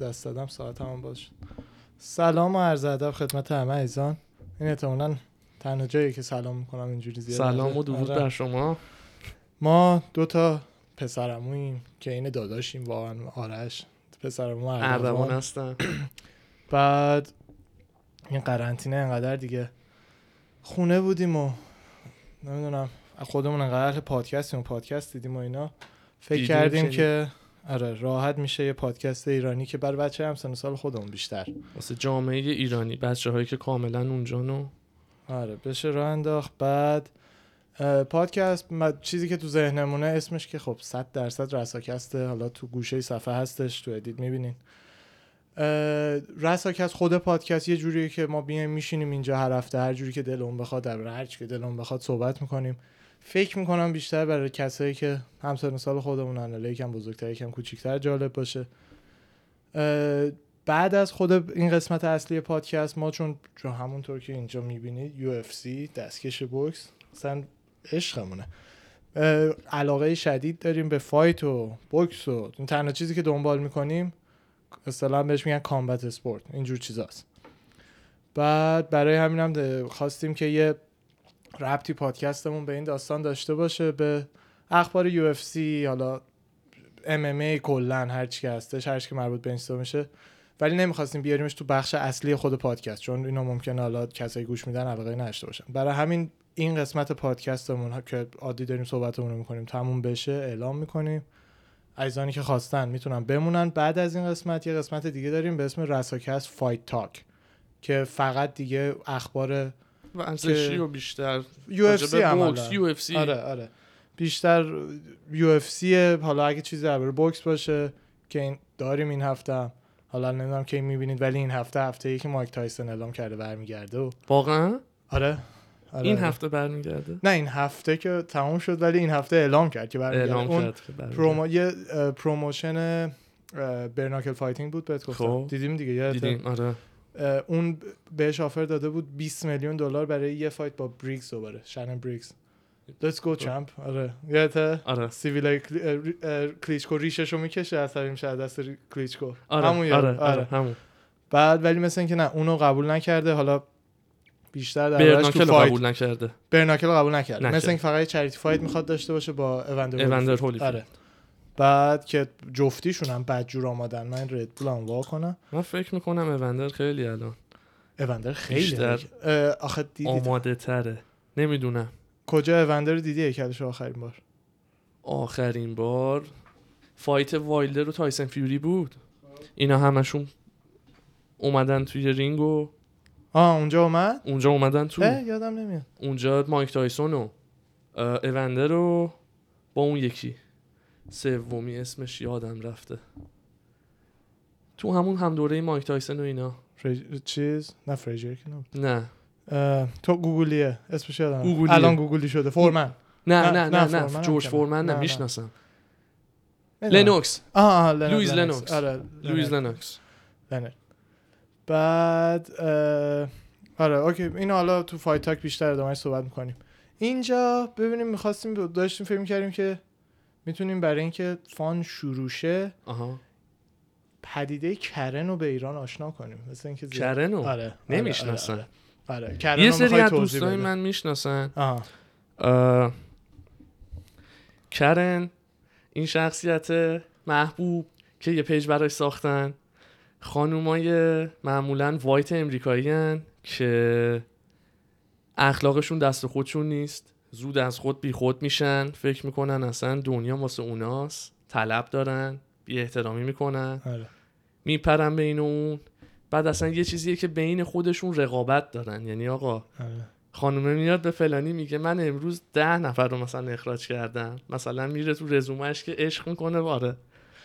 دست دادم ساعت هم باز شد سلام و عرض ادب خدمت همه ایزان این احتمالاً تنها جایی که سلام میکنم اینجوری زیاد سلام نشه. و درود آره. بر شما ما دو تا پسرمویم که این داداشیم واقعا آرش پسرمو اردوان اردوان هستم بعد این قرنطینه انقدر دیگه خونه بودیم و نمیدونم خودمون انقدر اهل پادکستیم و پادکست دیدیم و اینا فکر دیدیم، کردیم شنیدیم. که آره راحت میشه یه پادکست ایرانی که بر بچه هم سن و سال خودمون بیشتر واسه جامعه ایرانی بچه هایی که کاملا اونجا نو آره بشه راه انداخت بعد اه، پادکست م- چیزی که تو ذهنمونه اسمش که خب 100 درصد رساکسته حالا تو گوشه صفحه هستش تو ادیت میبینین رساکست خود پادکست یه جوریه که ما بیایم میشینیم اینجا هر هفته هر جوری که دلمون بخواد در هر چی که دلمون بخواد صحبت میکنیم فکر میکنم بیشتر برای کسایی که همسن و سال خودمون حالا یکم بزرگتر یکم کوچیکتر جالب باشه اه، بعد از خود این قسمت اصلی پادکست ما چون جو همونطور که اینجا میبینید UFC دستکش بوکس اصلا عشقمونه اه، علاقه شدید داریم به فایت و بوکس و تنها چیزی که دنبال میکنیم اصطلاحا بهش میگن کامبت اسپورت اینجور چیزاست بعد برای همین هم ده- خواستیم که یه ربطی پادکستمون به این داستان داشته باشه به اخبار UFC حالا MMA کلا هر چی که هستش هر چی که مربوط به اینستا میشه ولی نمیخواستیم بیاریمش تو بخش اصلی خود پادکست چون اینو ممکنه حالا کسایی گوش میدن علاقه نداشته باشن برای همین این قسمت پادکستمون ها که عادی داریم صحبتمون رو میکنیم تموم بشه اعلام میکنیم عزیزانی که خواستن میتونن بمونن بعد از این قسمت یه قسمت دیگه داریم به اسم رساکست فایت تاک که فقط دیگه اخبار و ارزشی که- و بیشتر UFC بوکس عملا یو اف سی آره آره بیشتر UFC حالا اگه چیزی درباره بوکس باشه که این داریم این هفته هم. حالا نمیدونم کی میبینید ولی این هفته هفته ای که مایک تایسون اعلام کرده برمیگرده و واقعا آره, آره این آره. هفته برمیگرده نه این هفته که تموم شد ولی این هفته اعلام کرد که برمیگرده اعلام اون کرد که برمیگرده. پرومو یه اه، پروموشن اه، برناکل فایتینگ بود بهت گفتم خب. دیدیم دیگه یادته؟ دیدیم آره اه، اون ب- بهش آفر داده بود 20 میلیون دلار برای یه فایت با بریگز دوباره شنن بریگز Let's خب. go champ آره یادته آره سیویلای کلی- اه، ری- اه، کلیچکو ریششو میکشه عصبیم شه از دست ری- کلیچکو آره همون آره, یارو. آره, همون بعد ولی مثل اینکه نه اونو قبول نکرده حالا بیشتر در برناکل تو برناکل رو فایت قبول نکرده برناکل رو قبول نکرد نکرد. مثل اینکه فقط یه چریتی فایت میخواد داشته باشه با اوندر اوندر هولیفیلد. هولیفیلد. آره بعد که جفتیشون هم بدجور آمادن من رد بول هم وا کنم من فکر میکنم اوندر خیلی الان اوندر خیلی بیشتر حرکت- اه، آخه دیدی آماده تره نمیدونم کجا اوندر رو دیدی هیکلش آخرین بار آخرین بار فایت وایلدر و تایسن فیوری بود اینا همشون اومدن توی رینگ و آه اونجا اومد اونجا اومدن تو اه یادم نمیاد اونجا مایک تایسون و اه، اوندر رو با اون یکی سومی اسمش یادم رفته تو همون هم دوره مایک تایسون و اینا فرج... چیز نه فریجر که نبود نه اه، تو گوگلیه اسمش یادم رفت. گوگلیه. الان گوگلی خب، شده فورمن نه، نه نه نه، نه نه, فورمن جورج نمی‌شناسم. فورمن نه، نه نه. میشناسم نمی‌دونم. لنوکس آه، آه لنر، لوئیس لنر. لنوکس. آره لویز لنر. لنوکس لنر. بعد اه، آره اوکی این حالا تو فایت تاک بیشتر ادامه صحبت میکنیم اینجا ببینیم میخواستیم داشتیم فکر میکردیم که میتونیم برای اینکه فان شروع شه آها پدیده کرن رو به ایران آشنا کنیم مثل اینکه زیاد- کرنو آره، آره نمی‌شناسم. آره, آره. آره. کرن یه رو سری می‌خوای از توضیح دوستای بده؟ من میشناسن آها. اه، کرن این شخصیت محبوب که یه پیج براش ساختن خانومای معمولا وایت امریکایی که اخلاقشون دست خودشون نیست زود از خود بی خود میشن فکر میکنن اصلا دنیا واسه اوناست طلب دارن بی احترامی میکنن آره. میپرن بین اون بعد اصلا یه چیزیه که بین خودشون رقابت دارن یعنی آقا آره. خانومه میاد به فلانی میگه من امروز ده نفر رو مثلا اخراج کردم مثلا میره تو رزومش که عشق میکنه واره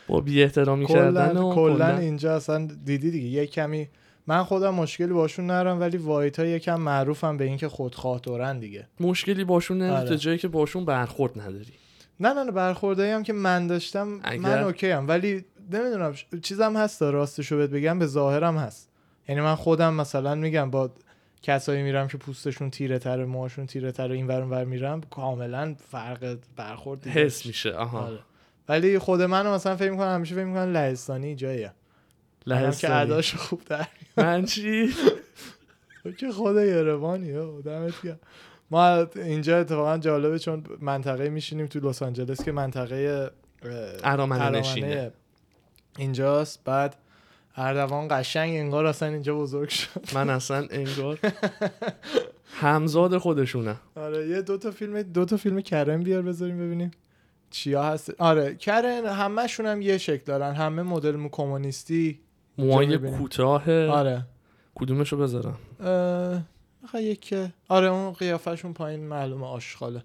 با بی احترامی کردن کلا و کلا کلاً- اینجا اصلا دیدی دیگه یه کمی من خودم مشکلی باشون نرم ولی وایت ها یکم معروفم به اینکه خودخواه دارن دیگه مشکلی باشون نداری آره. تا جایی که باشون برخورد نداری نه نه نه برخوردایی هم که من داشتم اگر- من اوکی هم ولی نمیدونم ش- چیزم هست داره راستشو بهت بگم به ظاهرم هست یعنی من خودم مثلا میگم با کسایی میرم که پوستشون تیره تره موهاشون تیره تره این ورون ور میرم کاملا فرق برخورد دیگه. حس میشه آها آره. ولی خود منو مثلا فکر میکنم همیشه فکر میکنم لهستانی جاییه الان لهستانی که اداشو خوب در من چی؟ تو که خود یروانی دمت گرم ما اینجا اتفاقا جالبه چون منطقه میشینیم تو لس آنجلس که منطقه اه، ارامنه نشینه. اینجاست بعد اردوان قشنگ انگار اصلا اینجا بزرگ شد من اصلا انگار همزاد خودشونم آره یه دو تا فیلم دو تا فیلم کرن بیار بذاریم ببینیم چیا هست آره کرن همشون هم یه شکل دارن همه مدل مو کمونیستی موهای می‌بینم. کوتاه آره کدومشو بذارم میخوای یک که آره اون قیافشون پایین معلومه آشغاله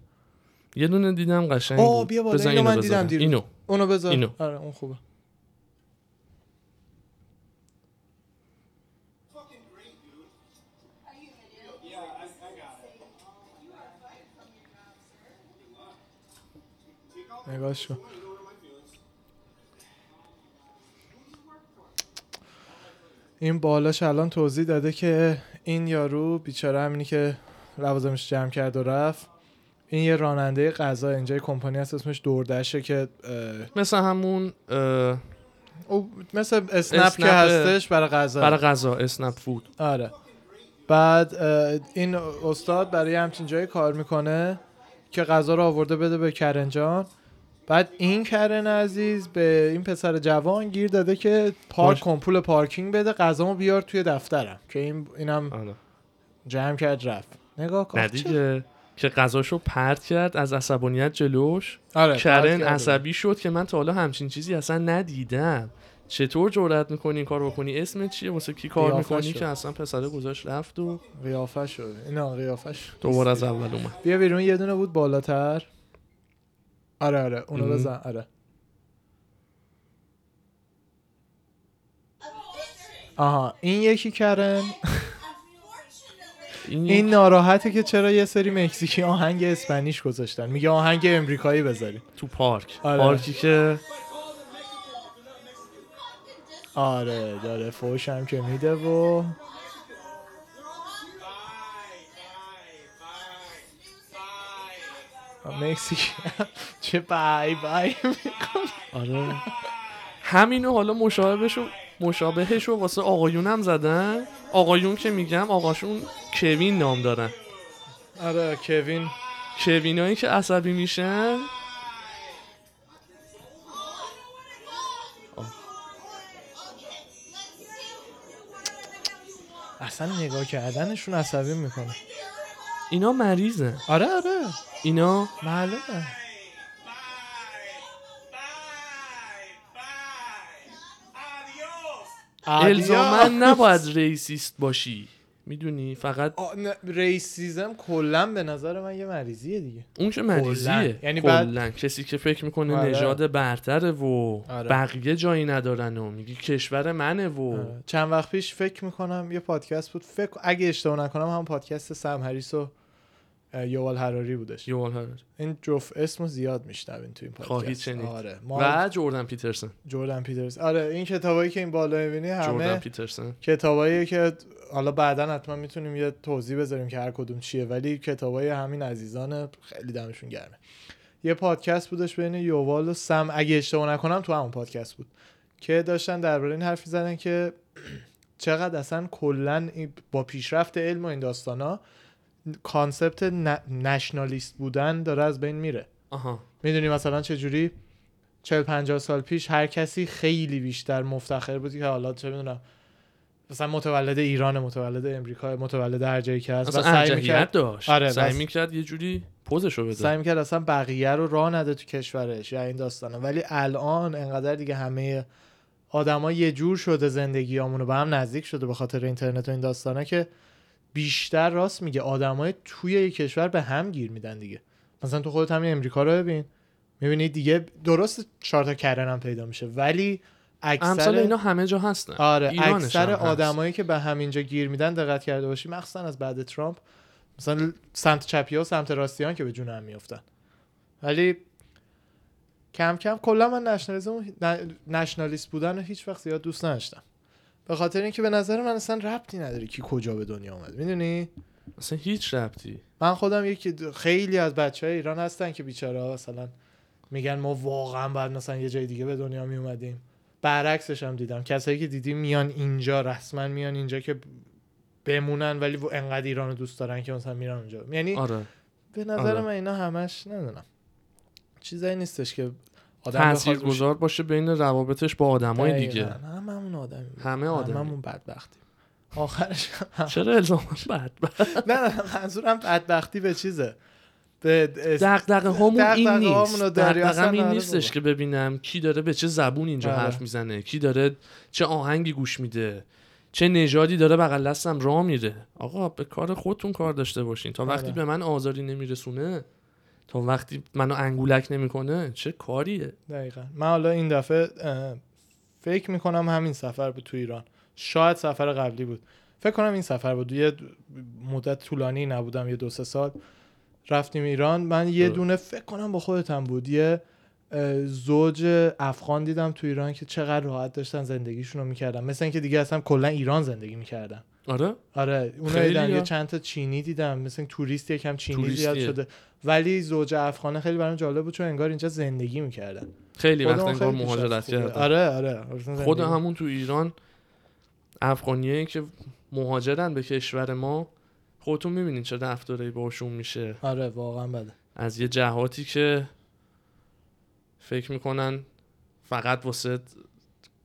یه دونه دیدم قشنگ آه، بود بیا بالا، بذار اینو من بذارم. دیدم دیروز. اینو اونو بذار اینو. آره اون خوبه نگاهش کن این بالاش الان توضیح داده که این یارو بیچاره همینی که لوازمش جمع کرد و رفت این یه راننده غذا اینجا یه کمپانی هست اسمش دوردشه که اه، مثل همون اه، او مثل اسنپ اسنپ، که هستش برای غذا برای غذا اسنپ فود آره بعد اه، این استاد برای همچین جایی کار میکنه که غذا رو آورده بده به کرنجان بعد این کرن عزیز به این پسر جوان گیر داده که پارک باش. کن پول پارکینگ بده غذامو بیار توی دفترم که این اینم آره. جمع کرد رفت نگاه کن نه چه- دیگه که غذاشو پرت کرد از عصبانیت جلوش آره کرن پارک کرده. عصبی شد که من تا حالا همچین چیزی اصلا ندیدم چطور جرأت میکنی این کار بکنی اسم چیه واسه کی کار قیافش میکنی شد. که اصلا پسره گذاشت رفت و قیافه شد اینا قیافه شد دوباره از اول اومد بیا بیرون یه دونه بود بالاتر آره آره اونو ام. بزن آره آها این یکی کرن این, این این ناراحته که چرا یه سری مکزیکی آهنگ اسپانیش گذاشتن میگه آهنگ امریکایی بذاریم تو پارک آره. پارکی که آره داره فوش هم که میده و مکزیکی چه بای بای آره همینو حالا مشابهشو مشابهشو واسه آقایونم زدن آقایون که میگم آقاشون کوین نام دارن آره کوین کوینایی که عصبی میشن اصلا نگاه کردنشون عصبی میکنه اینا مریضن آره آره اینا معلومه الزاما نباید ریسیست باشی میدونی فقط آه، نه، ریسیزم کلا به نظر من یه مریضیه دیگه اون که مریضیه یعنی بعد- کلا کسی که فکر میکنه آره. نژاد برتره و آره. بقیه جایی ندارن و میگی کشور منه و آره. چند وقت پیش فکر میکنم یه پادکست بود فکر اگه اشتباه نکنم هم پادکست سم هریس و اه، یوال هراری بودش یوال هارد. این جفت اسمو زیاد میشنوین تو این پادکست خواهید شنید. آره ما و جردن پیترسن جردن پیترز آره این کتابایی که این بالا میبینی جردن همه پیترسن کتابایی که حالا بعدا حتما میتونیم یه توضیح بذاریم که هر کدوم چیه ولی کتابای همین عزیزان خیلی دمشون گرمه یه پادکست بودش بین یووال و سم اگه اشتباه نکنم تو همون پادکست بود که داشتن درباره این حرف زدن که چقدر اصلا کلا این- با پیشرفت علم و این داستانا کانسپت ن- نشنالیست بودن داره از بین میره آها میدونی مثلا چه جوری 40 50 سال پیش هر کسی خیلی بیشتر مفتخر بود که حالا چه میدونم مثلا متولد ایران متولد امریکا متولد هر جایی که هست و اصلا سعی ارجحیت میکرد داشت آره، سعی بس. میکرد یه جوری پوزشو بده سعی میکرد اصلا بقیه رو راه نده تو کشورش یا این داستانه ولی الان انقدر دیگه همه آدما یه جور شده زندگیامون رو به هم نزدیک شده به خاطر اینترنت و این داستانه که بیشتر راست میگه آدمای توی یه کشور به هم گیر میدن دیگه مثلا تو خودت همین امریکا رو ببین میبینی دیگه درست چهار تا کرن هم پیدا میشه ولی امثال اینا اکثر همه جا هستن آره ایرانش اکثر هم هست. آدمایی که به همینجا گیر میدن دقت کرده باشی مخصوصا از بعد ترامپ مثلا سمت چپی ها و سمت راستیان که به جون هم میفتن ولی کم کم کلا من نشنالیزم ن- نشنالیست بودن رو هیچ وقت زیاد دوست نداشتم به خاطر اینکه به نظر من اصلا ربطی نداره کی کجا به دنیا آمد میدونی اصلا هیچ ربطی من خودم یکی دو- خیلی از بچه های ایران هستن که بیچاره مثلا میگن ما واقعا بعد مثلا یه جای دیگه به دنیا می اومدیم برعکسش هم دیدم کسایی که دیدی میان اینجا رسما میان اینجا که بمونن ولی و- انقدر ایران رو دوست دارن که مثلا میرن اونجا یعنی آره به نظر آره. من اینا همش نمیدونم چیزایی نیستش که آدم تاثیر تاثیر گذار باشه بین روابطش با آدمای دیگه هممون آدمیم همه آدم هممون بدبختیم آخرش هم چرا الزاما بدبخت نه نه منظورم بدبختی به چیزه به اس- دغدغه هامون این دغدغه‌هامونو نیست داری. دغدغم اصلا این آره نیستش بابا. که ببینم کی داره به چه زبون اینجا آره. حرف میزنه کی داره چه آهنگی گوش میده چه نژادی داره بغل دستم راه میره آقا به کار خودتون کار داشته باشین تا وقتی آره. به من آزاری نمیرسونه تا وقتی منو انگولک نمیکنه چه کاریه دقیقا من حالا این دفعه اه، فکر میکنم همین سفر بود تو ایران شاید سفر قبلی بود فکر کنم این سفر بود یه د- مدت طولانی نبودم یه دو سه سال رفتیم ایران من یه آره. دونه فکر کنم با خودتم بود یه اه، زوج افغان دیدم تو ایران که چقدر راحت داشتن زندگیشون رو میکردن مثل اینکه دیگه اصلا کلا ایران زندگی میکردن آره آره اون خیلی دیدم ها. یه چند تا چینی دیدم مثل این توریست یکم چینی توریستیه. زیاد شده ولی زوج افغانه خیلی برام جالب بود چون انگار اینجا زندگی میکردن خیلی وقت خودمون انگار خیلی پیش مهاجرت رفت خوبه. کردم آره آره اصلا خود زندگی. همون تو ایران افغانیایی که مهاجرن به کشور ما خودتون میبینین چه رفتاری باشون میشه آره واقعا بده از یه جهاتی که فکر میکنن فقط واسه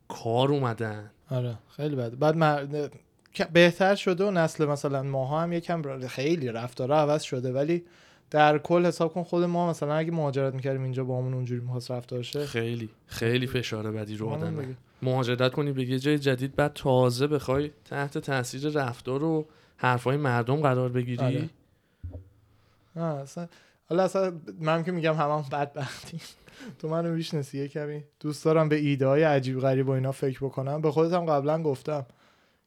کار اومدن آره خیلی بده بعد مر- که بهتر شده و نسل مثلا ماها هم یکم را- خیلی رفتارا عوض شده ولی در کل حساب کن خود ما مثلا اگه مهاجرت میکردیم اینجا با همون اونجوری میخواست رفتار شه خیلی خیلی بله. فشار بدی رو همون آدمه دیگه. مهاجرت کنی به یه جای جدید بعد تازه بخوای تحت تاثیر رفتار و حرفای مردم قرار بگیری آره. نه، اصلا حالا اصلا من که میگم هممون بدبختیم تو منو میشناسی یه کمی دوست دارم به ایده های عجیب غریب و اینا فکر بکنم به خودم قبلا گفتم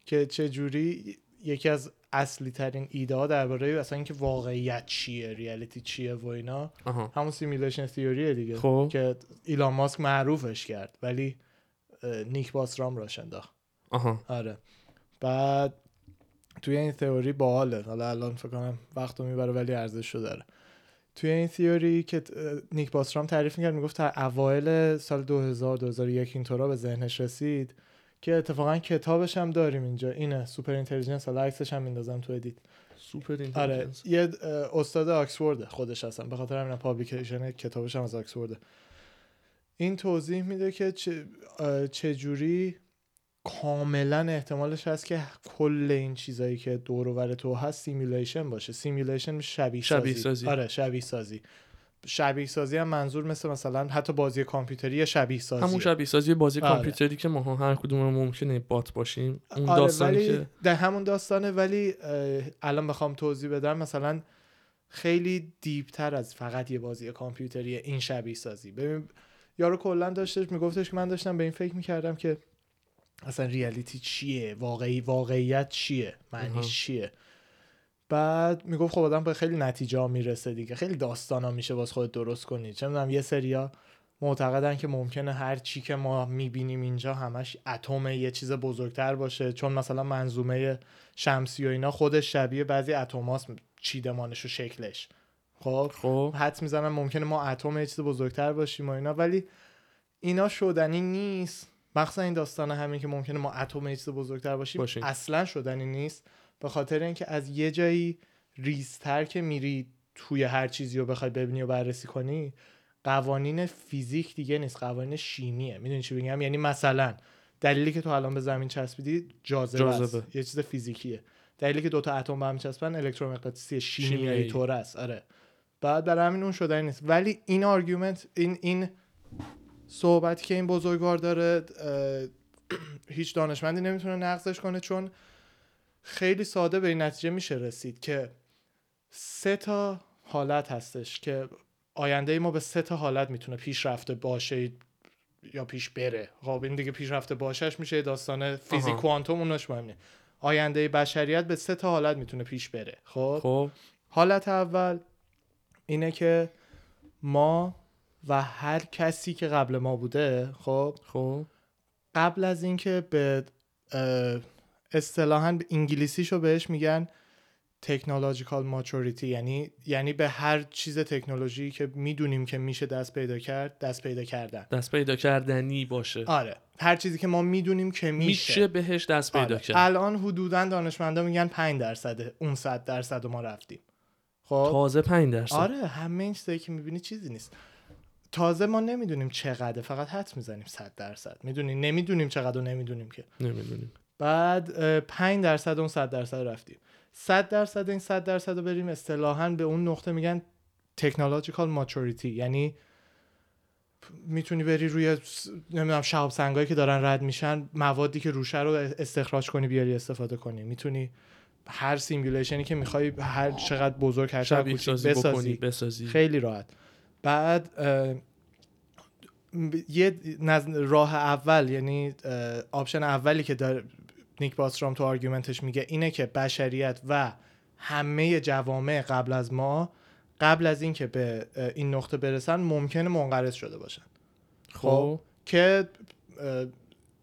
که چه جوری یکی از اصلی ترین ایده ها درباره اصلا اینکه واقعیت چیه ریالیتی چیه و اینا آها همون سیمیلیشن تیوریه دیگه خب که ایلان ماسک معروفش کرد ولی اه، نیک باسترام راش انداخت آها آره بعد توی این تئوری باحاله حالا الان فکر کنم وقت رو میبره ولی ارزش رو داره توی این تیوری که اه، نیک باسترام تعریف میکرد میگفت تا اوایل سال 2000 2001 اینطورا به ذهنش رسید که اتفاقا کتابش هم داریم اینجا اینه سوپر اینتلیجنس حالا عکسش هم میندازم تو ادیت سوپر آره یه اه، استاد آکسفورد خودش هستن به خاطر همین پابلیکیشن کتابش هم از آکسفورد این توضیح میده که چه اه، چجوری کاملا احتمالش هست که کل این چیزایی که دور و بر تو هست سیمولیشن باشه سیمولیشن شبیه, شبیه سازی. سازی. آره شبیه سازی شبیه سازی هم منظور مثل مثلا حتی بازی کامپیوتری یا شبیه سازی همون شبیه سازی بازی آره. کامپیوتری که ما هر کدوم ممکنه بات باشیم اون آره داستانی ولی که در همون داستانه ولی اه، الان بخوام توضیح بدم مثلا خیلی دیپتر از فقط یه بازی کامپیوتری این شبیه سازی ببین یارو کلا داشتش میگفتش که من داشتم به این فکر میکردم که اصلا ریالیتی چیه واقعی واقعیت چیه آها. معنیش چیه بعد میگفت خب آدم به خیلی نتیجه ها میرسه دیگه خیلی داستان ها میشه باز خودت درست کنی چه میدونم یه سریا معتقدن که ممکنه هر چی که ما میبینیم اینجا همش اتم یه چیز بزرگتر باشه چون مثلا منظومه شمسی و اینا خودش شبیه بعضی اتماس چیدمانش و شکلش خب خب حد میزنم ممکنه ما اتم یه چیز بزرگتر باشیم و اینا ولی اینا شدنی نیست مخصوصا این داستان همین که ممکنه ما اتم یه چیز بزرگتر باشیم باشیم. اصلا شدنی نیست به خاطر اینکه از یه جایی ریزتر که میری توی هر چیزی رو بخوای ببینی و بررسی کنی قوانین فیزیک دیگه نیست قوانین شیمیه میدونی چی بگم یعنی مثلا دلیلی که تو الان به زمین چسبیدی جاذبه, جاذبه. است. یه چیز فیزیکیه دلیلی که دوتا اتم به هم چسبن الکترومغناطیسی شیمیایی شیمیایی. طور است آره بعد برای همین اون شدنی نیست ولی این آرگومنت این این صحبتی که این بزرگوار داره اه، هیچ دانشمندی نمیتونه نقضش کنه چون خیلی ساده به این نتیجه میشه رسید که سه تا حالت هستش که آینده ما به سه تا حالت میتونه پیش رفته باشه یا پیش بره خب این دیگه پیش رفته باشش میشه یه داستان فیزیک آها. کوانتوم اوناش مهمه آینده بشریت به سه تا حالت میتونه پیش بره خب خب حالت اول اینه که ما و هر کسی که قبل ما بوده خب خب قبل از اینکه به اه، اصطلاحاً انگلیسیشو بهش میگن تکنولوژیکال ماتوریتی یعنی یعنی به هر چیز تکنولوژی که میدونیم که میشه دست پیدا کرد دست پیدا کردن دست پیدا کردنی باشه آره هر چیزی که ما میدونیم که میشه, میشه بهش دست پیدا آره. کرد الان حدودا دانشمندا میگن 5 درصده اون 100 درصد رو ما رفتیم خب تازه 5 درصد آره همه این چیزایی که میبینی چیزی نیست تازه ما نمیدونیم چقدره فقط حد میزنیم 100 درصد میدونی نمیدونیم چقدر و نمیدونیم که نمیدونیم بعد 5 درصد اون 100 درصد رفتیم 100 درصد این 100 درصد رو بریم اصطلاحا به اون نقطه میگن تکنولوژیکال ماتوریتی یعنی میتونی بری روی س- نمیدونم شهاب سنگایی که دارن رد میشن موادی که روشه رو استخراج کنی بیاری استفاده کنی میتونی هر سیمولیشنی که میخوای هر چقدر بزرگ هر چقدر شبیه کوچیک سازی بکنی بسازی بسازی خیلی راحت بعد اه، م- یه نز- راه اول یعنی اه، آپشن اولی که داره نیک باسترام تو آرگومنتش میگه اینه که بشریت و همه جوامع قبل از ما قبل از اینکه به اه، این نقطه برسن ممکنه منقرض شده باشن خب که اه،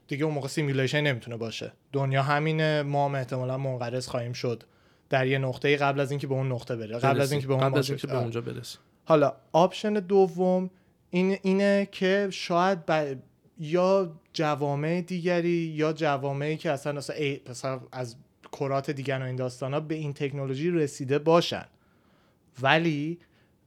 دیگه اون موقع سیمولیشن نمیتونه باشه دنیا همینه ما هم احتمالا منقرض خواهیم شد در یه نقطه قبل از اینکه به اون نقطه بره قبل از برسیم. اینکه به اون قبل ماشه- از اینکه به آره. اونجا برسیم حالا آپشن دوم این اینه که شاید ب... یا جوامع دیگری یا جوامعی که اصلا اصلا ای- مثلا از کرات دیگر و این داستان ها به این تکنولوژی رسیده باشن ولی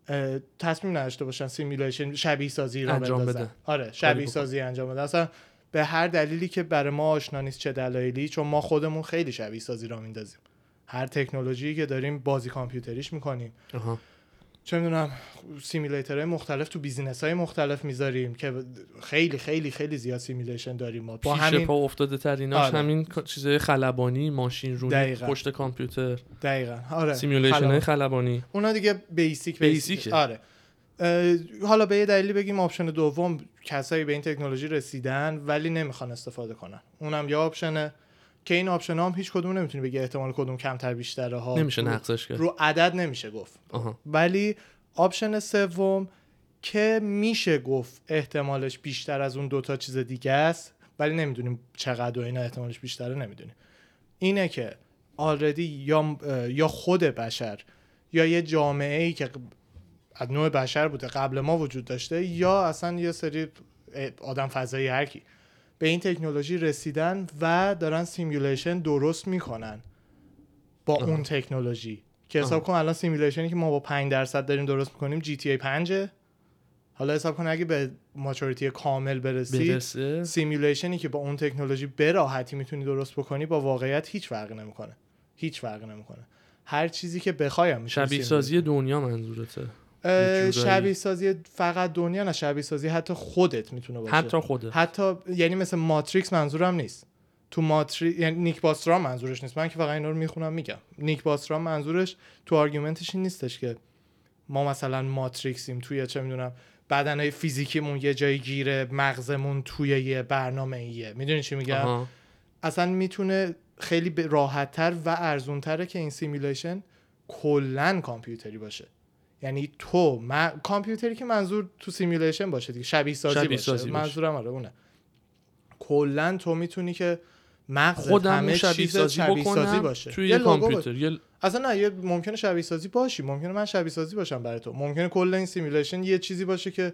اه، تصمیم نداشته باشن سیمولیشن شبیه سازی رو انجام بندازن. بدن. آره شبیه بکن. سازی انجام بده اصلا به هر دلیلی که برای ما آشنا نیست چه دلایلی چون ما خودمون خیلی شبیه سازی را میندازیم هر تکنولوژی که داریم بازی کامپیوتریش میکنیم آها چه میدونم سیمیلیترهای مختلف تو بیزینس های مختلف میذاریم که خیلی خیلی خیلی زیاد سیمیلیشن داریم ما با پیش همین پا افتاده تریناش آره. همین چیزای خلبانی ماشین رونی دقیقاً. پشت کامپیوتر دقیقا آره سیمولیشن حالا. های خلبانی اونا دیگه بیسیک بیسیک بیسیکه. آره اه، حالا به یه دلیلی بگیم آپشن دوم کسایی به این تکنولوژی رسیدن ولی نمیخوان استفاده کنن اونم یه آپشنه که این آپشن هم هیچ کدوم نمیتونی بگی احتمال کدوم کمتر بیشتره ها نمیشه رو- نقصش کرد رو عدد نمیشه گفت آها ولی آپشن سوم که میشه گفت احتمالش بیشتر از اون دوتا چیز دیگه است ولی نمیدونیم چقدر و اینا احتمالش بیشتره نمیدونیم اینه که آلردی یا, اه، یا خود بشر یا یه جامعه ای که قب- از نوع بشر بوده قبل ما وجود داشته یا اصلا یه سری اه، آدم فضایی هرکی به این تکنولوژی رسیدن و دارن سیمولیشن درست میکنن با اون تکنولوژی که حساب کن الان سیمولیشنی که ما با 5 درصد داریم درست میکنیم جی تی ای 5 حالا حساب کن اگه به ماچوریتی کامل برسی برسه سیمولیشنی که با اون تکنولوژی به راحتی میتونی درست بکنی با واقعیت هیچ فرقی نمیکنه هیچ فرقی نمیکنه هر چیزی که بخوایم میشه شبیه سازی دنیا منظورته یه جورایی. شبیه سازی فقط دنیا نه شبیه سازی حتی خودت میتونه باشه حتی خوده حتی یعنی مثل ماتریکس منظورم نیست تو ماتری یعنی نیک باسترام منظورش نیست من که فقط اینا رو میخونم میگم نیک باسترام منظورش تو آرگومنتش این نیستش که ما مثلا ماتریکسیم توی چه میدونم بدنهای فیزیکیمون یه جای گیره مغزمون توی یه برنامه ایه میدونی چی میگم آها. اصلا میتونه خیلی به- راحتتر و ارزونتره که این سیمیلیشن کلا کامپیوتری باشه یعنی تو من... کامپیوتری که منظور تو سیمیلیشن باشه دیگه شبیه سازی شبیه باشه سازی باشه. منظورم آره اونه کلا تو میتونی که مغز خودم همه شبیه چیز سازی شبیه سازی بکنم باشه توی یه یه لوگو کامپیوتر یه باشه. اصلا نه یه ممکنه شبیه سازی باشی ممکنه من شبیه سازی باشم برای تو ممکنه کل این سیمیلیشن یه چیزی باشه که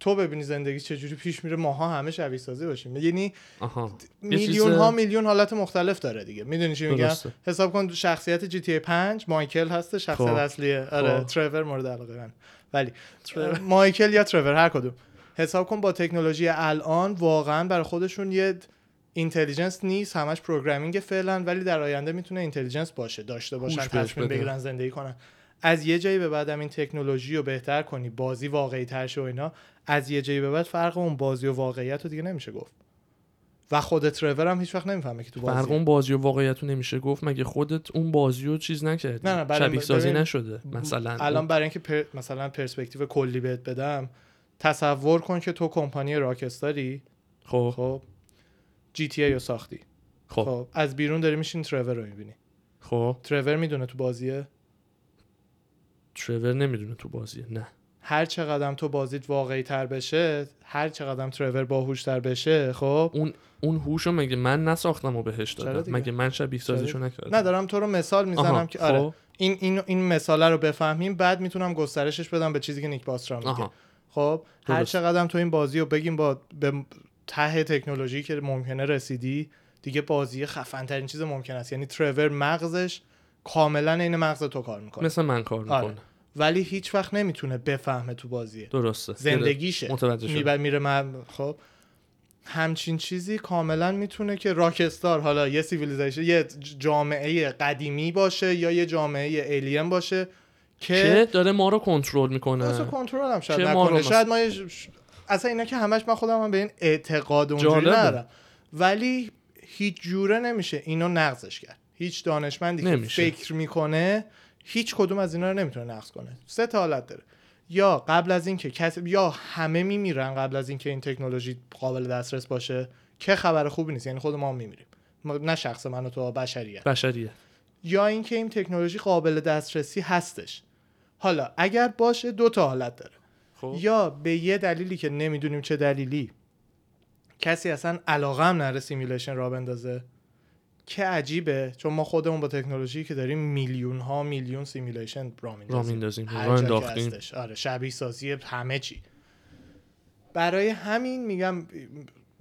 تو ببینی زندگی چجوری پیش میره ماها همه شبیه سازی باشیم یعنی آها یه چیز- میلیون ها میلیون حالت مختلف داره دیگه میدونی چی میگم درسته. حساب کن شخصیت جی تی 5 مایکل هست شخصیت خب. اصلی آره خب. ترور مورد علاقه من ولی مایکل یا ترور هر کدوم حساب کن با تکنولوژی الان واقعا برای خودشون یه اینتلیجنس نیست همش پروگرامینگ فعلا ولی در آینده میتونه اینتلیجنس باشه داشته باشن هوش بهش تصمیم بده. بگیرن زندگی کنن از یه جایی به بعدم این تکنولوژی رو بهتر کنی بازی واقعی تر شه و اینا از یه جایی به بعد فرق اون بازی و واقعیت رو دیگه نمیشه گفت و خود ترور هم هیچ وقت نمیفهمه که تو فرق بازی اون بازی و واقعیت رو نمیشه گفت مگه خودت اون بازی رو چیز نکردی نه، نه، برای- شبیه سازی ببین، نشده مثلا الان برای اینکه پر... مثلا پرسپکتیو کلی بهت بدم تصور کن که تو کمپانی راکستاری خب خب جی تی ای رو ساختی خب خب از بیرون داری میشین ترور رو میبینی خب ترور میدونه تو بازیه ترور نمیدونه تو بازیه نه هر چقدر تو بازیت واقعی تر بشه هر چقدر ترور باهوش تر بشه خب اون اون هوشو مگه من نساختم و بهش چرا دادم دیگه؟ مگه من شبیه سازیشو نه نکردم دارم تو رو مثال میزنم آها، که آره خب. این این این مثاله رو بفهمیم بعد میتونم آره. گسترشش بدم به چیزی که نیک باسترام میگه آها خب هر درست. چقدر هم تو این بازی رو بگیم با به ته تکنولوژی که ممکنه رسیدی دیگه بازی خفن ترین چیز ممکن است یعنی ترور مغزش کاملا عین مغز تو کار میکنه مثل من کار میکنه آره. ولی هیچ وقت نمیتونه بفهمه تو بازیه درسته زندگیشه متوجه شدم. میبر میره من خب همچین چیزی کاملا میتونه که راکستار حالا یه سیویلیزیشن یه ج- جامعه قدیمی باشه یا یه جامعه الین باشه که که داره ما رو کنترل واسه میکنه کنترل هم شاید که ما رو نکنه مثلا- شاید ما یه ش- ش- اصلا اینا که همش من خودم هم به این اعتقاد اونجوری جالبه. ندارم ولی هیچ جوره نمیشه اینو نقضش کرد هیچ دانشمندی که نمیشه. فکر میکنه هیچ کدوم از اینا رو نمیتونه نقض کنه سه تا حالت داره یا قبل از اینکه کسی یا همه میمیرن قبل از اینکه این تکنولوژی قابل دسترس باشه که خبر خوبی نیست یعنی خود ما هم میمیریم ما- نه شخص من و تو بشریت بشریه یا اینکه این تکنولوژی قابل دسترسی هستش حالا اگر باشه دو تا حالت داره خب یا به یه دلیلی که نمیدونیم چه دلیلی کسی اصلا علاقه هم نره سیمولیشن را بندازه که عجیبه چون ما خودمون با تکنولوژی که داریم میلیون ها میلیون سیمولیشن را را میندازیم میندازیم هر را جا که انداختیم هستش. آره شبیه سازی همه چی برای همین میگم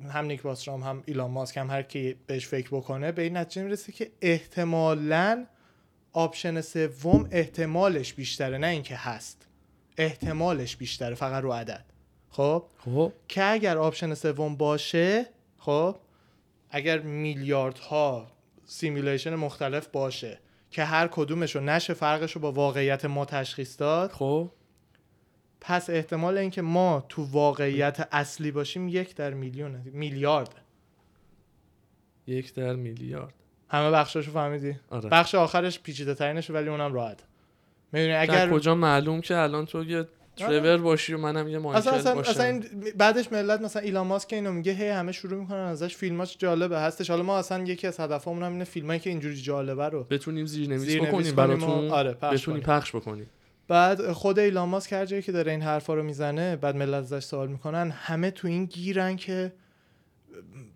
هم نیک باسترام هم ایلان ماسک هم هر کی بهش فکر بکنه به این نتیجه میرسه که احتمالاً آپشن سوم احتمالش بیشتره نه اینکه هست احتمالش بیشتره فقط رو عدد خب خب که اگر آپشن سوم باشه خب اگر میلیاردها سیمولیشن مختلف باشه که هر کدومش رو نشه فرقش رو با واقعیت ما تشخیص داد خب پس احتمال اینکه ما تو واقعیت اصلی باشیم یک در میلیونه میلیارد یک در میلیارد همه بخشاشو فهمیدی آره بخش آخرش پیچیده ترینش ولی اونم راحت میدونی اگر اگر آره. کجا معلوم که الان تو یه ترور باشی و منم یه مایکل اصلا اصلا, باشم اصلا این- بعدش ملت مثلا ایلان ماسک که اینو میگه هی همه شروع میکنن ازش فیلماش جالبه هستش حالا ما اصلا یکی از هدفمون هم اینه فیلمایی که اینجوری جالبه رو بتونیم زیرنویس زیرنویس بکنیم کنیم و- براتون آره، پخش بتونیم پخش بکنیم بعد خود ایلان ماسک هر جایی که داره این حرفا رو میزنه بعد ملت ازش سوال میکنن همه تو این گیرن که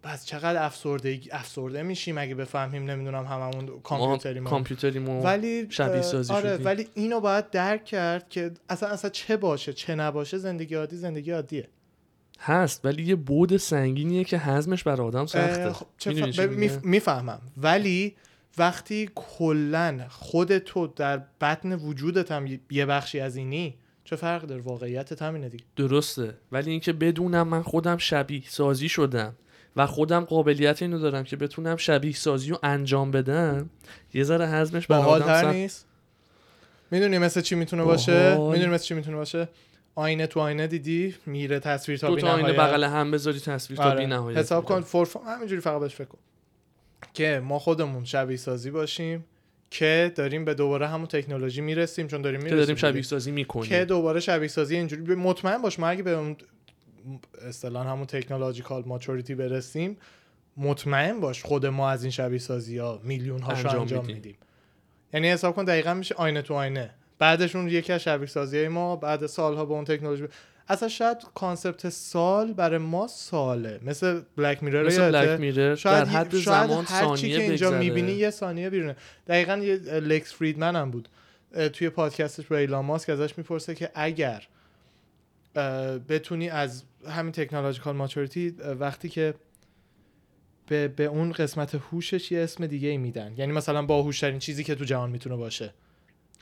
پس چقدر افسرده افسرده میشیم اگه بفهمیم نمیدونم هممون ما کامپیوتری ما کامپیوتریمو ولی شبیه سازی آره شدیم. ولی اینو باید درک کرد که اصلا اصلا چه باشه چه نباشه زندگی عادی زندگی عادیه هست ولی یه بود سنگینیه که هضمش بر آدم سخته اه، خب، چه می‌دونی ف- چی ب- میگم؟ میف- میفهمم ولی وقتی کلا خود تو در بطن وجودت هم ی- یه بخشی از اینی چه فرق داره واقعیتت همینه دیگه درسته ولی اینکه بدونم من خودم شبیه سازی شدم و خودم قابلیت اینو دارم که بتونم شبیه سازی رو انجام بدم یه ذره هضمش بر آدم باحال‌تر سخت نیست میدونی مثل چی میتونه باشه باحال. میدونی مثل چی میتونه باشه آینه تو آینه دیدی میره تصویر تا دو تا آینه بی‌نهایت. بغل هم بذاری تصویر تا آره. بی‌نهایت حساب می‌کنه. کن فورفا همینجوری فقط بهش فکر کن که ما خودمون شبیه سازی باشیم که داریم به دوباره همون تکنولوژی میرسیم چون داریم که میرسیم داریم شبیه سازی که میکنیم دوباره شبیه سازی اینجوری به- مطمئن باش ما اگه به اون اصطلاحا همون تکنولوژیکال ماچوریتی برسیم مطمئن باش خود ما از این شبیه سازی ها میلیون هاش انجام, انجام انجام میدیم. میدیم یعنی حساب کن دقیقا میشه آینه تو آینه بعدش اون یکی از شبیه سازی های ما بعد سالها به اون تکنولوژی ب- اصلا شاید کانسپت سال برای ما ساله مثل بلک میرر مثل بلک میرر در شاید حد شاید زمان هر چی که ثانیه اینجا بگذره. میبینی یه ثانیه بیرونه دقیقا یه لکس فریدمن هم بود اه، توی پادکستش با ایلان ماسک ازش میپرسه که اگر اه، بتونی از همین تکنولوژیکال ماچوریتی وقتی که به, به اون قسمت هوشش یه اسم دیگه ای میدن یعنی مثلا باهوشترین چیزی که تو جهان میتونه باشه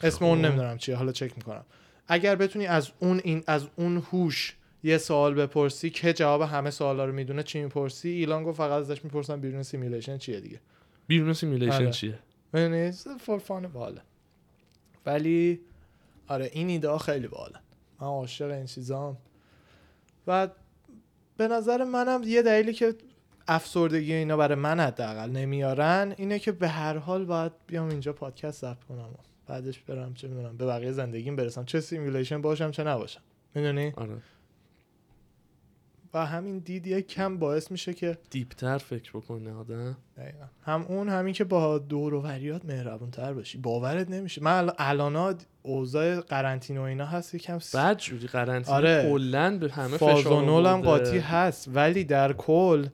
اسم اون خب. نمیدونم چیه حالا چک میکنم اگر بتونی از اون این از اون هوش یه سوال بپرسی که جواب همه سوالا رو میدونه چی میپرسی ایلان گفت فقط ازش میپرسن بیرون سیمولیشن چیه دیگه بیرون سیمولیشن آره. چیه یعنی فور فان باله ولی آره این ایده ها خیلی باله من عاشق این چیزام و به نظر منم یه دلیلی که افسردگی اینا برای من حداقل نمیارن اینه که به هر حال باید بیام اینجا پادکست ضبط کنم و بعدش برم چه میدونم به بقیه زندگیم برسم چه سیمولیشن باشم چه نباشم میدونی آره و همین دید یه کم باعث میشه که دیپتر فکر بکنه آدم دقیقاً. هم اون همین که با دور و بریات مهربون تر باشی باورت نمیشه من الان الانا اوضاع قرنطینه و اینا هست یکم س... بعد جوری قرنطینه آره. کلا به همه فشار فازونول هم آورده. قاطی هست ولی در کل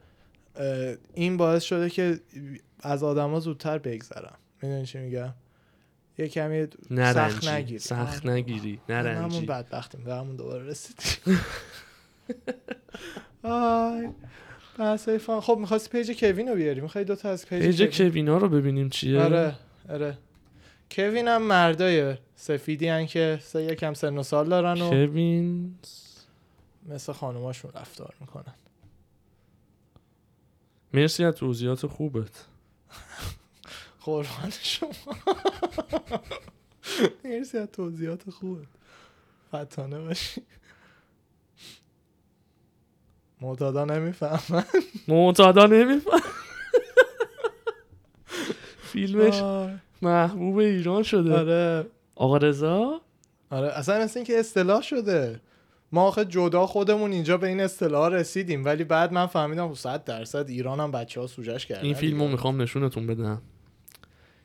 اه، این باعث شده که از آدما زودتر بگذرم میدونی چی میگم یه کمی نرنجی. سخت نگیری سخت آه. نگیری همون نرنجی بدبختیم به همون دوباره رسیدیم آی. بحث فان خب میخواستی پیج کوین رو بیاری میخوای دوتا از پیج, پیج کوین کوینا رو ببینیم چیه آره آره کوین هم مردای سفیدی هن که سه یکم سن و سال دارن و کوین مثل خانوماشون رفتار میکنن مرسی از توضیحات خوبت قربان شما مرسی از توضیحات خوبه فتانه باشی معتادا نمیفهمن معتادا نمیفهم فیلمش آه، محبوب ایران شده آره آقا رضا آره اصلا مثل اینکه اصطلاح شده ما آخه جدا خودمون اینجا به این اصطلاح رسیدیم ولی بعد من فهمیدم خب 100 درصد ایران هم بچه ها سوجش کردن این فیلم رو میخوام نشونتون بدم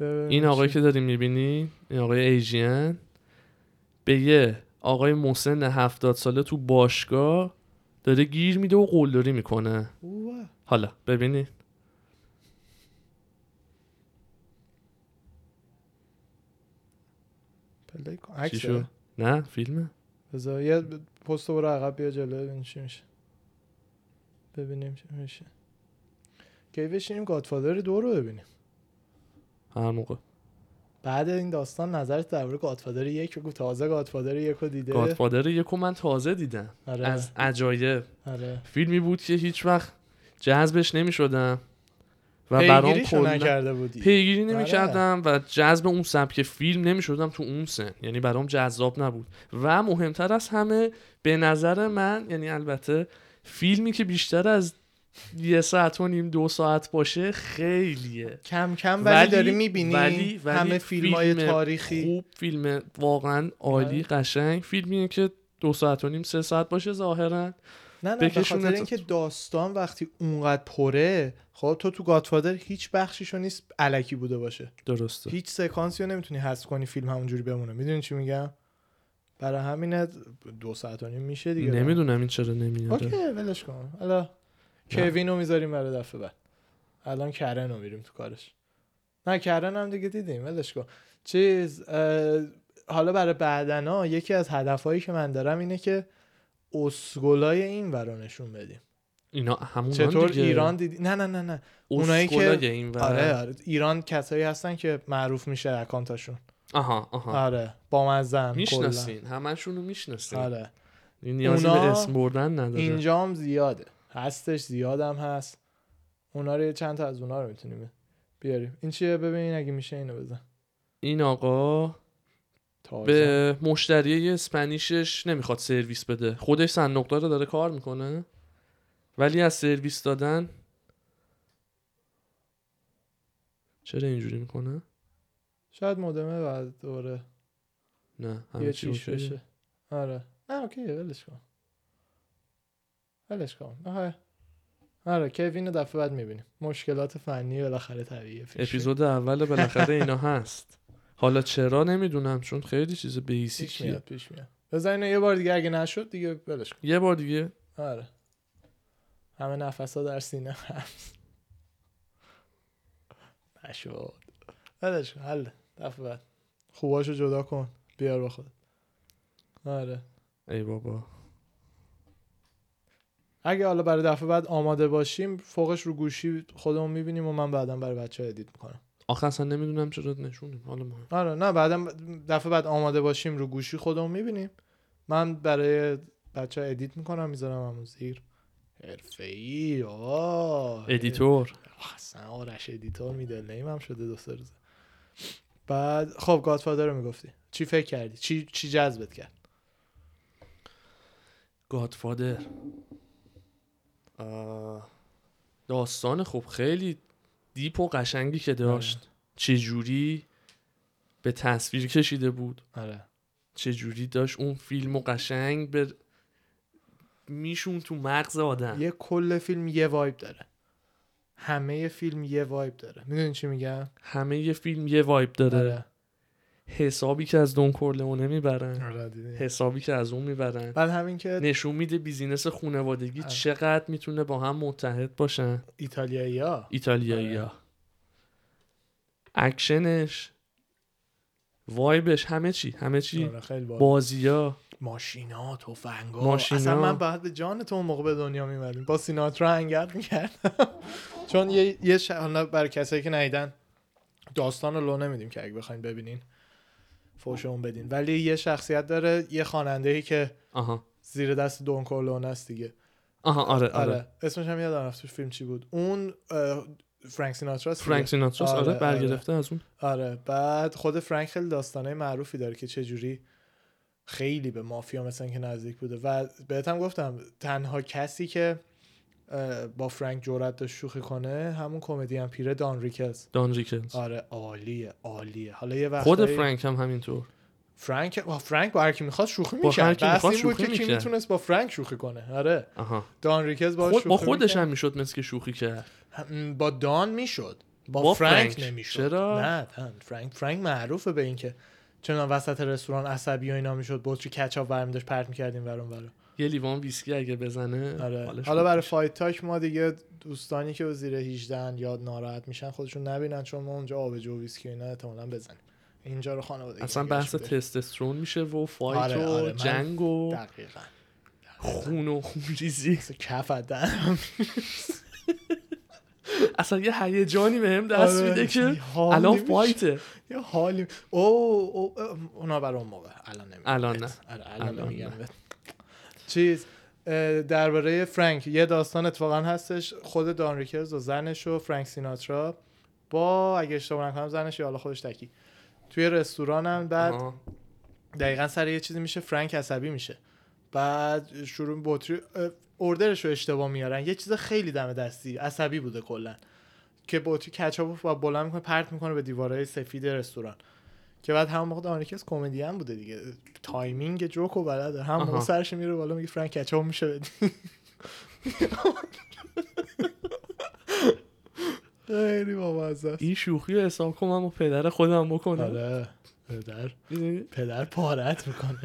ببین این آقایی چی- که داریم میبینی این آقای ایژین به یه آقای محسن هفتاد ساله تو باشگاه داره گیر میده و قلدری میکنه اوه. حالا ببینی پلی کن چی عکسه. شد نه فیلمه بذار یه ب- پست برو عقب بیا جلو ببین چی میشه ببینیم چی میشه کی بشینیم گادفادر دو رو ببینیم هر موقع بعد این داستان نظرت درباره گادفادر یک بگو تازه گادفادر یک رو دیده گادفادر یکو من تازه دیدم آره از عجایب آره فیلمی بود که هیچ وقت جذبش نمیشدم و برام پیگیریشو کلا نکرده بودی پیگیری آره. نمیکردم و جذب اون سبک فیلم نمیشدم تو اون سن یعنی برام جذاب نبود و مهمتر از همه به نظر من یعنی البته فیلمی که بیشتر از یه ساعت و نیم دو ساعت باشه خیلیه کم کم ولی داری ولی- میبینی ولی همه فیلم های فیلم تاریخی آره. خوب فیلم واقعا عالی قشنگ فیلمیه که دو ساعت و نیم سه ساعت باشه ظاهرا نه نه به خاطر بکشونت- اینکه داستان وقتی اونقدر پره خب تو تو گادفادر هیچ بخشیشو نیست علکی بوده باشه درسته هیچ سکانسی رو نمیتونی حذف کنی فیلم همونجوری بمونه میدونی چی میگم برای همین دو ساعت و نیم میشه دیگه نمیدونم این چرا اوکی نمیاره ولش کن حالا کوین رو میذاریم برای دفعه بعد الان کرن رو میریم تو کارش نه کرن هم دیگه دیدیم ولش کن چیز اه، حالا برای بعدنا یکی از هدفهایی که من دارم اینه که اسگلای این ورا نشون بدیم اینا همون چطور ایران دیدی نه نه نه نه اونایی که- این ور. آره, آره ایران کسایی هستن که معروف میشه اکانتاشون آها آها آره با مزن میشناسین همشون رو میشناسین آره این نیازی اونا به اسم بردن نداره اینجام زیاده هستش زیادم هست اونا رو یه چند تا از اونا رو میتونیم بیاریم این چیه ببین اگه میشه اینو بزن این آقا تارزان. به مشتری اسپانیشش نمیخواد سرویس بده خودش صندوقدار داره کار میکنه ولی از سرویس دادن چرا اینجوری میکنه شاید مودمه بعد دوره نه یه همه چی چیش اوکیه. بشه آره نه اوکیه ولش کن ولش کن آره آره کوین رو دفعه بعد میبینیم مشکلات فنی بالاخره طبیعیه پیش میاد. اپیزود اول بالاخره اینا هست حالا چرا نمیدونم چون خیلی چیز پیش بیسیکیه میاد پیش میاد بزن اینو یه بار دیگه اگه نشد دیگه ولش کن یه بار دیگه آره همه نفس ها در سینه هست نشد ولش کن حل دفعه بعد خوباشو جدا کن بیار با خودت آره ای بابا اگه حالا برای دفعه بعد آماده باشیم فوقش رو گوشی خودمون میبینیم و من بعدا برای بچه ها ادیت میکنم آخه اصلا نمیدونم چرا نشونیم حالا ما آره نه بعدا دفعه بعد آماده باشیم رو گوشی خودمون میبینیم من برای بچه ها ادیت میکنم میذارم همون زیر حرفه ای ادیتور اصلا آرش ادیتور میدل نیم هم شده دو سه روزه بعد خب گادفادر رو میگفتی چی فکر کردی چی چی جذبت کرد گادفادر داستان خب خیلی دیپ و قشنگی آره. که داشت چجوری به تصویر کشیده بود آره چجوری داشت اون فیلم و قشنگ به میشون تو مغز آدم یه کل فیلم یه وایب داره همه فیلم یه وایب داره میدونی چی میگم همه یه فیلم یه وایب داره آره. حسابی که از دون کورلئونه میبرن آره، دیدی. حسابی که از اون میبرن بعد همین که نشون میده بیزینس خانوادگی آره. چقدر میتونه با هم متحد باشن ایتالیایی ها ایتالیایی ها اکشنش وایبش همه چی همه چی آره، خیلی باحال. بازیا ماشینا تفنگا ماشینا. اصلا من بعد به جان تو اون موقع به دنیا میمدیم با سیناترا انگل میکردم چون یه, یه ش... حالا برای کسایی که ندیدن داستان رو لو نمیدیم که اگه بخواین ببینین فوش اون بدین ولی یه شخصیت داره یه خواننده ای که آها زیر دست دون کورلون است دیگه آها آره آره, آره اسمش هم یادم رفت تو فیلم چی بود اون اه، فرانک سیناترا است دیگه. فرانک سیناتراس آره، آره, آره. برگرفته از اون آره بعد خود فرانک خیلی داستانه معروفی داره که چجوری خیلی به مافیا مثلا که نزدیک بوده و بهت هم گفتم تنها کسی که اه، با فرانک جرأت داشت شوخی کنه همون کمدین پیره دان ریکلز دان ریکلز آره عالیه عالیه حالا یه وقت خود فرانک هم همینطور فرانک آه، فرانک با هر کی میخواست شوخی با هر میکرد کی بحث می‌خواست این بود شوخی که کی می‌کرد. میتونست با فرانک شوخی کنه آره آها دان ریکلز باهاش خود با شوخی خودش می‌کرد. هم میشد مثل که شوخی کرد هم- با دان میشد با, با فرانک, فرانک. نمیشد چرا؟ نه نه، فرانک فرانک معروفه به اینکه چون وسط رستوران عصبی و اینا میشد بطری کچاپ برمی داشت پرت میکردیم ورون ورون یه لیوان ویسکی اگه بزنه آره. حالش حالا خوب برای میشه. فایت تاک ما دیگه دوستانی که زیر 18 یا ناراحت میشن خودشون نبینن چون ما اونجا آبجو و ویسکی و اینا احتمالاً بزنیم اینجا رو خانواده اصلا بحث تستسترون میشه و فایت آره، و آره، من جنگ و دقیقاً خون و خونریزی مثل کف از دهنم اصلا یه هیجانی بهم دست آره، میده که حال الان نمیشه. فایته یه حالی او, او, او اونا برای اون موقع الان نمیگم الان نه. بهت. آره، الان الان نمیگم نه. بهت. چیز اه، درباره فرانک یه داستان اتفاقا هستش خود دان ریکلز و زنش و فرانک سیناترا با اگه اشتباه نکنم زنش یا حالا خودش تکی توی رستورانن بعد آها. دقیقا سر یه چیزی میشه فرانک عصبی میشه بعد شروع به بطری اه، اردرش رو اشتباه میارن یه چیز خیلی دم دستی عصبی بوده کلا که بطری کچاپ رو بلند میکنه پرت میکنه به دیوارهای سفید رستوران که بعد همون موقع دانریکس کمدی هم بوده دیگه تایمینگ جوک و بلده هم موقع آها. سرش میره بالا میگه فرانک کچاپ میشه بدی خیلی بامزه است. این شوخی رو حساب کنم و پدر خودم بکنم آره پدر می‌دونی؟ پدر پارت میکنه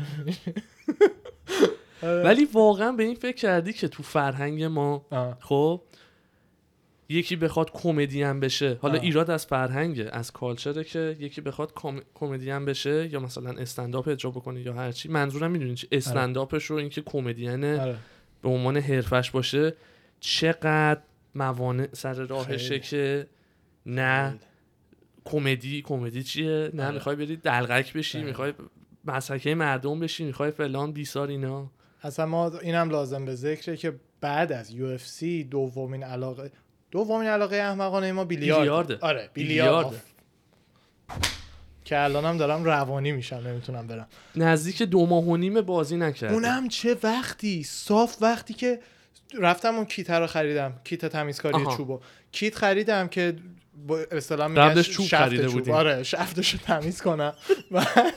ولی واقعا به این فکر کردی که تو فرهنگ ما آه. خب یکی بخواد کمدین بشه حالا آه. ایراد از فرهنگه از کالچره که یکی بخواد کام- کمدین بشه یا مثلا استنداپ اجرا بکنه یا هر چی منظورم میدونی چی استنداپش رو اینکه کمدین آره به عنوان حرفش باشه چقدر موانع سر راهشه خیلی. که نه کمدی کمدی چیه نه آره. میخوای بری دلغک بشی آره. میخوای مسحکه مردم بشی میخوای فلان بیسار اینا اصلا ما اینم لازم به ذکره که بعد از یو اف سی دومین علاقه دومین علاقه احمقانه ما بیلیارد بیلیارده. آره بیلیارد بیلیارده. آف. که الانم دارم روانی میشم نمیتونم برم نزدیک دو ماه و نیم بازی نکرد اونم چه وقتی صاف وقتی که رفتم اون کیت رو خریدم کیت تمیزکاری آها. چوبو کیت خریدم که با اصطلاح میگن قبلش چوب شفت خریده بودیم. آره شفتش رو تمیز کنم بعد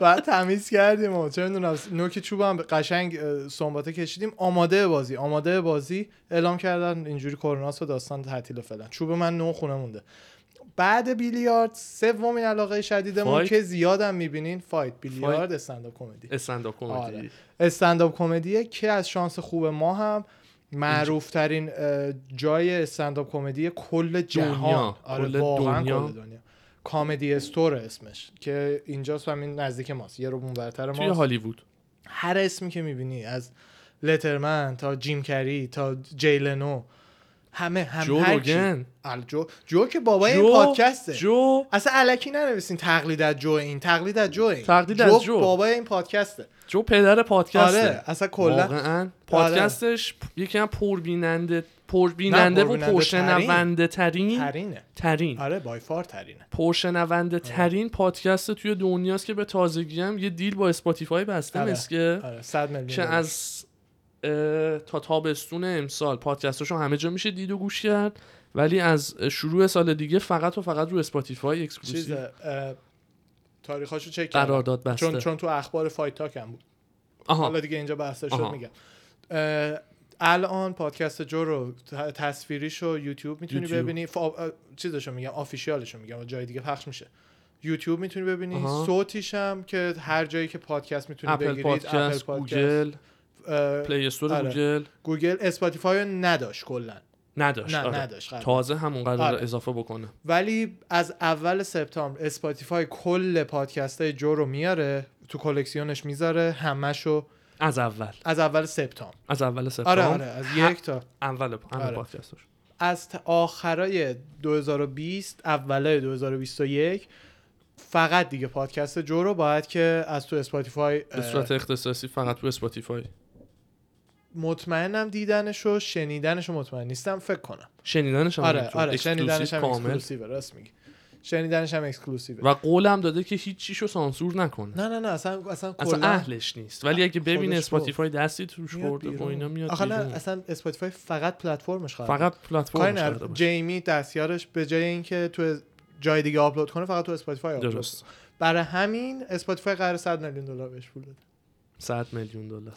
بعد تمیز کردیم و چه میدونم نوک چوبم قشنگ اه، سنباته کشیدیم آماده بازی آماده بازی اعلام کردن اینجوری کروناس و داستان تعطیل و فلان چوب من نو خونه مونده بعد بیلیارد سومین علاقه شدیدمون فایت. که زیادم میبینین فایت بیلیارد استنداپ کمدی استنداپ کمدی آره. استنداپ کمدیه که از شانس خوب ما هم معروف ترین جای استنداپ کمدی کل جهان دنیا. آره کل واقعا دنیا. کل دنیا کامدی استور اسمش که اینجاست و همین نزدیک ماست یه رو اونورتر توی ماست هالیوود هر اسمی که میبینی از لترمن تا جیم کری تا جیلنو همه هم جو هر کی. روگن. ال- جو جو که بابای جو- این پادکسته جو اصلا علکی ننویسین تقلید از جو این تقلید از جو این تقلید از جو. بابای این پادکسته جو پدر پادکسته آره اصلا کلا واقعا پادکستش پ- یکی هم پربیننده پربیننده نه، و پربیننده پرشنونده ترین ترینه ترین آره بای فار ترینه پرشنونده ترین پادکست توی دنیاست که به تازگی هم یه دیل با اسپاتیفای بسته آره. مسکه آره 100 میلیون که دلار. از اه، تا تابستون امسال پادکستاشو همه جا میشه دید و گوش کرد ولی از شروع سال دیگه فقط و فقط رو اسپاتیفای چیز اکسکلوسیو اه، تاریخاشو چک کردم قرارداد بسته چون چون تو اخبار فایت تاک هم بود آها حالا دیگه اینجا بحث شد آها. میگم اه، الان پادکست جو رو ت- تصویریشو یوتیوب میتونی یوتیوب. ببینی فا... اه، چیزشو میگم آفیشیالشو میگم و جای دیگه پخش میشه یوتیوب میتونی ببینی آها. صوتیش هم که هر جایی که پادکست میتونی اپل بگیرید اپل پادکست پادکست، گوگل اه، پلی استور آره. گوگل گوگل اسپاتیفای رو نداشت کلا نداشت نه آره. نداشت قبل. تازه همونقدر آره. اضافه بکنه ولی از اول سپتامبر اسپاتیفای کل پادکست های جو رو میاره تو کلکسیونش میذاره همشو از اول از اول سپتامبر از اول سپتامبر آره آره از یک تا اول اول آره. پادکستش از تا- آخرای 2020 اولای 2021 فقط دیگه پادکست جو رو باید که از تو اسپاتیفای به صورت اختصاصی فقط تو اسپاتیفای مطمئنم دیدنش و شنیدنش رو مطمئن نیستم فکر کنم شنیدنش هم آره همینطور. آره اکسکلوسیو شنیدنش هم کامل اکسکلوسیو راست میگی شنیدنش هم اکسکلوسیو و قولم داده که هیچ چیشو سانسور نکنه نه نه نه اصلا اصلا اصلا کلا اهلش نیست ولی اگه ببینه خودش گفت. اسپاتیفای دستی توش میاد خورده و بیرون. اینا میاد آخه نه بیرون. اصلا اسپاتیفای فقط پلتفرمش خواهد بود. فقط کاری پلتفرم نداره. کرده باشه. جیمی دستیارش به جای اینکه تو جای دیگه آپلود کنه فقط تو اسپاتیفای آپلود کنه. درست برای همین اسپاتیفای قرار 100 میلیون دلار بهش پول بده 100 میلیون دلار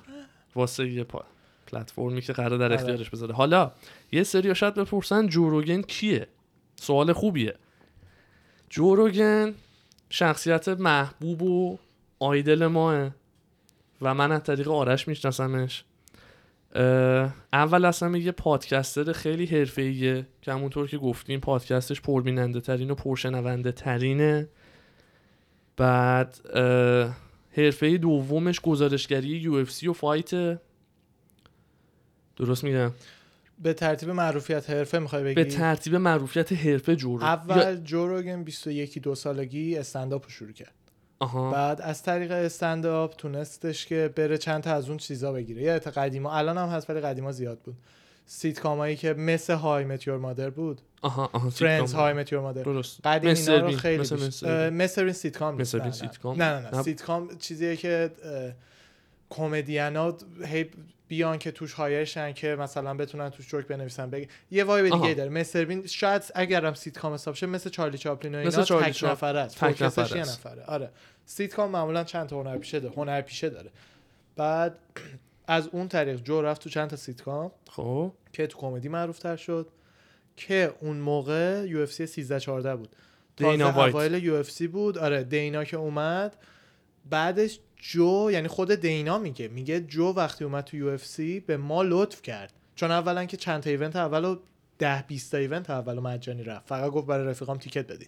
واسه یه پا... پلتفرمی که قرار در آره. اختیارش بذاره حالا یه سری شاید بپرسن جوروگن کیه سوال خوبیه جوروگن شخصیت محبوب و آیدل ماه و من از طریق آرش میشناسمش اه، اول اصلا میگه پادکستر خیلی حرفه‌ایه که همونطور که گفتیم پادکستش پربیننده ترین و پرشنونده ترینه بعد حرفه دومش گزارشگری یو و فایت درست میگم به ترتیب معروفیت حرفه میخوای بگی به ترتیب معروفیت حرفه جور اول جو روگن 21 دو سالگی استنداپ رو شروع کرد آها بعد از طریق استنداپ تونستش که بره چند تا از اون چیزا بگیره یا قدیما الان هم هست ولی قدیما زیاد بود سیتکامایی که مثل های متیور مادر بود آها آها فرندز سیتکام. های متیور مادر درست قدیم اینا مستر رو بین. خیلی مثل بیشتر- مستر بین. اه، مستر بین سیتکام نیست. مستر نه، بین نه. سیتکام؟ نه نه نه نه. سیتکام چیزیه که اه، کمدینا هی بیان که توش هایر شن که مثلا بتونن توش جوک بنویسن بگه یه وایب دیگه آها. ای داره مستر بین شاید اگرم سیتکام حساب شه مثل چارلی چاپلین و اینا مثل چارلی تک چاپ- نفره است تک فوکسش نفره یه است. نفره آره سیتکام معمولا چند تا هنر پیشه داره هنر پیشه داره بعد از اون طریق جو رفت تو چند تا سیتکام خب که تو کمدی معروف تر شد که اون موقع یو اف سی 13 14 بود دینا دینا وایت. اوایل یو اف سی بود آره دینا که اومد بعدش جو یعنی خود دینا میگه میگه جو وقتی اومد تو یو اف سی به ما لطف کرد چون اولا که چند تا ایونت اول و 10 20 تا ایونت اول و مجانی رفت فقط گفت برای رفیقام تیکت بدین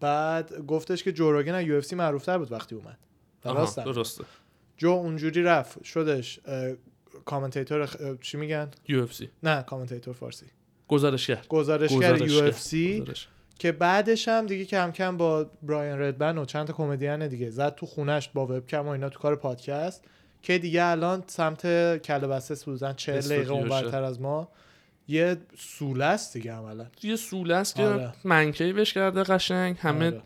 بعد گفتش که جو روگن از یو اف سی معروف تر بود وقتی اومد و آها، راستم. درسته جو اونجوری رفت شدش اه، کامنتیتور خ- اه، چی میگن یو اف سی نه کامنتیتور فارسی گزارشگر گزارشگر یو گزارشگر. اف سی گزارش. که بعدش هم دیگه کم کم با برایان ردبن و چند تا کمدین دیگه زد تو خونش با وبکم و اینا تو کار پادکست که دیگه الان سمت کله بسته سوزن 40 دقیقه استودیوشه. اونورتر از ما یه سوله است دیگه عملا یه سوله است که آره. منکی بهش کرده قشنگ همه آره.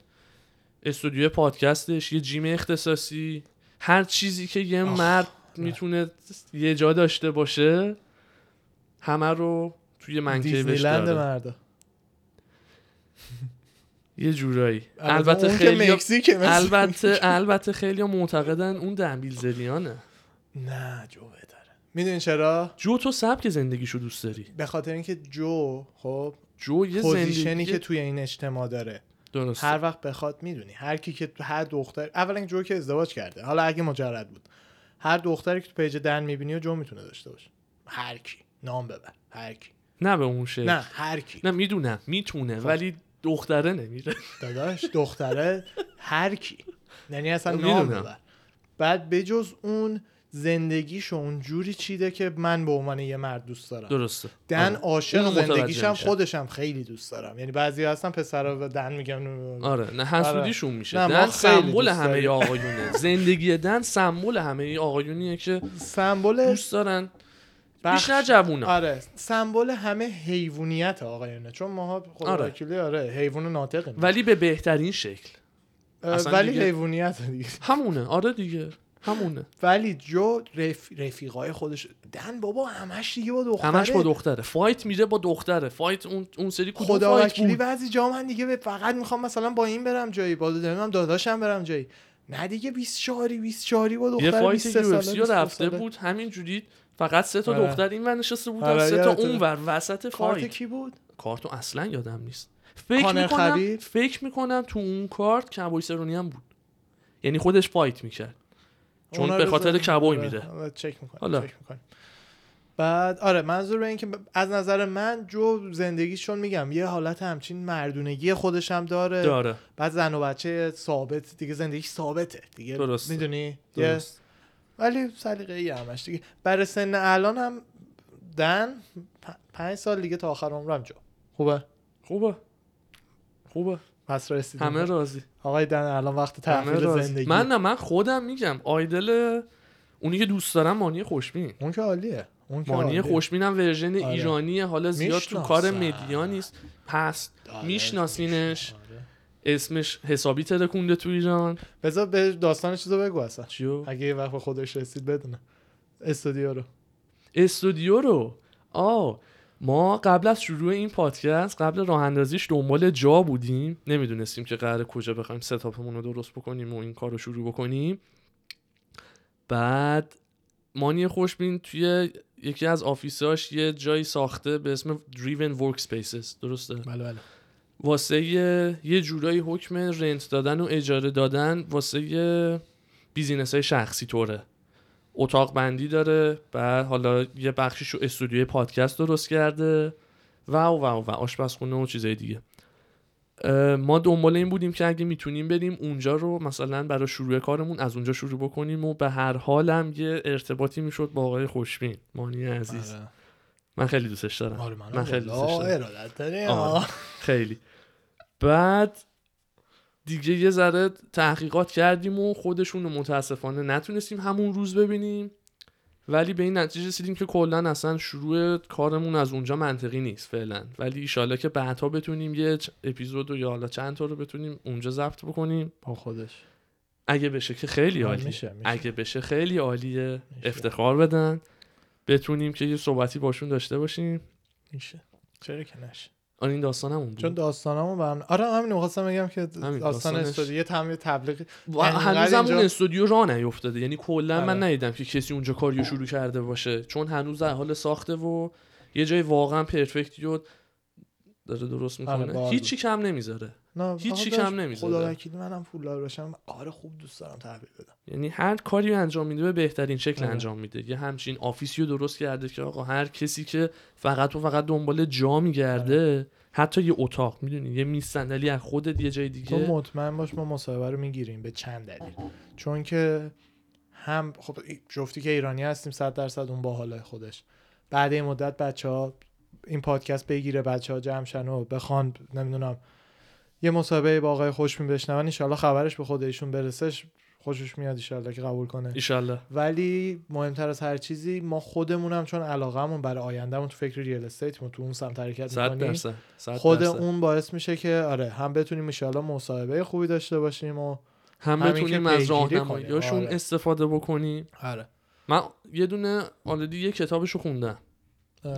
استودیو پادکستش یه جیم اختصاصی هر چیزی که یه آخ، مرد نه. میتونه یه جا داشته باشه همه رو توی منکی بهش دیزنیلند داره مردا یه جورایی البته اون خیلی که مکزیکه مثل- البته البته خیلی معتقدن اون دنبیلزریانه نه جو داره میدونی چرا جو تو سبک زندگیشو دوست داری به خاطر اینکه جو خب جو یه پوزیشنی زندگی که توی این اجتماع داره درست هر وقت بخواد میدونی هر کی که هر دختر اولا که جو که ازدواج کرده حالا اگه مجرد بود هر دختری که تو پیج دن میبینی و جو میتونه داشته باشه هر کی نام ببر هر کی نه به اون شکل نه خب. نه, هر کی میدونم میتونه ولی دختره نمیره داداش دختره هر کی یعنی اصلا نام میدونم. ببر بعد بجز اون زندگیشو اونجوری چیده که من به عنوان یه مرد دوست دارم درسته دن آره. اونو عاشق متوجه زندگیشم میشم. خودشم خیلی دوست دارم یعنی بعضی هستن پسرا به دن میگم آره نه حسودیشون نه، میشه ما دن خیلی سمبل دوست همه داریم. آقایونه زندگی دن سمبل همه آقایونیه که سمبل دوست دارن بخش بیشتر جوونا آره سمبل همه حیوانیت آقایونه چون ماها خدا آره. وکیلی آره حیوان ناطقیم ولی به بهترین شکل اه، اصلا ولی دیگه- حیوانیت دیگه همونه آره دیگه همونه ولی جو رف... رفیقای خودش دن بابا همش دیگه با دختره همش با دختره فایت میره با دختره فایت اون, اون سری کدوم خدا فایت وکیلی بود بعضی جا من دیگه به فقط میخوام مثلا با این برم جایی با نمیدونم داداشم برم جایی نه دیگه 24 24 با یه دختر فایت 23 یو ساله اف رو 24 رفته ساله. بود همینجوری فقط سه تا آره. دختر این ور نشسته بودن آره، سه تا یادته. اون ور وسط کارت فایت کی بود کارتو اصلا یادم نیست فکر کانر میکنم خبیر؟ فکر میکنم تو اون کارت کبوی سرونی هم بود یعنی خودش فایت میکرد چون اونا به رو خاطر زن- کبوی آره، میره آره، چک میکنه حالا. چک میکنه بعد آره منظور به این که از نظر من جو زندگیشون میگم یه حالت همچین مردونگی خودش هم داره داره بعد زن و بچه ثابت دیگه زندگیش ثابته دیگه درسته. میدونی درست ولی سلیقه ای همش دیگه برای سن الان هم دن پ- پنج سال دیگه تا آخر عمرم جو خوبه خوبه خوبه پس رسیدیم همه راضی آقای دن الان وقت همه تحویل راضی زندگی من نه من خودم میگم آیدل اونی که دوست دارم مانی خوشبین اون که عالیه اون که مانی عالیه. خوشبینم ورژن آره. ایرانیه حالا زیاد تو میشناسم. کار مدیا نیست پس آره، میشناسینش آره. اسمش حسابی ترکونده تو ایران بذار به داستان چیزو بگو اصلا چیو اگه یه وقت به خودش رسید بدونه استودیو رو استودیو رو آ ما قبل از شروع این پادکست قبل راه اندازیش دنبال جا بودیم نمیدونستیم که قرار کجا بخوایم ستاپمون رو درست بکنیم و این کار رو شروع بکنیم بعد مانی خوشبین توی یکی از آفیساش یه جایی ساخته به اسم Driven Workspaces درسته بله بله واسه یه- یه جورایی حکم رنت دادن و اجاره دادن واسه بیزینس های شخصی طوره اتاق بندی داره بعد حالا یه بخشیش رو استودیوی پادکست درست کرده و و و و آشپزخونه و چیزای دیگه اه، ما دنبال این بودیم که اگه میتونیم بریم اونجا رو مثلا برای شروع کارمون از اونجا شروع بکنیم و به هر حالم یه ارتباطی میشد با آقای خوشبین مانی عزیز آره. من خیلی دوستش دارم آره منم من خیلی والا دوستش دارم. ارادت داری آره. خیلی بعد دیگه یه ذره تحقیقات کردیم و خودشون رو متاسفانه نتونستیم همون روز ببینیم ولی به این نتیجه رسیدیم که کلا اصلا شروع کارمون از اونجا منطقی نیست فعلا ولی ایشالا که بعدها بتونیم یه چ- اپیزود و یا حالا چند تا رو بتونیم اونجا ضبط بکنیم با خودش اگه بشه که خیلی عالیه میشه میشه اگه بشه خیلی عالیه میشه. افتخار بدن بتونیم که یه صحبتی باشون داشته باشیم میشه چرا که نشه آن این داستانم اون بود. چون داستانامو به هم آره همین می‌خواستم بگم که همین، داستان داستانش- استودیو یه تمام تبلیغ و انقدر هنوز هم یعنی اینجا- اون استودیو راه نیفتاده یعنی کلا آره. خب. من ندیدم که کسی اونجا کاریو شروع کرده باشه چون هنوز در حال ساخته و یه جای واقعا پرفکتی و داره درست آره، میکنه باز. هیچی کم نمیذاره نه هیچ آقا چی داش، کم نمی‌ذاره. خدا وکیل منم پولدار باشم آره خوب دوست دارم تحویل بدم یعنی هر کاری رو انجام میده به بهترین شکل آره. انجام میده یه همچین آفیسی رو درست کرده که آقا هر کسی که فقط و فقط دنبال جا آره. میگرده حتی یه اتاق میدونی یه میز صندلی از خودت یه جای تو دیگه مطمئن باش ما مصاحبه رو میگیریم به چند دلیل چون که هم خب جفتی که ایرانی هستیم 100 درصد اون باحاله خودش بعد این مدت بچه ها این پادکست بگیره بچه ها جمع شن و بخوان نمیدونم یه مصاحبه با آقای خوشبین بشنون انشالله خبرش به خود ایشون برسش خوشش میاد انشالله که قبول کنه ایشالله ولی مهمتر از هر چیزی ما خودمونم چون علاقهمون برای آیندهمون تو فکر ریل استیتمون تو اون سمت حرکت صد می‌کنیم. درصد صد یعنی خود درصد. اون باعث میشه که آره هم بتونیم انشاءالله مصاحبه خوبی داشته باشیم و هم همین که بتونیم از پیگیری کنیم. راهنماییاشون آره. استفاده بکنیم آره من یه دونه آلدی یه کتابشو خوندم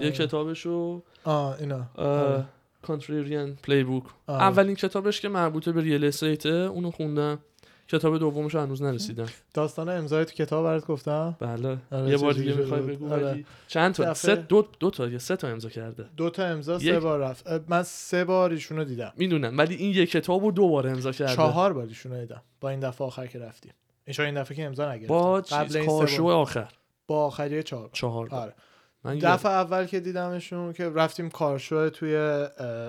یه کتابشو آه اینا آره. کانتریریان پلی بوک آره. اولین کتابش که مربوطه به ریل استیت اونو خوندم کتاب دومش رو هنوز نرسیدم داستان امضای تو کتاب برات گفتم بله آره، یه بار چه جوری دیگه میخوای بود. بگو آره. ولی چند تا دفعه- سه دو, دو تا یا سه تا امضا کرده دو تا امضا سه یک- بار رفت اه، من سه بار ایشونو دیدم میدونم ولی این یه کتاب رو دو بار امضا کرده چهار بار ایشونو دیدم با این دفعه آخر که رفتیم ایشون این دفعه که امضا نگرفتم با قبل چیز این سه بار. کارشو آخر با آخریه چهار بار. چهار بار. آره من یه- دفعه اول که دیدمشون که رفتیم کارشو توی اه،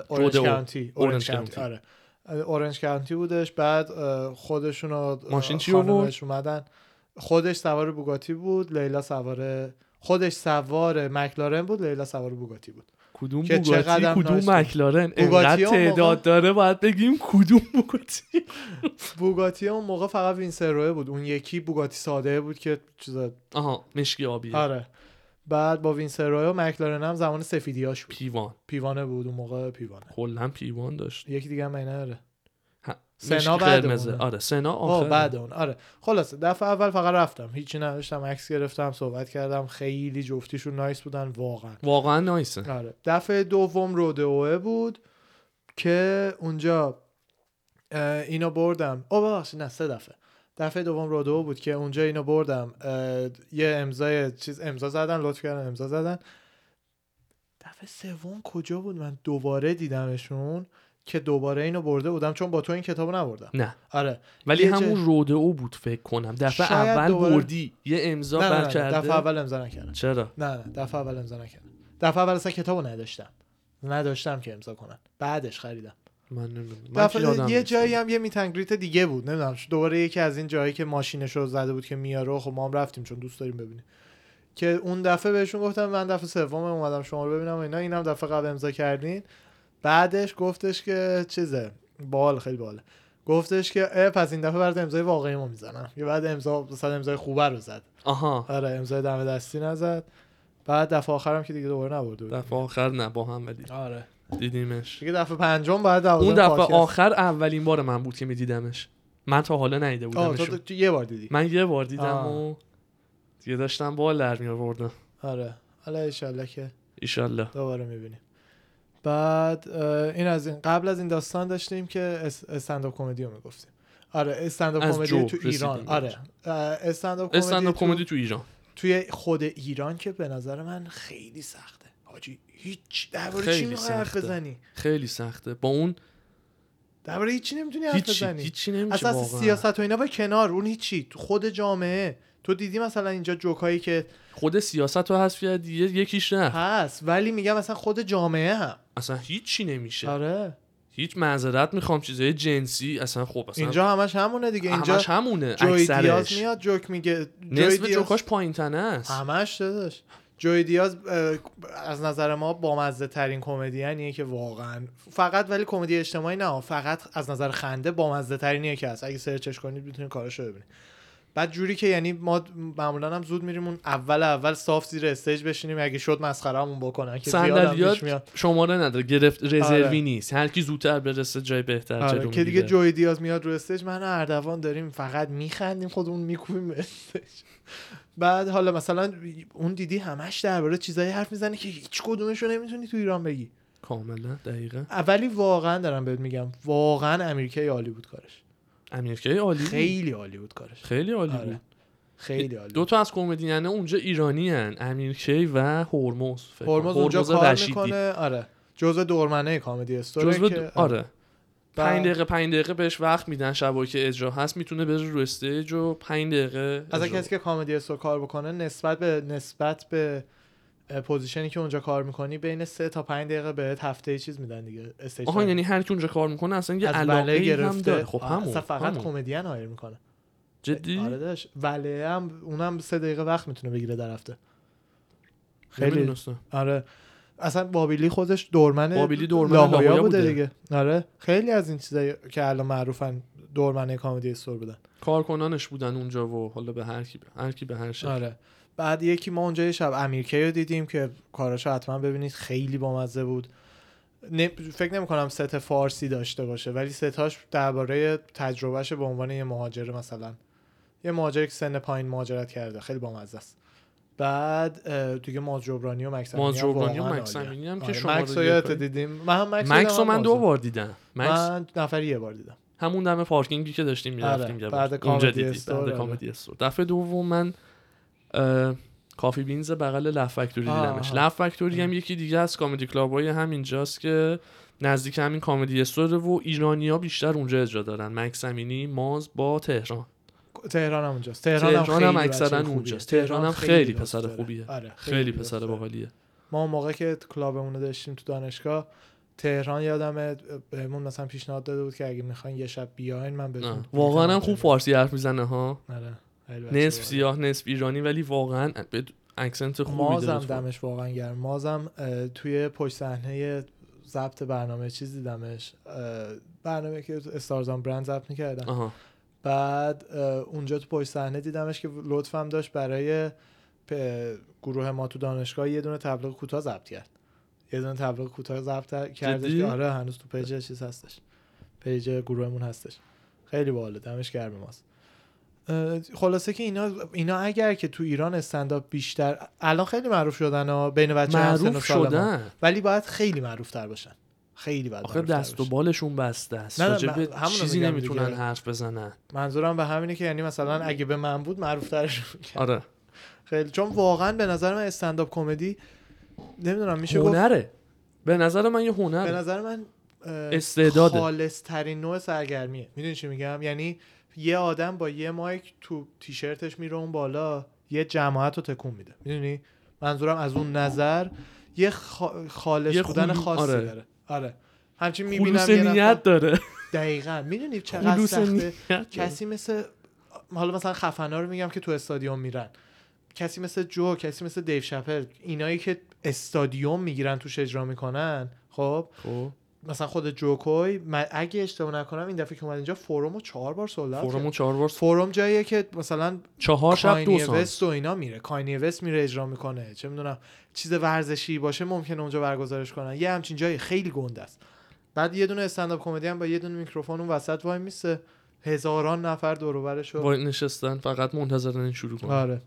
اورنج رودئو. کانتی اورنج اورنج کانتی. کانتی آره اه، اورنج کانتی بودش بعد اه، خودشون و ماشین چی خانمش اومدن خودش سوار بوگاتی بود لیلا سوار خودش سوار مکلارن بود لیلا سوار بوگاتی بود کدوم که بوگاتی چقدرم نایس بود. کدوم مکلارن انقدر بوگاتی اون تعداد موقع- داره باید بگیم کدوم بوگاتی بوگاتی اون موقع فقط وینسر روه بود اون یکی بوگاتی ساده بود که چیزا آها مشکی آبیه آره بعد با وینسر روه و مکلارن هم زمان سفیدیاش بود پیوان پیوانه بود اون موقع پیوانه کلا پیوان داشت یکی دیگه هم اینه آره. ه- سنا مشکی بعد قرمزه. اونه. آره سنا آه آخر بعد اون آره خلاصه دفعه اول فقط رفتم هیچی نداشتم عکس گرفتم صحبت کردم خیلی جفتیشون نایس بودن واقعا واقعا نایسه آره دفعه دوم رودئوه بود که اونجا اه، اینو بردم او ببخشید نه سه دفعه دفعه دوم رودئو بود که اونجا اینو بردم اه، یه امضای چیز امضا زدن لطف کردن امضا زدن دفعه سوم کجا بود من دوباره دیدمشون که دوباره اینو برده بودم چون با تو این کتابو نبردم نه آره ولی یه جا- همون روده او بود فکر کنم دفعه شاید اول دوباره- بردی یه امضا نه، نه، بر نه، کرده دفعه اول امضا نکردم چرا نه نه دفعه اول امضا نکردم دفعه اول اصلا کتابو نداشتم نداشتم که امضا کنم بعدش خریدم من نمیدونم من که یادم دفعه یه نیست. جایی هم یه میتنگریت دیگه بود نمیدونم دوباره یکی از این جایی که ماشینش رو زده بود که میاره و خب ما هم رفتیم چون دوست داریم ببینیم که اون دفعه بهشون گفتم من دفعه سوم اومدم شما رو ببینم و اینا اینم دفعه قبل امضا کردین بعدش گفتش که چیزه بال خیلی باله گفتش که اه، پس این دفعه برات امضای واقعی ما میزنم یه بعد امضا مثلا امضای خوبه رو زد آها آره امضای دم دستی نزد بعد دفعه آخرم که دیگه دوباره نبرد بود. دفعه آخر نه با هم ولی آره دیدیمش دیگه دفعه پنجم بعد اون دفعه آخر اولین بار من بود که میدیدمش من تا حالا ندیده آه تو بودمشون تو- تو یه بار دیدی من یه بار دیدم آه. و دیگه داشتم بال در می آوردم آره حالا انشالله که ایشالله دوباره میبینیم بعد اه، این از این قبل از این داستان داشتیم که اس- استنداپ کمدی رو میگفتیم آره استنداپ از کمدی جو تو رسیدیم ایران بهش. آره اه، استنداپ استنداپ کمدی کمدی تو- تو ایران توی خود ایران که به نظر من خیلی سخته حاجی هیچ درباره چی خیلی میخوای حرف سخته. بزنی خیلی سخته با اون درباره هیچی نمیتونی حرف هیچی بزنی هیچی نمیشه اصلا واقعا اصلا سیاست و اینا با کنار اون هیچی تو خود جامعه تو دیدی مثلا اینجا جوکایی که خود سیاست رو حذف کرد یه- یکیش نه هست ولی میگم مثلا خود جامعه هم اصلا هیچی نمیشه آره هیچ معذرت میخوام چیزای جنسی اصلا خب اصلا اینجا همش همونه دیگه اینجا همش همونه جوی دیاز اکثرش میاد جوک میگه جوی نصف دیاز جوکاش پایین تنه است همش داداش جوی دیاز اه، از نظر ما بامزه ترین کمدینیه که واقعا فقط ولی کمدی اجتماعی نه فقط از نظر خنده بامزه ترینیه که هست اگه سرچش کنید میتونید کاراشو ببینید بعد جوری که یعنی ما معمولا هم زود میریم اون اول اول صاف زیر استیج بشینیم اگه شد مسخرهمون بکنن که زیاد هم پیش میاد صندلیات شماره نداره گرفت رزروی آره. نیست هر کی زودتر برسه جای بهتر آره، جلو که دیگه می‌گیره. جوی دیاز میاد رو استیج من و اردوان داریم فقط میخندیم خودمون میکوبیم به استیج بعد حالا مثلا اون دیدی همش درباره چیزایی حرف میزنه که هیچ کدومش رو نمیتونی تو ایران بگی کاملا دقیقه اولی واقعا دارم بهت میگم واقعا امریکای عالی بود کارش امیرکای عالی بود. خیلی عالی بود کارش خیلی عالی آره. بود خیلی عالی دو بود تا از کمدین اونجا ایرانی هن امیرکی و هرمز فکر کنم. هرمز اونجا هرمز کار رشیدی. میکنه آره جزء دورمنه کامدی استوره جزو که دو... آره بعد- پنج دقیقه پنج دقیقه بهش وقت میدن شبایی که اجرا هست میتونه بره رو استیج و پنج دقیقه از اجرا کسی که کامدی استور کار بکنه نسبت به نسبت به اه، پوزیشنی که اونجا کار میکنی بین سه تا پنج دقیقه بهت هفته ای چیز میدن دیگه استیج آها تایم. یعنی هر کی اونجا کار میکنه اصلا یه از وله علاقه هم داره گرفته خب آه، همون اصلا فقط همون. کمدین هایر میکنه جدی آره داش وله هم اونم سه دقیقه وقت میتونه بگیره در هفته خیلی نمی‌دونستم. آره اصلا بابیلی خودش دورمن بابیلی دورمن لاهویا لاهویا بوده بوده. دیگه آره خیلی از این چیزایی که الان معروفن دورمنه کامدی استور بودن کارکنانش بودن اونجا و حالا به هر کی به هر کی به هر شکل آره بعد یکی ما اونجا یه شب امیرکی رو دیدیم که کاراشو حتما ببینید خیلی بامزه بود نه- فکر نمی کنم ست فارسی داشته باشه ولی ستاش درباره تجربهش به عنوان یه مهاجر مثلا یه مهاجر که سن پایین مهاجرت کرده خیلی بامزه است بعد اه، دیگه ماز جبرانی و مکس ماز امینی هم جبرانی و واقعاً مکس عالیه. امینی هم که آره، شما مکس رو رو یه یادت کاری- دیدیم من هم مکس, مکس رو من دو بازم. بار دیدم مکس من نفری یه بار دیدم همون دم پارکینگی که داشتیم میرفتیم آره، بعد اونجا کامدی دیدی استور، بعد آره. کامدی استور دفعه دوم من اه، کافی بینز بغل لف فکتوری آه، دیدمش آه. لف فکتوری هم یکی دیگه از کامدی کلاب های همینجاست که نزدیک همین کامدی استور و ایرانی ها بیشتر اونجا اجرا دارن مکس امینی ماز با تهران تهران هم اونجاست تهران, تهران خیلی هم بچه اکثرا خوبیه. اونجاست تهران هم خیلی پسر دوست خوبیه داره. آره، خیلی دوست پسر داره. باحالیه ما اون موقع که کلابمون رو داشتیم تو دانشگاه تهران یادمه بهمون مثلا پیشنهاد داده بود که اگه میخواین یه شب بیاین من آه. بهتون واقعا هم خوب فارسی حرف میزنه ها آره خیلی بچه نصف باحاله. سیاه نصف ایرانی ولی واقعا به اکسنت خوبی مازم داره تو. دمش واقعا گرم مازم اه، توی پشت صحنه ضبط برنامه چیز دیدمش اه، برنامه که استارزان برند ضبط میکردن آها بعد اه، اونجا تو پشت صحنه دیدمش که لطفم داشت برای پ- گروه ما تو دانشگاه یه دونه تبلیغ کوتاه ضبط کرد یه دونه تبلیغ کوتاه ضبط کردش جدی؟ که آره هنوز تو پیج چیز هستش پیج گروهمون هستش خیلی باحاله دمش گرم ماست اه، خلاصه که اینا اینا اگر که تو ایران استنداپ بیشتر الان خیلی معروف شدن ها بین بچه معروف شدن ولی باید خیلی معروف تر باشن خیلی باید آخه معروف‌تر دست و باشن. بالشون بسته است نه، نه، راجع من- به همونو چیزی میگم نمیتونن دیگه. حرف بزنن منظورم به همینه که یعنی مثلا اگه به من بود معروف ترش آره خیلی چون واقعا به نظر من استنداپ کمدی نمیدونم میشه گفت هنره به نظر من یه هنره به نظر من استعداده. خالص ترین نوع سرگرمیه میدونی چی میگم یعنی یه آدم با یه مایک تو تیشرتش میره اون بالا یه جماعت رو تکون میده میدونی منظورم از اون نظر یه خا- خالص یه بودن خلو- خاصی آره. داره آره همچین میبینم خلوص نیت داره دقیقا میدونی چقدر خلوص سخته نیت داره. کسی مثل حالا مثلا خفنا رو میگم که تو استادیوم میرن کسی مثل جو کسی مثل دیو شپل اینایی که استادیوم میگیرن توش اجرا میکنن خب خب مثلا خود جوکوی من اگه اشتباه نکنم این دفعه که اومد اینجا فروم رو چهار بار سولد فورمو چهار بار س- فروم جاییه که مثلا چهار شب دو کاینی سانت وست و اینا میره کاینی وست میره اجرا میکنه چه میدونم چیز ورزشی باشه ممکنه اونجا برگزارش کنن یه همچین جایی خیلی گنده است بعد یه دونه استنداپ کمدی هم با یه دونه میکروفون اون وسط وای میسه هزاران نفر دور و برش رو- وای نشستن فقط منتظرن این شروع کنه آره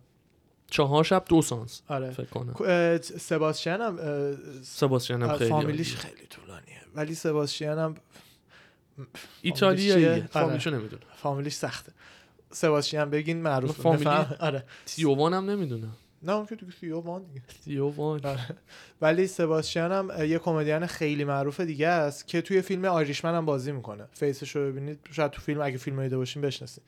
چهار شب دو سانس آره فکر کنم کو- اه، سباستین هم اه، س- سباسیان هم خیلی فامیلیش عالیه. خیلی طولانیه ولی سباستین هم ایتالیاییه فامیلیش چیه؟ فامیلیشو نمیدونم فامیلیش سخته سباستین بگین معروف فامیلی؟ آره تیووان هم نمیدونم نه اون که تو سیو وان دیگه تیووان آره. ولی سباستین هم اه، یه کمدین خیلی معروف دیگه است که توی فیلم آیریشمن هم بازی میکنه فیسش رو ببینید شاید تو فیلم اگه فیلم دیده باشین بشناسید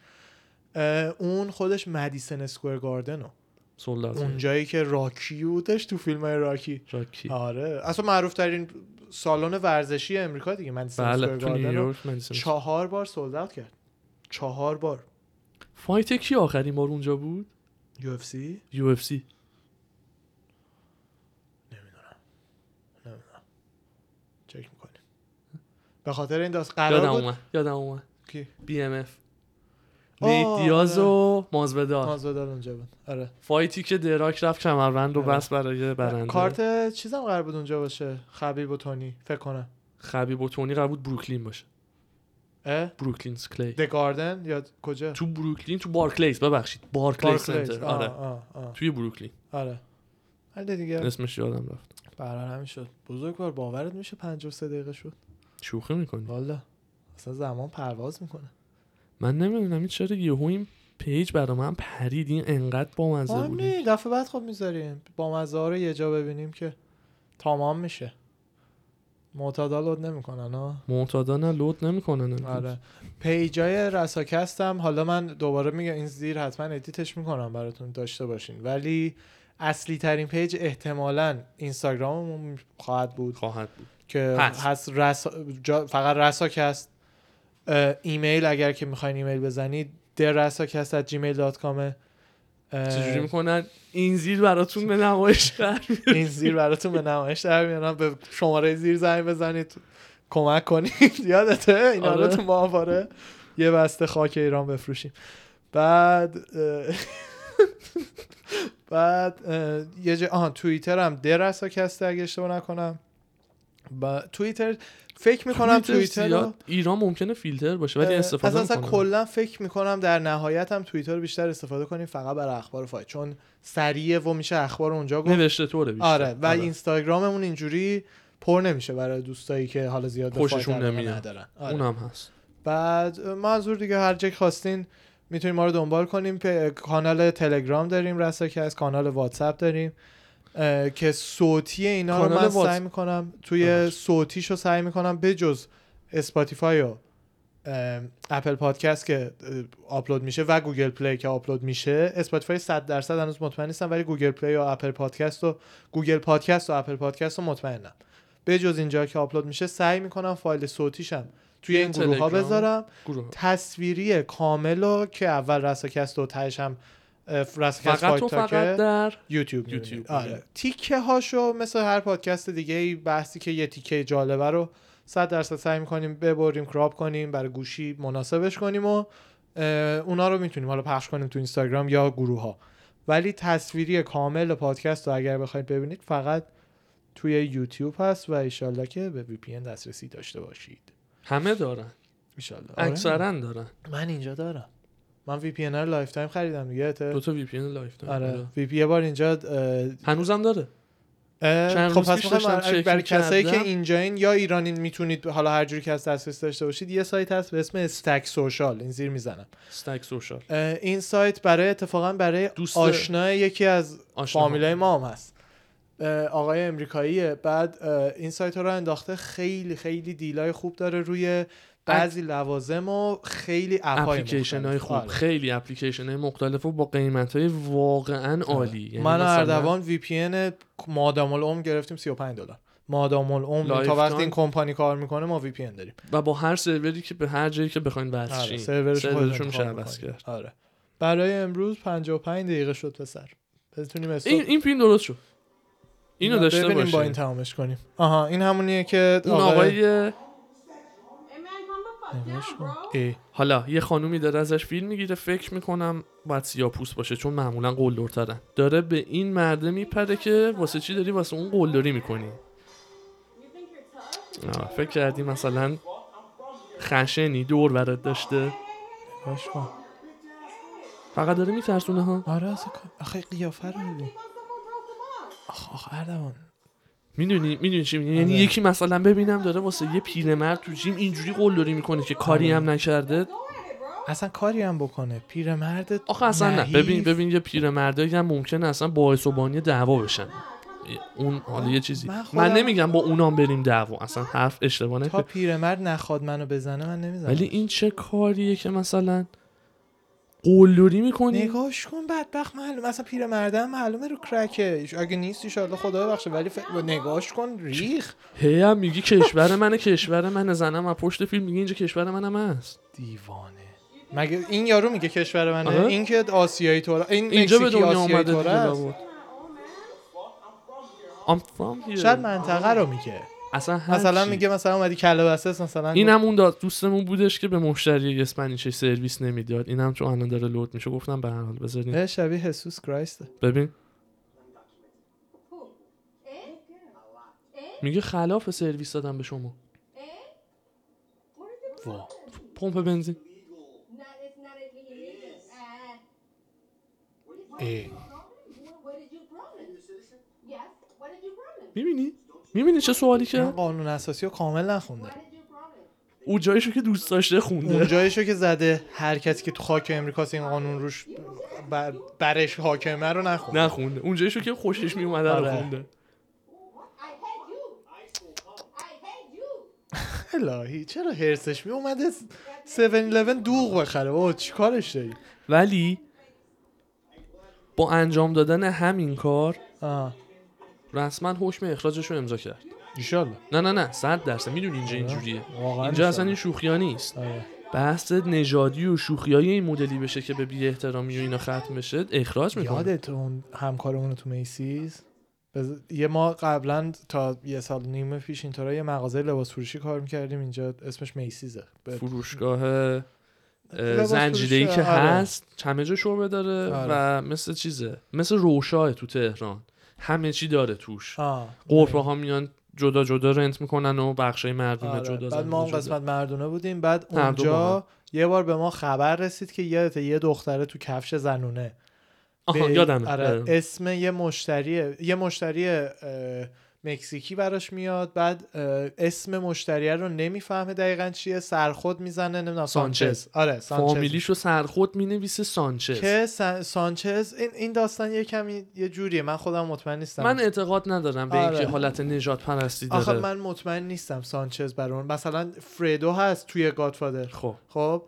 اه، اون خودش مدیسن اسکوئر گاردن رو اون سولات جایی که راکی بودش تو فیلم های راکی راکی آره اصلا معروف ترین سالن ورزشی امریکا دیگه مدیسن بله اسکوئر تو گاردن رو نیویورک مدیسن چهار بار سولد اوت کرد چهار بار فایت کی آخرین بار اونجا بود یو اف سی یو اف سی چک میکنیم به خاطر این داست قرار یادم بود اومد یادم اومد کی بی ام اف آه، نیت دیاز آره. و مازودار مازودار اونجا بود آره فایتی که دراک رفت کمربند رو آره. بس برای برنده کارت چیزم قرار بود اونجا باشه خبیب و تونی فکر کنم خبیب و تونی قرار بود بروکلین باشه اه؟ بروکلین کلی د گاردن یا کجا تو بروکلین تو بارکلیز ببخشید بارکلیز بارکلیز. سنتر آه، آره آه، آه. توی بروکلین آره ولی دیگه اسمش یادم رفت برحال همین شد بزرگوار باورت میشه 53 دقیقه شد شوخی میکنی والا اصلا زمان پرواز میکنه من نمیدونم این چرا یهو این پیج برا من پرید این انقدر بامزه بود همین دفعه بعد خب میذاریم با مزه ها رو یه جا ببینیم که تمام میشه معتادا لود نمیکنن ها معتادانه لود نمیکنن آره پیجای رساکست هم حالا من دوباره میگم این زیر حتما ادیتش میکنم براتون داشته باشین ولی اصلی ترین پیج احتمالا اینستاگراممون خواهد بود خواهد بود که هست. هست رسا... جا- فقط رساکست اه، ایمیل اگر که میخواین ایمیل بزنید در رساکست at gmail.com چجوری میکنن این زیر براتون به نمایش در میاد. این زیر براتون به نمایش در میارم به شماره زیر زنگ بزنید کمک کنید یادته اینا رو آره. تو ماهواره یه بسته خاک ایران بفروشیم بعد اه، بعد اه، یه جا آها توییتر هم درسا کسته اگه اشتباه نکنم با توییتر فکر میکنم توییتر رو زیاد ایران ممکنه فیلتر باشه ولی اه، استفاده اصلا میکنن کلا فکر میکنم در نهایت هم توییتر رو بیشتر استفاده کنیم فقط برای اخبار فایت چون سریعه و میشه اخبار رو اونجا گفت نوشته طوره بیشتر آره و اینستاگراممون اینجوری پر نمیشه برای دوستایی که حالا زیاد به خوششون فایتر علاقه نمیاد. ندارن آره. اونم هست بعد منظور دیگه هر جا که خواستین میتونیم ما رو دنبال کنیم پ- کانال تلگرام داریم رساکست کانال واتساپ داریم اه، که صوتی اینا رو کانال من واتس- سعی میکنم توی ببخشید. صوتیش رو سعی میکنم به جز اسپاتیفای و اه، اپل پادکست که اه، آپلود میشه و گوگل پلی که آپلود میشه اسپاتیفای 100 درصد هنوز مطمئن نیستم ولی گوگل پلی و اپل پادکست و گوگل پادکست و اپل پادکست رو مطمئنم به جز اینجا که آپلود میشه سعی میکنم فایل صوتیشم توی این گروه ها تلگرام. بذارم گروه تصویری کامل رو که اول رساکست و تهش هم اه، رساکست فقط و فایت فقط تاکه در یوتیوب یوتیوب می‌بینید. آره تیکه هاشو مثل هر پادکست دیگه ای بحثی که یه تیکه جالبه رو صد درصد سعی میکنیم ببریم کراپ کنیم برای گوشی مناسبش کنیم و اه، اونا رو میتونیم حالا پخش کنیم تو اینستاگرام یا گروه ها ولی تصویری کامل پادکست رو اگر بخواید ببینید فقط توی یوتیوب هست و ایشالله که به وی دسترسی داشته باشید همه دارن ایشالله آره. اکثرا دارن من اینجا دارم من وی پی رو لایف تایم خریدم دیگه یادته؟ دو تا وی پی ان لایف دارن. آره وی پی یه بار اینجا اه، هنوزم داره اه، چند خب روز پس پیش می‌خوایم داشتم برای- چک برای کسایی که می‌کردم. اینجاین یا ایرانین میتونید حالا هر جوری که از دسترس داشته باشید یه سایت هست به اسم استک سوشال این زیر میزنم استک سوشال اه، این سایت برای اتفاقا برای دوست آشنای یکی از آشنا فامیلای ما هم هست اه، آقای امریکاییه بعد اه، این سایت ها رو انداخته خیلی خیلی دیلای خوب داره روی بعضی لوازم و خیلی اپای اپلیکیشن های مختلف. خوب آره. خیلی اپلیکیشن های مختلف و با قیمت های واقعا عالی یعنی من و مثلا آره. اردوان وی پی ان مادام العمر گرفتیم 35 دلار مادام العمر تا لایف وقتی تایم. این کمپانی کار میکنه ما وی پی ان داریم و با هر سروری که به هر جایی که بخواین وصل آره شین سرورش رو سرورش خودت رو میشه انتخاب عوض می‌کنی. کرد آره برای امروز 55 دقیقه شد پسر بتونیم حساب این این فیلم درست شد اینو نه، داشته ببینیم با این باشین تمامش کنیم آها این همونیه که اون آقای Hey man, calm the fuck نگاش down, کن. bro. ای. حالا یه خانومی داره ازش فیلم میگیره فکر میکنم باید سیاپوس باشه چون معمولا قلدرترن داره به این مرده میپره که واسه چی داری واسه اون قلدری میکنی You think you're tough? آه، فکر کردی مثلا خشنی دور برات داشته نگاش کن. فقط داره میترسونه ها آره اصلا کن. آخه قیافه رو ببین Once someone tells them off. آخ آخ اردوان میدونی میدونی چی میگم یعنی آره. یکی مثلا ببینم داره واسه یه پیرمرد تو جیم اینجوری قلدری میکنه که کاری هم نکرده Go at it, bro. اصلا کاری هم بکنه پیرمرد آخه اصلا نه نحیف. ببین ببین یه پیرمردایی هم ممکنه اصلا باعث و بانی دعوا بشن اون حالا یه چیزی من من, خودم- نمیگم با اونام بریم دعوا اصلا حرف اشتباه تا نکن پیرمرد نخواد منو بزنه من نمیزنم ولی این چه کاریه که مثلا قلدری میکنی نگاش کن بدبخت معلوم اصلا پیرمردم معلومه رو کرکه اگه نیست ایشالله خدا ببخشه ولی ف... نگاش کن ریخ هی هم میگی کشور منه کشور من زنم و پشت فیلم میگی اینجا کشور منم هست دیوانه مگه این یارو میگه کشور منه آره. این که آسیایی تورا این اینجا به مکزیکی دنیا آسیایی اومده تورا دیگه است. لابد I'm from here. شاید منطقه رو میگه اصلا هر مثلا چی. میگه مثلا اومدی کله بسس مثلا این هم اون دا- دوستمون بودش که به مشتری یه اسپانیش سرویس نمیداد این هم چون الان داره لود میشه گفتم به هر حال بذارین اه، شبیه هسوس کرایسته ببین میگه خلاف سرویس دادم به شما ¿Eh? وا. پمپ بنزین Not, it's not a illegal. Uh, ای. what- what did you promise? Yes. What did you promise? میبینی میبینی چه سوالی این که قانون اساسی رو کامل نخونده What did you promise? او جایشو که دوست داشته خونده اون جایشو که زده هر کسی که تو خاک امریکاست این قانون روش بر برش حاکمه رو نخونده نخونده اون جایشو که خوشش میومده رو آره. خونده I hate you. I hate you. الهی چرا هرسش می اومده 7-Eleven دوغ بخره بابا چیکارش داری ولی با انجام دادن همین کار آه. رسما حکم اخراجش رو امضا کرد ایشالله نه نه نه صد درصد میدونی آره. اینجا اینجوریه واقعا اینجا اصلا می‌فهمم. این شوخیا نیست آره. بحث نژادی و شوخی این مدلی بشه که به بی احترامی و اینا ختم بشه اخراج میکنه یادت اون همکارمون تو میسیز بز- یه ما قبلا تا یه سال نیم پیش اینطورا یه مغازه لباس فروشی کار میکردیم اینجا اسمش میسیزه به- فروشگاه لباس زنجیره ای فروشه، که آره. هست همه جا شعبه داره و مثل چیزه مثل روشاه تو تهران همه چی داره توش آه. قرفه ها میان جدا جدا رنت میکنن و بخشای مردونه آره. جدا بعد ما زنونه اون جدا. قسمت مردونه بودیم بعد هر دو با هم. اونجا یه بار به ما خبر رسید که یادت یه دختره تو کفش زنونه آها به- یادمه آره، آره. اسم یه مشتری یه مشتری اه، مکزیکی براش میاد بعد اه، اسم مشتریه رو نمیفهمه دقیقا چیه سرخود میزنه نمیدونم سانچز. سانچز آره سانچز فامیلیشو سرخود مینویسه سانچز که سان- سانچز این این داستان یه کمی یه جوریه من خودم مطمئن نیستم من اعتقاد ندارم به آره. اینکه حالت نجات پرستی آخه داره من مطمئن نیستم سانچز برای مثلا فردو هست توی گادفادر خب خب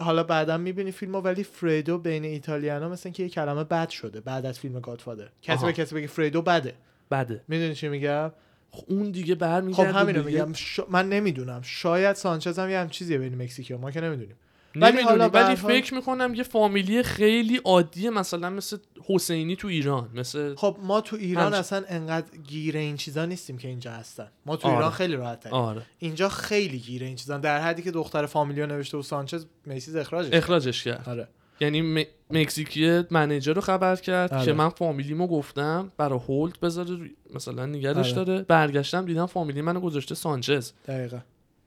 حالا بعدا میبینی فیلمو ولی فریدو بین ایتالیانا مثل که یه کلمه بد شده بعد از فیلم گادفادر کسی آها. به کسی بگه فریدو بده بده میدونی چی میگم خب اون دیگه برمیگرده خب همینو به یه- میگم ش- من نمیدونم شاید سانچز هم یه هم چیزیه بین مکزیکی ما که نمیدونیم ولی حالا به هر ولی حال- فکر میکنم یه فامیلی خیلی عادیه مثلا مثل حسینی تو ایران مثل خب ما تو ایران همچ- اصلا انقدر گیر این چیزا نیستیم که اینجا هستن ما تو آره. ایران خیلی راحت آره اینجا خیلی گیر این چیزا در حدی که دختر فامیلیو نوشته و سانچز میسیز اخراجش کرد. اخراجش کرد آره یعنی م... مکزیکی منیجر رو خبر کرد آره. که من فامیلیمو گفتم برا هولد بذاره روی- مثلا نگرش آره. داره برگشتم دیدم فامیلی منو گذاشته سانچز دقیقاً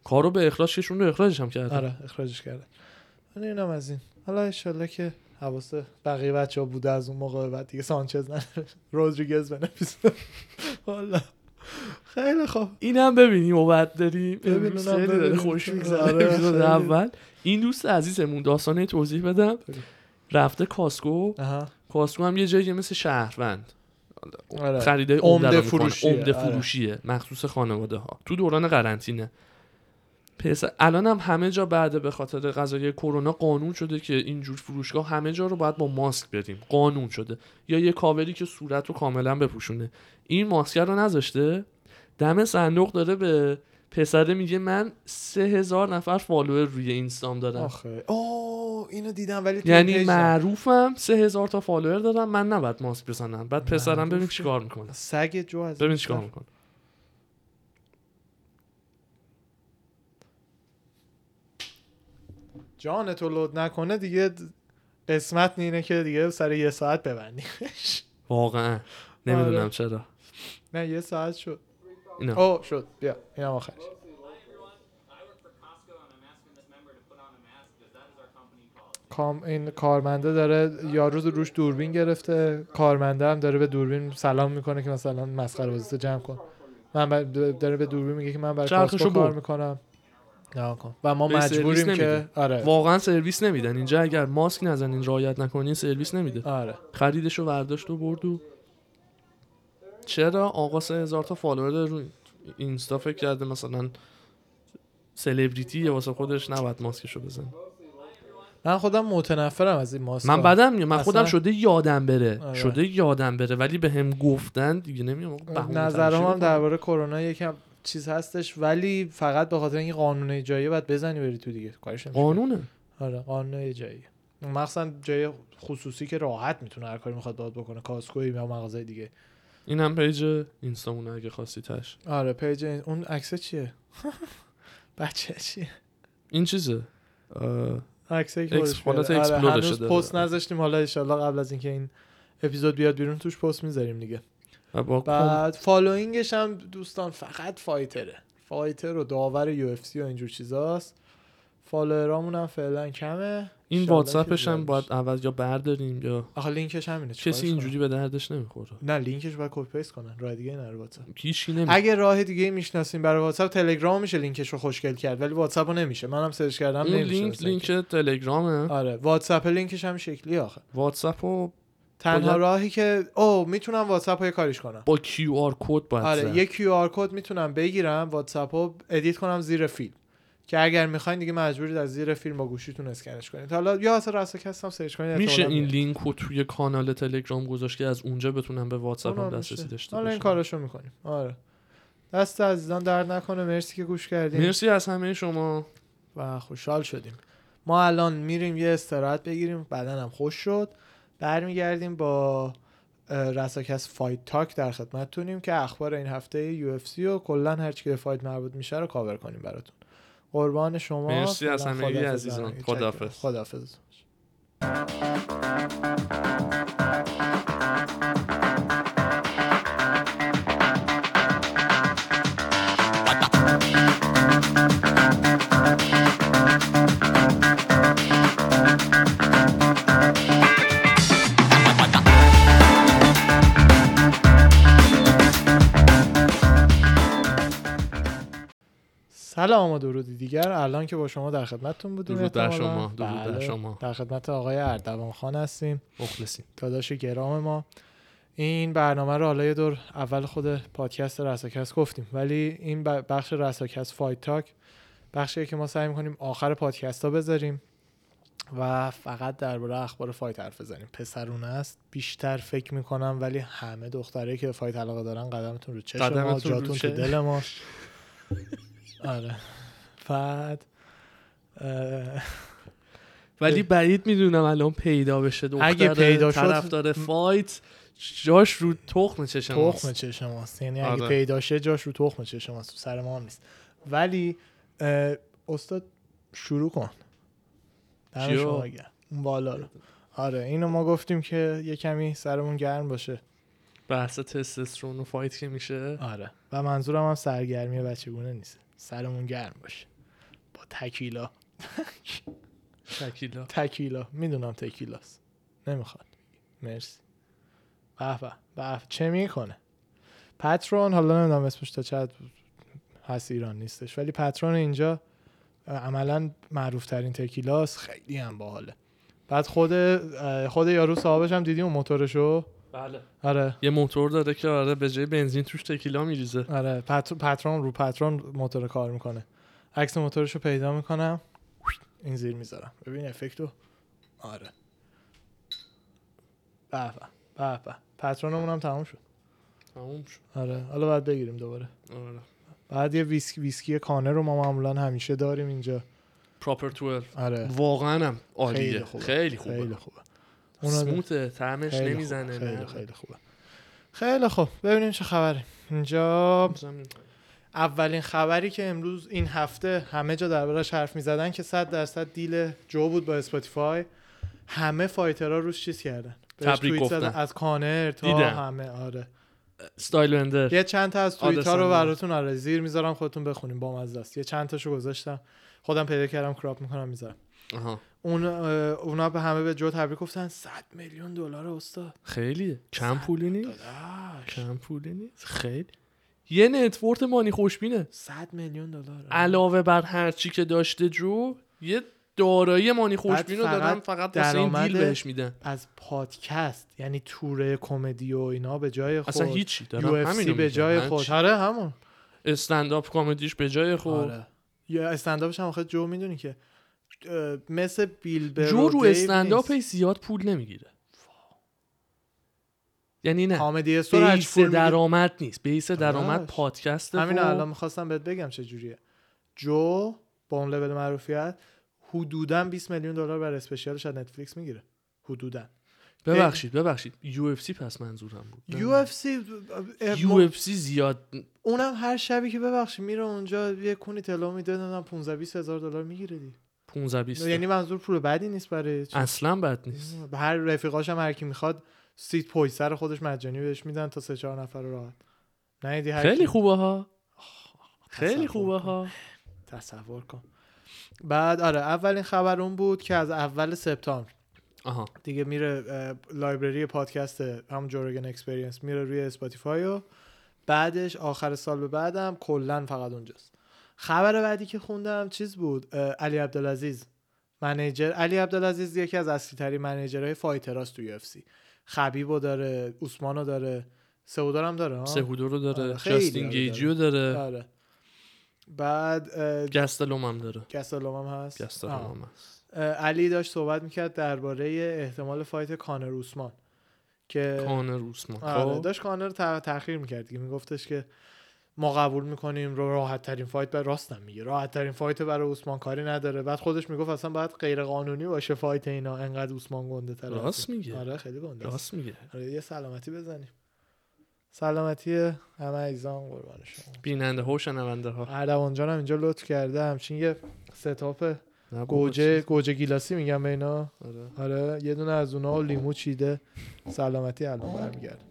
کارو به اخراج کشون رو اخراجش هم کرد آره اخراجش کردن من اینم از این حالا انشالله که حواس بقیه بچه ها بوده از اون موقع به بعد دیگه سانچز نه رودریگز بنویسه والا خیلی خوب اینم ببینیم و بعد داریم ببین، امروز اونم خیلی داره ببینیم. خوش آره، میگذره اپیزود خیلی. اول این دوست عزیزمون داستانه توضیح بدم بگو. رفته کاسکو آها کاسکو هم یه جایی مثل شهروند آره. خریده عمده عمده فروشیه، فروشیه عمده آره. فروشیه مخصوص خانواده ها تو دوران قرنطینه پس الان هم همه جا بعد به خاطر قضایه کرونا قانون شده که اینجور فروشگاه همه جا رو باید با ماسک بریم قانون شده یا یه کاوری که صورت رو کاملا بپوشونه این ماسک رو نذاشته دم صندوق داره به پسره میگه من سه هزار نفر فالوور روی اینستام دارم آخه اوه اینو دیدم ولی تو این یعنی پیج نه. معروفم سه هزار تا فالوور دارم من نباید ماسک بزنم بعد پسرم ببین معروف که- چیکار میکنه سگ جو از ببین چیکار میکنه جان تو لود نکنه دیگه د- قسمت اینه که دیگه سر یه ساعت ببندیمش واقعا نمیدونم آره. چرا نه یه ساعت شد اینا. او شد بیا اینم آخرش Hi everyone. I work for Costco and I'm asking this member to put on a mask because that is our company policy. کام این کارمنده داره یارو روش دوربین گرفته کارمنده هم داره به دوربین سلام میکنه که مثلا مسخره بازی تو جمع کن من بر- داره به دوربین میگه که من برای چرخشو کاسکو کار برد. میکنم نه کن و ما به سرویس مجبوریم که نمیده. آره واقعا سرویس نمیدن اینجا اگر ماسک نزنین رعایت نکنین سرویس نمیده آره خریدش رو برداشت و برد و چرا آقا سه هزار تا فالوور داره رو اینستا فکر کرده مثلا سلبریتی واسه خودش نباید ماسکشو بزنه من خودم متنفرم از این ماسک من بدم میاد من اصلا- خودم شده یادم بره آره. شده یادم بره ولی به هم گفتن دیگه نمیام آقا بهونه نظرم تراشی خب، هم بکنم. درباره کرونا یکم چیز هستش ولی فقط به خاطر اینکه قانون اجرایی باید بزنی بری تو دیگه کارش نمیشه. قانونه آره قانون اجرایی مخصوصا جای خصوصی که راحت میتونه هر کاری میخواد باید بکنه کاسکوی یا مغازه دیگه این هم پیج اینستامونه اگه خواستی تش آره پیج این- اون عکس چیه بچه چیه این چیزه اه، عکسی که اکس- خودش حالت بیاره. آره، اکسپلورش هنوز شده. پست نذاشتیم حالا انشالله قبل از اینکه این اپیزود بیاد بیرون توش پست میذاریم دیگه و با کم- بعد فالوینگش هم دوستان فقط فایتره فایتر و داور یو اف سی و اینجور چیزاست فالوورامون هم فعلا کمه این انشالله واتساپش که هم باید زیادش. اول یا برداریم یا آخه لینکش همینه چیکارش کسی کنم؟ اینجوری به دردش نمیخوره نه لینکش باید کپی پیست کنن راه دیگه نره واتساپ هیچی نمیخوره اگه راه دیگه میشناسیم برای واتساپ تلگرام میشه لینکش رو خوشگل کرد ولی واتساپ رو نمیشه منم سرچ کردم اون نمیشه لینک مثل لینک تلگرامه آره واتساپ لینکش هم شکلی آخه واتساپ رو تنها باید- راهی که او میتونم واتساپ رو یه کاریش کنم با کیو آر کد باید آره زد. یه کیو آر کد میتونم بگیرم واتساپ رو ادیت کنم زیر فیلم که اگر میخواین دیگه مجبورید از زیر فیلم با گوشیتون اسکنش کنید حالا یا اصلا راست هم سرچ کنید میشه احتمالاً این میاد. لینک رو توی کانال تلگرام گذاشت که از اونجا بتونم به واتساپ هم اونم دسترسی میشه. داشته حالا این باشم کارشو میکنیم آره دست عزیزان درد نکنه مرسی که گوش کردیم مرسی از همه شما و خوشحال شدیم ما الان میریم یه استراحت بگیریم بدنم خوش شد برمیگردیم با اه، رساکس فایت تاک در خدمتتونیم که اخبار این هفته یو اف سی و کلا هر چی که به فایت مربوط میشه رو کاور کنیم براتون قربان شما مرسی از فعلا همه خداحافظ عزیزان. برنامه. خداحافظ. خداحافظ سلام و درودی دیگر الان که با شما در خدمتتون بودیم درود بر احتمالاً. شما، درود بر بله. شما. در خدمت آقای اردوان خان هستیم مخلصیم داداش گرام ما این برنامه رو حالا یه دور اول خود پادکست رساکس گفتیم ولی این ب- بخش رساکس فایت تاک بخشیه که ما سعی میکنیم آخر پادکست ها بذاریم و فقط درباره اخبار فایت حرف بزنیم پسرونه است بیشتر فکر میکنم ولی همه دختره که به فایت علاقه دارن قدمتون رو چشم ما قدمتون رو جاتون تو چشم. دل ما آره بعد اه، ولی بعید میدونم الان پیدا بشه دختر اگه پیدا شد- طرفدار فایت جاش رو تخم چشم تخم چشم ماست یعنی اگه آره. پیدا شه جاش رو تخم چشم ماست تو سر ما هم نیست ولی اه، استاد شروع کن دم چیو؟ شما گرم. اون بالا رو آره اینو ما گفتیم که یه کمی سرمون گرم باشه بحث تستوسترون و فایت که میشه آره و منظورم هم سرگرمی بچگونه نیست سرمون گرم باشه با تکیلا شکیلا تکیلا میدونم تکیلاست نمیخواد مرسی به به به چه میکنه پترون حالا نمیدونم اسمش تا چقدر هست ایران نیستش ولی پترون اینجا عملا معروف ترین تکیلاست خیلی هم باحاله بعد خود خود یارو صاحبش هم دیدی اون موتورشو بله آره یه موتور داره که آره به جای بنزین توش تکیلا میریزه آره پت- پترون رو پترون موتور کار میکنه عکس موتورش رو پیدا میکنم این زیر میذارم ببین افکتو آره به به به به پترونمون هم تموم شد تموم شد آره حالا باید بگیریم دوباره آره بعد یه ویسک ویسکی کانه رو ما معمولا همیشه داریم اینجا پراپر 12 آره واقعا هم خیلی عالیه خوبه خیلی خوبه خیلی خوبه اونا داریم. سموته طعمش خیلی نمیزنه خوبه. خیلی نه. خیلی خوبه خیلی خوب ببینیم چه خبره اینجا زمین. اولین خبری که امروز این هفته همه جا دربارش حرف میزدن که 100 درصد دیل جو بود با اسپاتیفای همه فایترها روش چیز کردن بهش تبریک توییت گفتن. زدن. از کانر تا دیدم. همه آره ستایل بندر یه چند تا از توییت ها آدرسم رو دارم. براتون آره زیر میذارم خودتون بخونیم با از دست یه چند تاشو گذاشتم خودم پیدا کردم کراپ میکنم میذارم آها اون اه، اونا به همه به جو تبریک گفتن 100 میلیون دلار استاد خیلی کم پولی نیست داداش کم پولی نیست خیلی یه نتورت مانی خوشبینه 100 میلیون دلار علاوه بر هر چی که داشته جو یه دارایی مانی خوشبین رو فقط دادن فقط واسه این درآمد دیل بهش میدن از پادکست یعنی توره کمدی و اینا به جای خود اصلا هیچی یو دارم اف سی همینو به جای میگم. خود آره همون استنداپ کمدیش به جای خود آره یا استنداپش هم آخه جو میدونی که اه، مثل بیل بر جو و رو دیو استنداپ نیست. زیاد پول نمیگیره یعنی نه کامدی استور هر چی بیس پول می‌گیره. درآمد نیست بیس درآمد آره. پادکست خب. همین الان میخواستم بهت بگم چه جوریه جو با اون لول معروفیت حدودا 20 میلیون دلار برای اسپشیالش از نتفلیکس میگیره حدودا ببخشید ببخشید یو اف سی پس منظورم بود یو اف سی یو اف سی زیاد اونم هر شبی که ببخشید میره اونجا یه کونی طلا میده نمیدونم 15 20 هزار دلار میگیره دیگه 15 20 یعنی منظور پول بدی نیست برای چی؟ اصلا بد نیست به هر رفیقاش هم هر کی میخواد سیت پوی سر خودش مجانی بهش میدن تا سه چهار نفر رو راحت نیدی هر خیلی کی- خوبه ها خیلی تصور خوبه کن. ها تصور کن بعد آره اولین خبر اون بود که از اول سپتامبر آها دیگه میره اه، لایبرری پادکست همون جورگن اکسپریانس میره روی اسپاتیفای و بعدش آخر سال به بعدم کلا فقط اونجاست خبر بعدی که خوندم چیز بود اه، علی عبدالعزیز منیجر علی عبدالعزیز یکی از اصلی ترین منیجرهای فایتراست تو UFC خبیبو داره عثمانو داره سعودار هم داره ها؟ سهودو رو داره آره، خیلی جاستین آره گیجیو داره آره بعد اه، گستلوم هم داره گسلوم هم هست آه. گستلوم هم هست اه، علی داشت صحبت میکرد درباره احتمال فایت کانر اوسمان که کانر روسمان آره خب. داشت کانر رو تح- تحقیر میکرد دیگه میگفتش که ما قبول میکنیم رو راحت ترین فایت بر راستم میگه راحت ترین فایت برای عثمان کاری نداره بعد خودش میگفت اصلا باید غیر قانونی باشه فایت اینا انقدر عثمان گنده تر راست میگه. آره خیلی گنده است. راست میگه آره یه سلامتی بزنیم سلامتی همه ایزان قربان شما بیننده ها و شنونده ها اردوان جانم اینجا لطف کرده همچین یه ستاپ خب، گوجه گوجه گیلاسی میگم به اینا آره. آره یه دونه از اونا و لیمو چیده سلامتی الان برمیگرده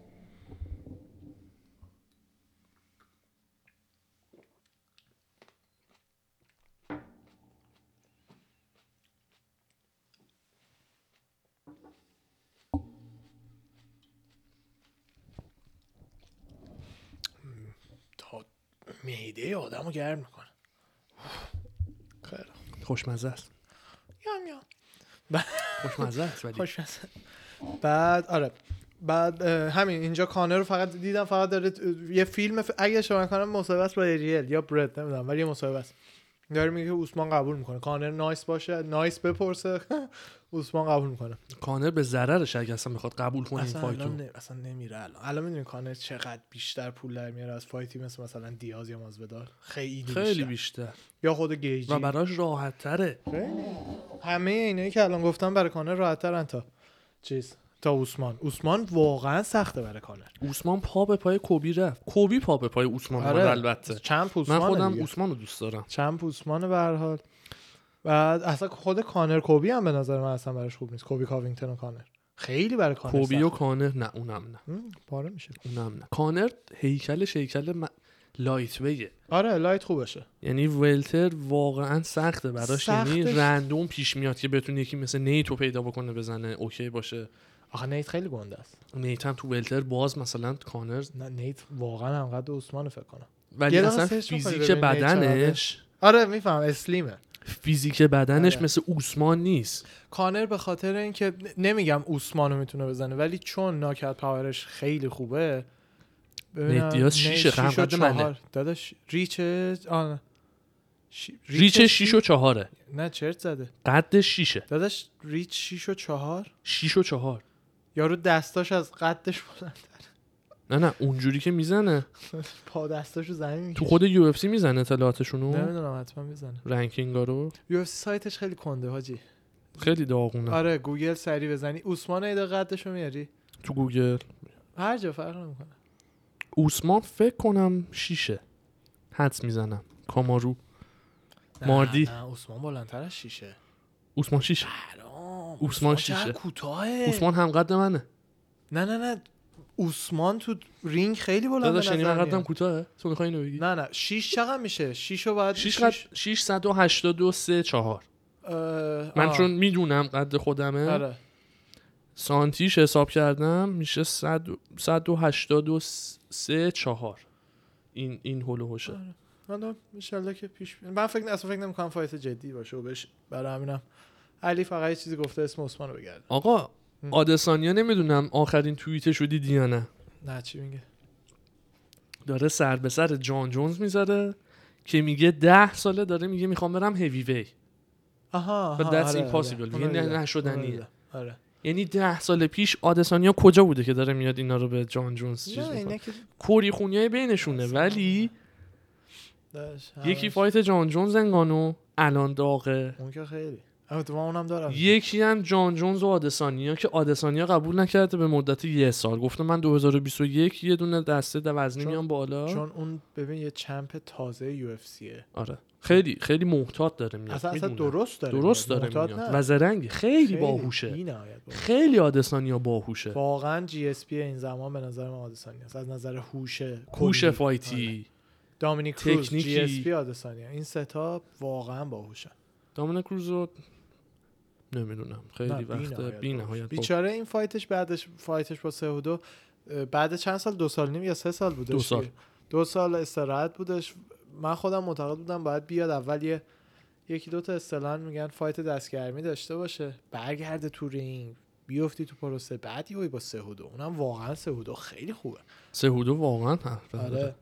تا میده آدم رو گرم میکنه خیلی خوب. خوشمزه است یام یام خوشمزه است ولی خوش هست. بعد آره بعد اه، همین اینجا کانر رو فقط دیدم فقط داره اه، یه فیلم ف- اگه شما کنم مصاحبه است با ریل یا برد نمیدونم ولی یه مصاحبه است داره میگه که عثمان قبول میکنه کانر نایس باشه نایس بپرسه عثمان قبول میکنه کانر به ضررش اگه اصلا بخواد قبول کنه این اصلا فایتو الان, نه- اصلا نمیره الان الان میدونی کانر چقدر بیشتر پول در میاره از فایتی مثل مثلا دیاز یا مازودار خیلی, خیلی بیشتر. بیشتر یا خود گیجی و براش راحت تره همه اینایی که الان گفتم برای کانر راحت‌ترن تا چیز تا اوسمان اوسمان واقعا سخته برای کانر اوسمان پا به پای کوبی رفت کوبی پا به پای اوسمان آره. آره. البته چند من پوسمانه خودم دیگه. اوسمان رو دوست دارم چند پوسمانه به هر حال بعد اصلا خود کانر کوبی هم به نظر من اصلا براش خوب نیست کوبی کاوینگتون و کانر خیلی برای کانر کوبی سخته. و کانر نه اونم نه هم، پاره میشه اونم نه کانر هیکلش هیکل م... لایت ویه آره لایت خوبشه یعنی ولتر واقعا سخته براش یعنی سختش- رندوم پیش میاد که بتونه یکی مثل نیتو پیدا بکنه بزنه اوکی باشه آخه نیت خیلی گنده است نیت هم تو ولتر باز مثلا کانر نه نیت واقعا هم قد عثمان فکر کنم ولی یه دقیقه اصلا سرچ می‌کنی فیزیک ببینی نیت چقدره؟ بدنش آره میفهم اسلیمه فیزیک بدنش آره. مثل اوسمان نیست کانر به خاطر اینکه ن- نمیگم اوسمانو میتونه بزنه ولی چون ناکت پاورش خیلی خوبه ببینم، نیت دیاز شیشه، نه، شیش و قد منه. چهار. داداش ریچ آن شی- ریچ 6 و 4 نه چرت زده قدش 6 داداش ریچ 6 و 4 6 و 4 یارو دستاش از قدش بلندتر نه نه اونجوری که میزنه پا دستاشو زمین میکشه تو خود یو اف سی میزنه اطلاعاتشونو نمیدونم حتما میزنه رنکینگا رو یو سایتش خیلی کنده حاجی خیلی داغونه آره گوگل سری بزنی اوسمان ایده قدشو میاری تو گوگل هر جا فرق نمیکنه اوسمان فکر کنم شیشه حدس میزنم کامارو ماردی. نه اوسمان بلندتر از شیشه اوسمان شیشه سلام اوسمان شیشه. کوتاهه اوسمان هم قد منه نه نه نه اوسمان تو رینگ خیلی بلند داداش به یعنی نظر من قدم میاد. کوتاهه تو میخوای اینو بگی نه نه شیش چقدر میشه شیش رو باید 6 شیش- قد 682 3 4 اه، من آه، چون میدونم قد خودمه آره سانتیش حساب کردم میشه 100 183 4 این این هول و هوشه آره. حالا انشالله که پیش بیاد. من فکر اصلا فکر نمی‌کنم فایت جدی باشه و بش برای همینم علی فقط یه چیزی گفته اسم عثمان رو بگرد آقا آدسانیا نمیدونم آخرین توییتش رو دیدی یا نه نه چی میگه داره سر به سر جان جونز میذاره که میگه ده ساله داره میگه میخوام برم هیوی وی آها But آها، that's آره، impossible. آره. دیگه اونو نه- دیدم. نشدنیه. اونو دیدم. آره یعنی ده سال پیش آدسانیا کجا بوده که داره میاد اینا رو به جان جونز چیز نه میکنه اینا که کوری خونیای بینشونه ولی داشت، یکی همش. فایت جان جونز انگانو الان داغه اون که خیلی البته من اونم دارم یکی هم جان جونز و آدسانیا که آدسانیا قبول نکرده به مدت یه سال گفته من 2021 یه دونه دسته در وزنی چون- میام بالا چون اون ببین یه چمپ تازه یو اف سیه آره خیلی خیلی محتاط داره میاد اصلا اصلا میدونم. درست داره درست میاد. داره معتاد میاد نه. و زرنگ خیلی, باهوشه بی‌نهایت باهوشه. خیلی آدسانیا باهوشه واقعا جی اس پی این زمان به نظر من آدسانی است از نظر هوش کوش کلی. آره. فایتی دامینیک کروز جی تکنیکی. اس پی آدسانی این ستا واقعا باهوشن دامن کروزو نمیدونم خیلی نه، وقت بی‌نهایت بی باهوشن. نهایت بیچاره این فایتش بعدش فایتش با سه و دو اه، بعد چند سال دو سال نیم یا سه سال بودش دو سال. دیگه. دو سال استراحت بودش من خودم معتقد بودم باید بیاد اول یه یکی دو تا اصطلاحاً میگن فایت دستگرمی داشته باشه برگرده تو رینگ بیفتی تو پروسه بعد یهو با سه و دو اونم واقعا سه و دو خیلی خوبه سهودو بله، واقعا حرف آره داره.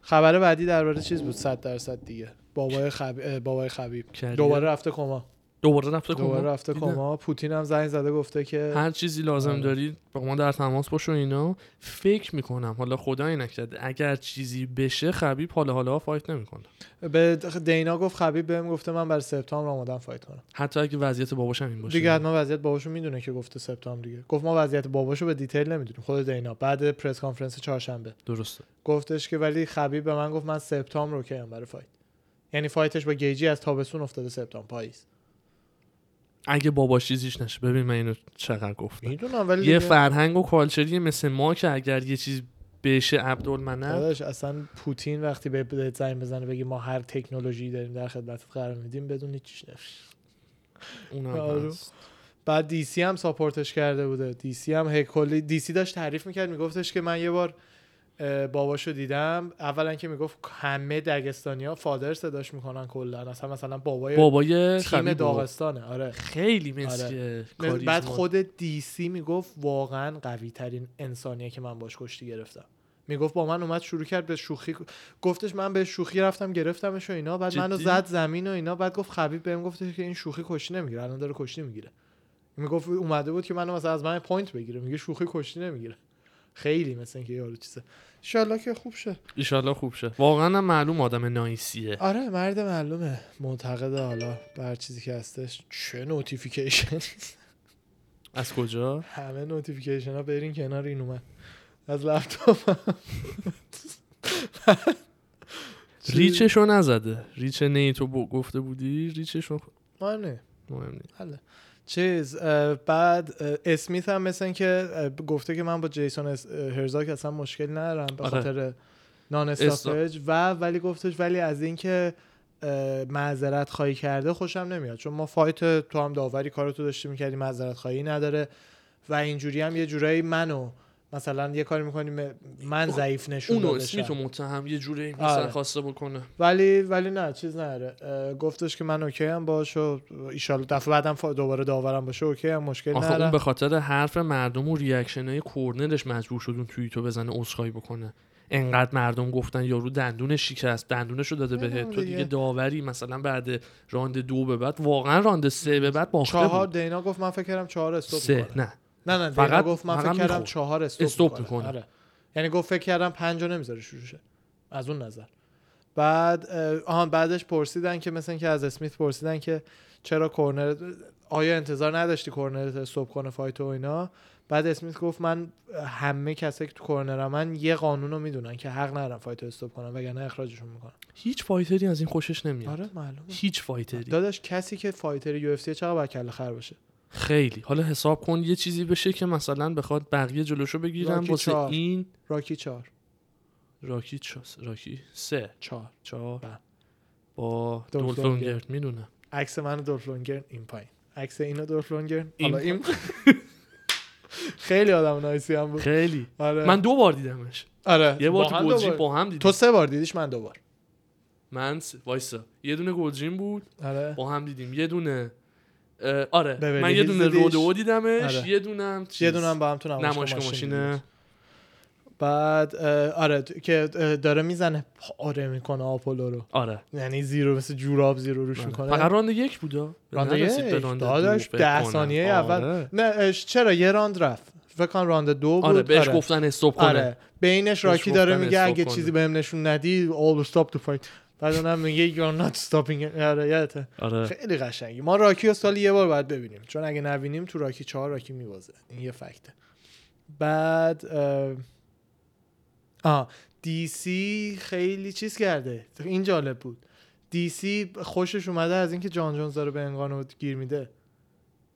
خبر بعدی درباره چیز بود 100 درصد دیگه بابای خب... اه، بابای خبیب کریر. دوباره رفته کما دوباره رفته کما دوباره رفته آره. دیدم. کما پوتین هم زنگ زده گفته که هر چیزی لازم دارید با ما در تماس باش و اینا فکر میکنم حالا خدای نکرده اگر چیزی بشه خبیب حالا حالا فایت نمیکنه به دینا گفت خبیب بهم گفته من بر سپتامبر آمادم فایت کنم حتی اگه وضعیت باباش هم این باشه دیگه حتما وضعیت باباشو میدونه که گفته سپتامبر دیگه گفت ما وضعیت باباشو به دیتیل نمیدونیم خود دینا بعد پرس کانفرنس چهارشنبه درسته گفتش که ولی خبیب به من گفت من سپتامبر رو کیم برای فایت یعنی فایتش با گیجی از تابستون افتاده سپتامبر پاییز اگه باباش چیزیش نشه ببین من اینو چقدر گفتم میدونم ولی یه دیگه- فرهنگ و کالچری مثل ما که اگر یه چیز بشه عبدالمنعم داداش اصلا پوتین وقتی به بهت زنگ بزنه بگی ما هر تکنولوژی داریم در خدمتت قرار میدیم بدون هیچ نفش اونم آره. هست. بعد دی سی هم ساپورتش کرده بوده دی سی هم هی کلی دی سی داشت تعریف میکرد میگفتش که من یه بار اه، باباشو دیدم اولا که میگفت همه دگستانیا فادر صداش میکنن کلا اصلا مثلا بابای بابای تیم خبیب بابا. داغستانه آره خیلی مثل آره. کاریزما. بعد خود دی سی میگفت واقعا قوی ترین انسانیه که من باش کشتی گرفتم میگفت با من اومد شروع کرد به شوخی گفتش من به شوخی رفتم گرفتمش و اینا بعد منو جدی؟ زد زمین و اینا بعد گفت خبیب بهم گفتش که این شوخی کشتی نمیگیره الان داره کشتی میگیره میگفت اومده بود که منو مثلا از من پوینت بگیره میگه شوخی کشتی نمیگیره خیلی مثل اینکه یارو چیزه ان که خوب شه ایشالله خوب شه واقعا هم معلوم آدم نایسیه آره مرد معلومه معتقده حالا بر چیزی که هستش چه نوتیفیکیشن از کجا همه نوتیفیکیشن ها برین کنار این اومد از لپتاپ چی؟ ریچشو نزده ریچ نیتو بو گفته بودی ریچشو ما نه مهم نیست حله. بله. چیز اه، بعد اه، اسمیت هم مثل که گفته که من با جیسون اس- اه، هرزاک اصلا مشکل ندارم به آره. خاطر نان استافج و ولی گفتش ولی از اینکه اه، معذرت خواهی کرده خوشم نمیاد چون ما فایت یعنی تو هم داوری کارتو داشتی میکردی معذرت خواهی نداره و اینجوری هم یه جورایی منو مثلا یه کاری میکنیم من ضعیف نشون اونو داده اسمیتو شم. متهم یه جوری مثلا آره. خواسته بکنه ولی ولی نه چیز نره اه، گفتش که من اوکی هم باش و ایشالله دفعه بعدم فا- دوباره داورم باشه اوکی هم مشکل آخه اون نره به خاطر حرف مردم و ریاکشن های کورنرش مجبور شد اون توییتو بزنه عذرخواهی بکنه انقدر مردم گفتن یارو دندونش شکست دندونش رو داده نمی‌دونم بهت تو دیگه دیگه. داوری مثلا بعد راند دو به بعد واقعا راند سه به بعد باخته چهار بود دینا گفت من فکر کردم چهار استوب سه می‌کنه. نه نه نه فقط- فقط گفت من فقط فکر کردم می‌خورد. چهار استوب, استوب می‌کنه. میکنه آره. یعنی گفت فکر کردم پنج رو نمیذاره شروع شه از اون نظر بعد اه، آها بعدش پرسیدن که مثل که از اسمیت پرسیدن که چرا کورنر آیا انتظار نداشتی کورنرت استوب کنه فایت و اینا بعد اسمیت گفت من همه کسایی که تو کورنر من یه قانون رو میدونن که حق ندارم فایت رو استوب کنم وگرنه اخراجشون میکنم هیچ فایتری از این خوشش نمیاد آره معلومه هیچ فایتری داداش کسی که فایتر یو اف سی چقدر باید کله خر باشه خیلی حالا حساب کن یه چیزی بشه که مثلا بخواد بقیه جلوشو بگیرن راکی واسه چهار. این راکی چهار راکی چاس راکی سه چهار چهار بله. با دولف دولفون لونگرد. گرد میدونم عکس من دولف لونگرن این پایین عکس اینو دولف لونگرن این حالا این خیلی آدم نایسی هم بود خیلی آره من دو بار دیدمش آره یه بار با هم تو گلجین دوبار. با هم دیدیم تو سه بار دیدیش من دوبار من س... وایسا یه دونه گلجین بود آره با هم دیدیم یه دونه اه، آره ببرلی من یه هیلز دونه دیدیش؟ رودو دیدمش آره. یه دونه هم چیز. یه دونه هم با هم تو نمایشگاه نمایشگاه ماشین ماشینه دیدیمش. بعد اه، آره تو- که اه، داره میزنه پاره میکنه آپولو رو آره یعنی زیرو مثل جوراب زیرو روش میکنه فقط راند یک بودا راند نرسید به یک راند دو داداش فکر ده کنم. ثانیه اول آره. نه اش- چرا یه راند رفت فکر کنم راند دو بود آره بهش گفتن استوب کنه آره بینش راکی گفتن داره میگه استاپ اگه کنه. چیزی بهم نشون ندی all stop the fight بعد اونم میگه you're not stopping it. آره یادته آره خیلی قشنگی ما راکی رو سالی یه بار باید ببینیم چون اگه نبینیم تو راکی چهار راکی میوازه این یه فکته بعد اه، آه دی سی خیلی چیز کرده این جالب بود دی سی خوشش اومده از اینکه جان جونز داره به انگانو گیر میده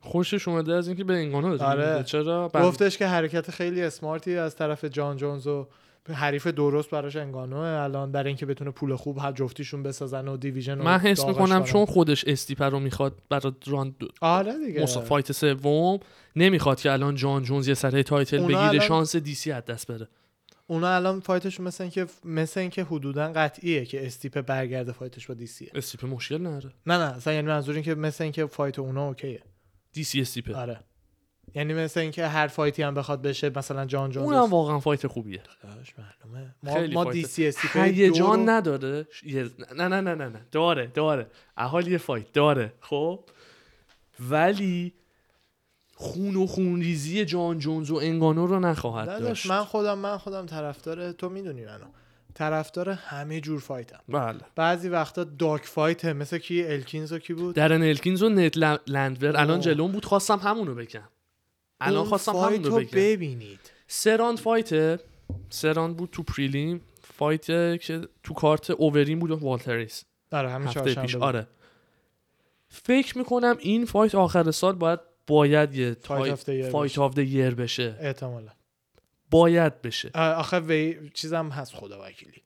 خوشش اومده از اینکه به انگانا داده آره. می‌ده. چرا بله. بند- گفتش که حرکت خیلی اسمارتی از طرف جان جونز و حریف درست براش انگانوه الان برای اینکه بتونه پول خوب هر جفتیشون بسازن و دیویژن رو من حس داغش میکنم کنن. چون خودش استیپر رو میخواد برای راند دو- آره دیگه مصا- فایت سوم نمیخواد که الان جان جونز یه سره تایتل اونا بگیره الان- شانس دیسی از دست بره اونا الان فایتشون مثل اینکه مثل اینکه حدودا قطعیه که استیپ برگرده فایتش با دیسیه استیپ مشکل نره نه نه اصلا یعنی منظور این که مثل اینکه فایت اونا اوکیه دیسی استیپ آره یعنی مثل اینکه هر فایتی هم بخواد بشه مثلا جان جونز اونم واقعا فایت خوبیه داداش، معلومه ما, خیلی ما فایت. دی سی استیپ هیجان نداره ش- یه- نه نه نه نه نه داره داره احال یه فایت داره خب ولی خون و خونریزی جان جونز و انگانو رو نخواهد داداش داشت من خودم من خودم طرفدار تو میدونی منو طرفدار همه جور فایتم بله بعضی وقتا داک فایت مثل کی الکینز و کی بود درن الکینز و نت ل- لندور الان اوه. جلوم بود خواستم همونو بگم الان اون خواستم فایت همونو رو بگم ببینید سه راند فایته سه راند بود تو پریلیم فایت که تو کارت اوورین بود و والتریس آره همین هفته چهارشنبه پیش بود. آره فکر میکنم این فایت آخر سال باید باید یه تای- of the year فایت بشه. آف دی یر بشه احتمالا باید بشه آ- آخه وی چیزم هست خدا وکیلی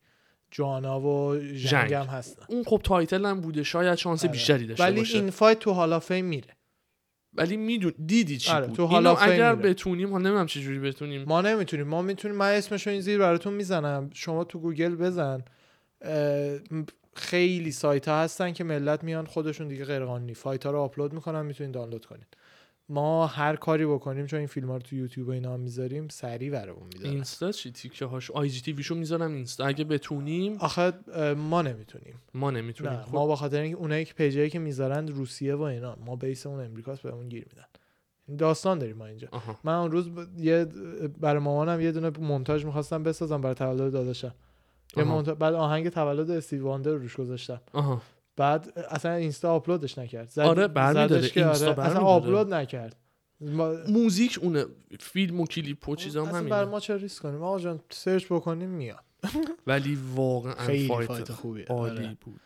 جانا و جنگ. جنگ هم هستن اون خب تایتل هم بوده شاید شانس آره. بیشتری داشته ولی باشه این فایت تو حالا فیم میره ولی میدون دیدی چی آره، بود تو اینو حالا فهم اگر میره. بتونیم ها نمیدونم چه جوری بتونیم ما نمیتونیم ما میتونیم من اسمشو این زیر براتون میزنم شما تو گوگل بزن اه، م- خیلی سایت ها هستن که ملت میان خودشون دیگه غیرقانونی فایت ها رو آپلود میکنن میتونید دانلود کنید ما هر کاری بکنیم چون این فیلم ها رو تو یوتیوب و اینا هم میذاریم سریع برامون میذارن اینستا چی تیکه هاش آی جی تی ویشو میذارم اینستا اگه بتونیم آخه اه، ما نمیتونیم ما نه نمیتونیم خب ما به خاطر اینکه اونایی که پیجایی که میذارن روسیه و اینا ما بیس اون امریکاست بهمون گیر میدن داستان داریم ما اینجا آها. من اون روز ب... یه برای مامانم یه دونه مونتاژ میخواستم بسازم برای تولد داداشم یه آها. مونتا... بعد آهنگ تولد استیو واندر رو روش گذاشتم آها بعد اصلا اینستا آپلودش نکرد زد... آره، برمی‌داره. زدش که اینستا اصلا برمی‌داره. آپلود نکرد ما... موزیک اونه فیلم و کلیپ و چیزام اصلا برای همینه ما چرا ریسک کنیم آقا جان سرچ بکنیم میاد ولی واقعا خیلی فایت, فایت خوبیه. عالی آره. بود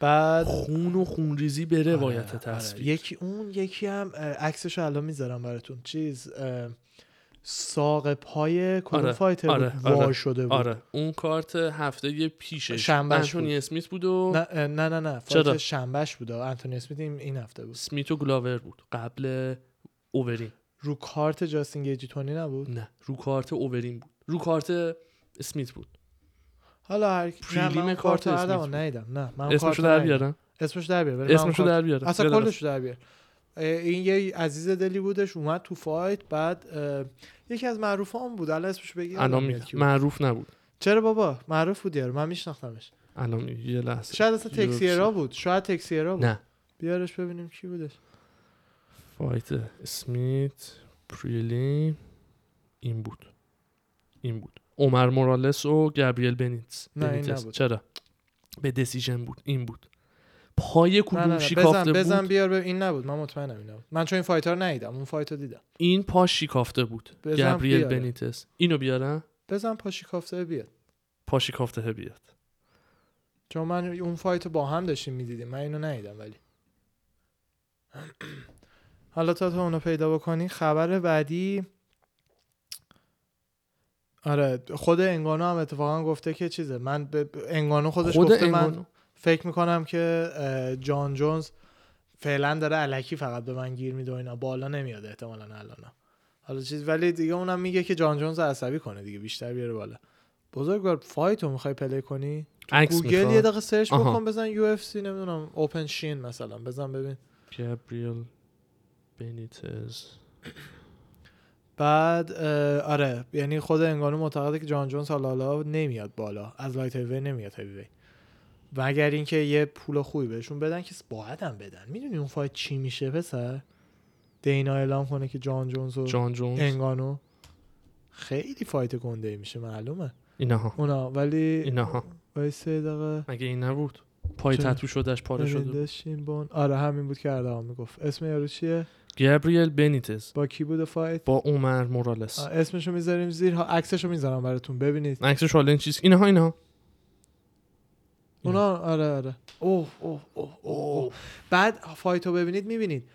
بعد خون و خونریزی به روایت آره، تصویر آره. یکی اون یکی هم اه، عکسش رو الان میذارم براتون چیز اه، ساق پای کدوم آره، فایتر آره، بود آره، وار شده بود آره اون کارت هفته پیشش شنبهش انتونی بود. اسمیت بود و نه اه، نه نه نه چرا؟ فایت شنبهش بود آه. انتونی اسمیت این این هفته بود اسمیت و گلاور بود قبل اوورین رو کارت جاستین گیجیتونی نبود نه رو کارت اوورین بود رو کارت اسمیت بود حالا هر کی- نه، من پریلیم اون کارت کارت رو اسمیت هردم بود. ندیدم نه من اون اسمشو کارت در رو ندیدم. بیارم اسمش در بیار ولی من اون اسمشو کارت- در بیارم اصلا یادم کلش رو در بیار اه، این یه عزیز دلی بودش اومد تو فایت بعد اه، یکی از معروفان بود الان اسمش بگی الان یادم می- میاد کی بود. معروف نبود چرا بابا معروف بود یارو من میشناختمش الان می- یه لحظه شاید اصلا یورو تکسیرا بود شاید تکسیرا بود نه بیارش ببینیم کی بودش فایت اسمیت پریلی این بود این بود عمر مورالس و گابریل بنیتس نه، این بنیتس. نبود. چرا به دسیژن بود این بود پای نه نه کلوم نه بزن شکافته بزن بود بیار ببین. این نبود من مطمئنم این نبود من چون این فایتر ندیدم اون فایتر دیدم این پا شکافته بود بزن گابریل بیاره. بنیتس اینو بیارم بزن پاشی کافته بیاد پا شکافته بیاد چون من اون فایت رو با هم داشتیم میدیدیم من اینو ندیدم ولی حالا تا تو اونو پیدا بکنی خبر بعدی آره خود انگانو هم اتفاقا گفته که چیزه من به به- انگانو خودش خود گفته من انگانو فکر میکنم که اه، جان جونز فعلا داره علکی فقط به من گیر میده و اینا بالا نمیاد احتمالا الان حالا چیز ولی دیگه اونم میگه که جان جونز رو عصبی کنه دیگه بیشتر بیاره بالا بزرگوار فایت رو میخوای پلی کنی عکس گوگل یه میخواد دقیقه سرچ آها. بکن بزن یو اف سی نمیدونم اوپن شین مثلا بزن ببین گابریل بنیتس بعد اه، آره یعنی خود انگانو معتقده که جان جونز حالا حالا نمیاد بالا از لایت هیوی نمیاد هیوی مگر اینکه یه پول خوبی بهشون بدن که باید هم بدن میدونی اون فایت چی میشه پسر دینا اعلام کنه که جان جونز و جان جونز انگانو خیلی فایت گنده میشه معلومه اینها اونا ولی اینها وایس یه دقیقه مگه این نبود پای چه؟ تتو شدش پاره شده بود. ببندش این بون آره همین بود که اردوان میگفت اسم یارو چیه گابریل بنیتز با کی بود فایت با عمر مورالس آه، اسمشو میذاریم زیر ها عکسشو میذارم براتون ببینید عکسش حالا این چیز اینها اینها اونا آره آره اوه اوه اوه اوه اوه. بعد فایتو ببینید میبینید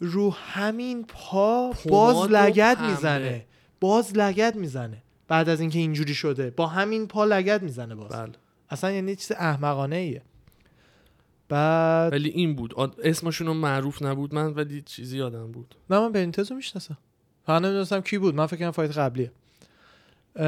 رو همین پا پماد باز و لگد پنبه. میزنه باز لگد میزنه بعد از اینکه اینجوری شده با همین پا لگد میزنه باز بله اصلا یعنی چیز احمقانه ایه بعد ولی این بود آد... اسمشون رو معروف نبود من ولی چیزی یادم بود نه من بنیتز رو میشناسم فقط نمیدونستم کی بود من فکر کنم فایت قبلیه اه،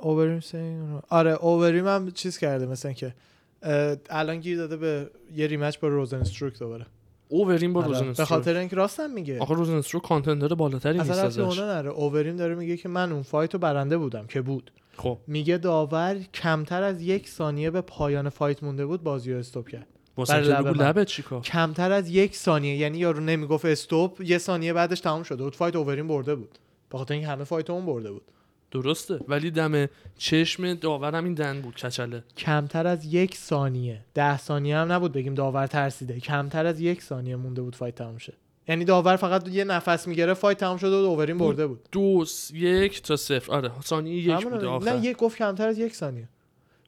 اووریم سین- آره اووریم هم چیز کرده مثلا که اه، الان گیر داده به یه ریمچ با روزن استروک دوباره اوورین با آره، به روزنسترو خاطر اینکه راستم میگه آخه روزنسترو کانتندر بالاتری نیست اصلا رفتی ازش اونا نره اووریم داره میگه که من اون فایت رو برنده بودم که بود خب میگه داور کمتر از یک ثانیه به پایان فایت مونده بود بازی رو استوب کرد واسه بر اینکه لب بگو من. لبت چیکار کمتر از یک ثانیه یعنی یارو نمیگفت استوب یه ثانیه بعدش تموم شده بود فایت اووریم برده بود به خاطر اینکه همه فایت اون برده بود درسته ولی دم چشم داورم این دن بود کچله کمتر از یک ثانیه ده ثانیه هم نبود بگیم داور ترسیده کمتر از یک ثانیه مونده بود فایت تموم شه یعنی داور فقط یه نفس میگیره فایت تموم شده بود اووریم برده بود دو س- یک تا صفر آره ثانیه یک همونو بود میگم. آخر نه یک گفت کمتر از یک ثانیه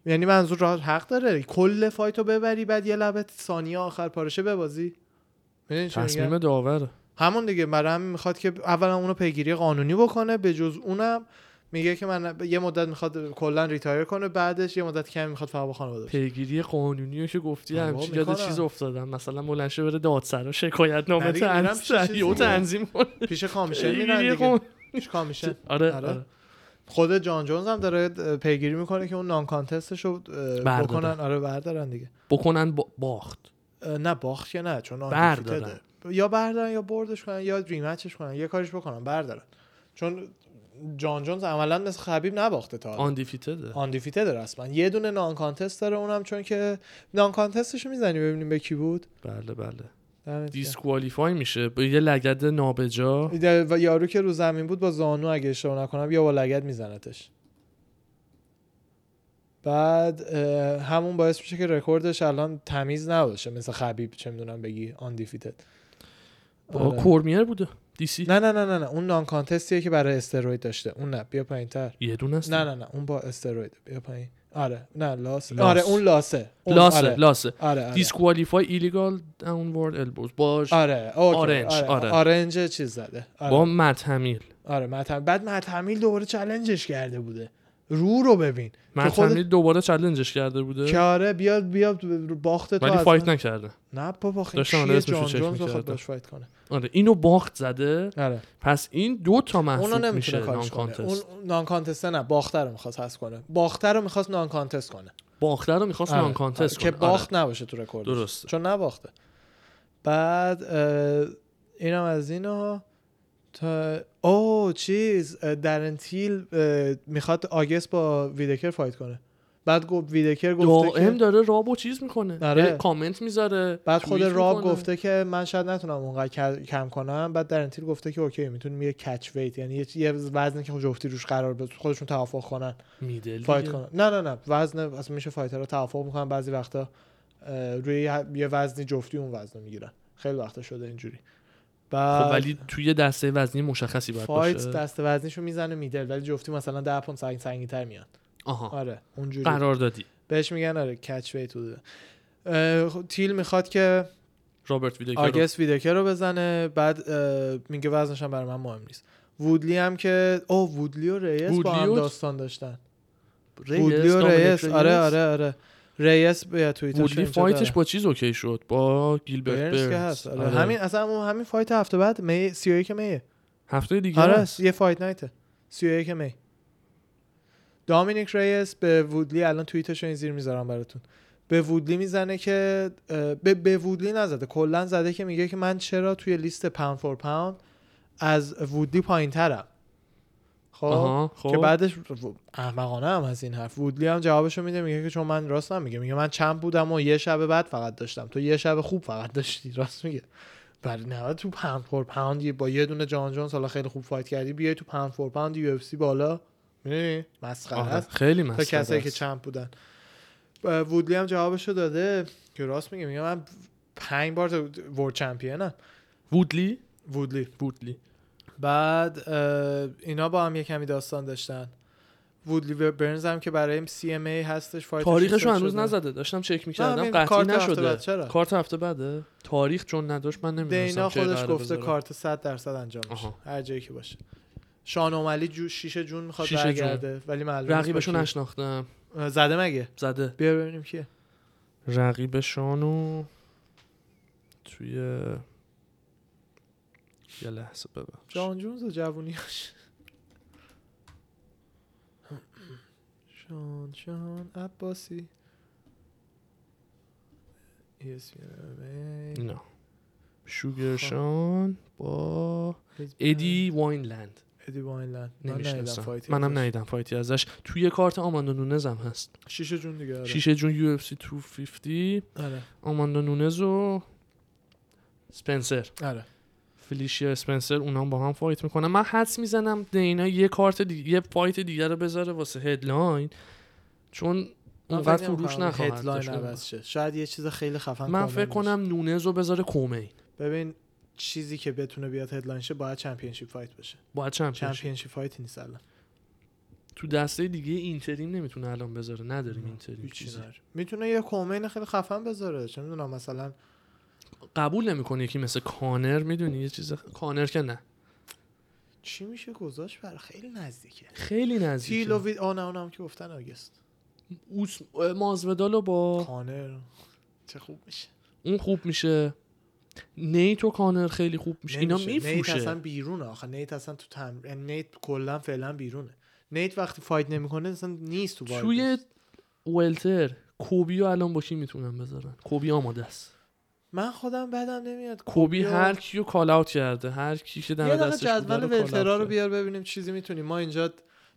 یعنی منظور راه حق داره کل فایتو ببری بعد یه لبت ثانیه آخر پارشه ببازی می‌دونی چی میگم؟ تصمیم داوره همون دیگه برای همین میخواد که اولا اونو پیگیری قانونی بکنه به جز اونم میگه که من یه مدت میخواد کلا ریتایر کنه بعدش یه مدت کمی میخواد فقط با خانواده باشه. پیگیری قانونی رو که گفتی بابا، همچین یاد می‌کنم. چیز افتادم مثلا بلنشه بره دادسرا شکایت نامه نه دیگه، میرم تنز- پیش چیز تهیه و دیگه. تنظیم کنه پیش کامیشن میرن پیگیری دیگه قانونی. پیش کامیشن آره آره. آره خود جان جونز هم داره اه، پیگیری میکنه که اون نان کانتستش رو اه، بردارن. بکنن آره بردارن دیگه بکنن با- باخت اه، نه باخت که نه چون بردارن. آنتیفیتده یا بردارن یا بردش کنن یا ریمچش کنن یه کاریش بکنن بردارن چون جان جونز عملا مثل خبیب نباخته تا حالا. آندیفیتده آندیفیتد رسما یه دونه نان کانتست داره اونم چون که نان کانتستش رو میزنی ببینیم به کی بود بله بله دمت گرم. دیسکوالیفای میشه با یه لگد نابجا ده- و یارو که رو زمین بود با زانو اگه اشتباه نکنم یا با لگد میزنتش بعد اه، همون باعث میشه که رکوردش الان تمیز نباشه مثل خبیب چه میدونم بگی آره. آندیفیتد با کورمیر بوده دیسی نه نه نه نه نه اون نان کانتستیه که برای استروید داشته اون نه بیا پایین تر یه دونه است نه نه نه اون با استروید بیا پایین آره نه لاس لاس. آره اون لاسه اون لاسه آره. لاسه آره آره. دیسکوالیفای ایلیگال داونوارد البوز با آره اوکی. آرنج، آره. آره. آرنج چیز زده آره با متحمیل آره متهم بعد متحمیل دوباره چلنجش کرده بوده رو رو ببین که خود متحمیل دوباره چلنجش کرده که بوده آره بیا بیا باخت تو ولی از فایت من- نکرده نه بابا خیلی داشتم چیه الان اسمشو جان چک جونز بخواد می‌کردم. باش فایت کنه آره اینو باخت زده آره پس این دو تا اونو محسوب میشه نمیتونه نان کارش کنه کانتست اون نان کانتسته نه باخته رو میخواست حذف کنه باخته رو میخواست نان کانتست کنه باخته رو میخواست آره. نان کانتست آره. که کنه. آره. باخت نباشه تو رکورد درسته. چون نباخته بعد اه، اینم از اینا تا او چیز اه، درن تیل اه، میخواد آگست با ویدکر فایت کنه بعد گفت ویدکر گفته آره. دائم که داره رابو چیز میکنه آره. یه کامنت میذاره بعد خود توییت راب می‌کنه. گفته که من شاید نتونم اونقدر کل- کم کنم بعد درن تیل گفته که اوکی میتونیم یه کچ ویت یعنی یه- یه وزنی که جفتی روش قرار بده خودشون توافق کنن میدل دیگه. فایت کنن نه نه نه وزن اصلا میشه فایترها توافق میکنن بعضی وقتا اه، روی یه- یه وزنی جفتی اون وزن رو میگیرن خیلی وقتا شده اینجوری بعد خب ولی توی دسته وزنی مشخصی باید فایت باشه دست وزنیشو میزنه میدل ولی جفتی مثلا 10 پوند سنگ سنگی تر میان آها آره اونجوری قرار دادی بهش میگن آره کچ ویت بوده. اه، خب، تیل میخواد که رابرت ویدکر رو- آگست ویدکر رو بزنه بعد اه، میگه وزنش هم برای من مهم نیست وودلی هم که او وودلی و ریس با هم وودلی و- داستان داشتن ریس، وودلی و دامینیک ریس ریس. آره آره آره ریس به توییتر وودلی فایتش با چیز اوکی شد با گیلبرت برنز که هست آره. آره. همین اصلا همون- همین فایت هفته بعد می 31 میه هفته دیگه آره هست. یه فایت نایته 31 می دامینیک ریس به وودلی الان توییتش رو این زیر میذارم براتون به وودلی میزنه که اه، به, به وودلی نزده کلا زده که میگه که من چرا توی لیست پاوند فور پاوند از وودلی پایین ترم خب آها خب که بعدش احمقانه هم از این حرف وودلی هم جوابشو میده میگه که چون من راست نمیگه میگه من چند بودم و یه شب بعد فقط داشتم تو یه شب خوب فقط داشتی راست میگه برای نه تو پاند فور پاند یه- با یه دونه جان جونز حالا خیلی خوب فایت کردی بیای تو پاند فور پاند یو اف سی بالا میدونی مسخره آره. است خیلی تا مسخره کسایی که است. چمپ بودن اه، وودلی هم جوابشو داده که راست میگه میگه من پنج بار ورد چمپیونم وودلی وودلی وودلی بعد اه، اینا با هم یه کمی داستان داشتن وودلی و برنز هم که برای سی ام ای هستش فایتش تاریخشو استوب هنوز شده. نزده داشتم چک همین میکردم قطعی کارت هفته بعد، نشده چرا؟ کارت هفته بعده تاریخ چون نداشت من دینا نمیدونستم خودش گفته کارت 100 درصد انجام میشه آها. هر جایی که باشه شان اوملی جو 6 جون میخواد شیشه جون. برگرده ولی معلومه رقیبشون نشناختم زده مگه زده بیا ببینیم کیه رقیبشانو توی یه لحظه ببخش جان جونز و جوونیاش شان شان عباسی ESPN. نه شوگرشان با ادی واینلند ادی واینلند آره. من ندیدم نمیشناسم فایتی منم ازش. ندیدم فایتی ازش توی کارت آماندا نونز هم هست شیشه جون دیگه آره. شیشه جون یو اف سی 250 آره آماندا نونز و سپنسر آره فلیشیا اسپنسر اونا با هم فایت میکنن من حدس میزنم دینا یه کارت دیگه یه فایت دیگه رو بذاره واسه هدلاین چون اونقدر فروش نخواهد هدلاین داشت. عوض شه شاید یه چیز خیلی خفن من کامل فکر باشه. کنم نونز رو بذاره کومین ببین چیزی که بتونه بیاد هدلاین شه باید چمپیونشیپ فایت باشه باید چمپیون شد. چمپیونشیپ فایت نیست الان تو دسته دیگه اینتریم نمیتونه الان بذاره نداریم اینتریم هیچی چیزی نداره. میتونه یه کومین خیلی خفن بذاره چه میدونم مثلا قبول نمیکنه یکی مثل کانر میدونی یه چیز کانر که نه چی میشه گذاشت برای خیلی نزدیکه خیلی تیل و نزدیکه وید آه نه اونم که گفتن آگست اوس مازودالو با کانر چه خوب میشه اون خوب میشه نیت و کانر خیلی خوب میشه اینا نمیشه. نیت اصلا میفروشه بیرونه آخه نیت اصلا تو تم... یعنی نیت کلا فعلا بیرونه نیت وقتی فایت نمیکنه اصلا نیست تو وارد توی ولتر کوبی رو الان با کی میتونن بذارن کوبی آماده است من خودم بدم نمیاد کوبی رو- هر کیو کال اوت کرده هر کی که یه دم دقیقه دستش بوده جدول رو call out ولترا رو کرده. بیار ببینیم چیزی میتونیم ما اینجا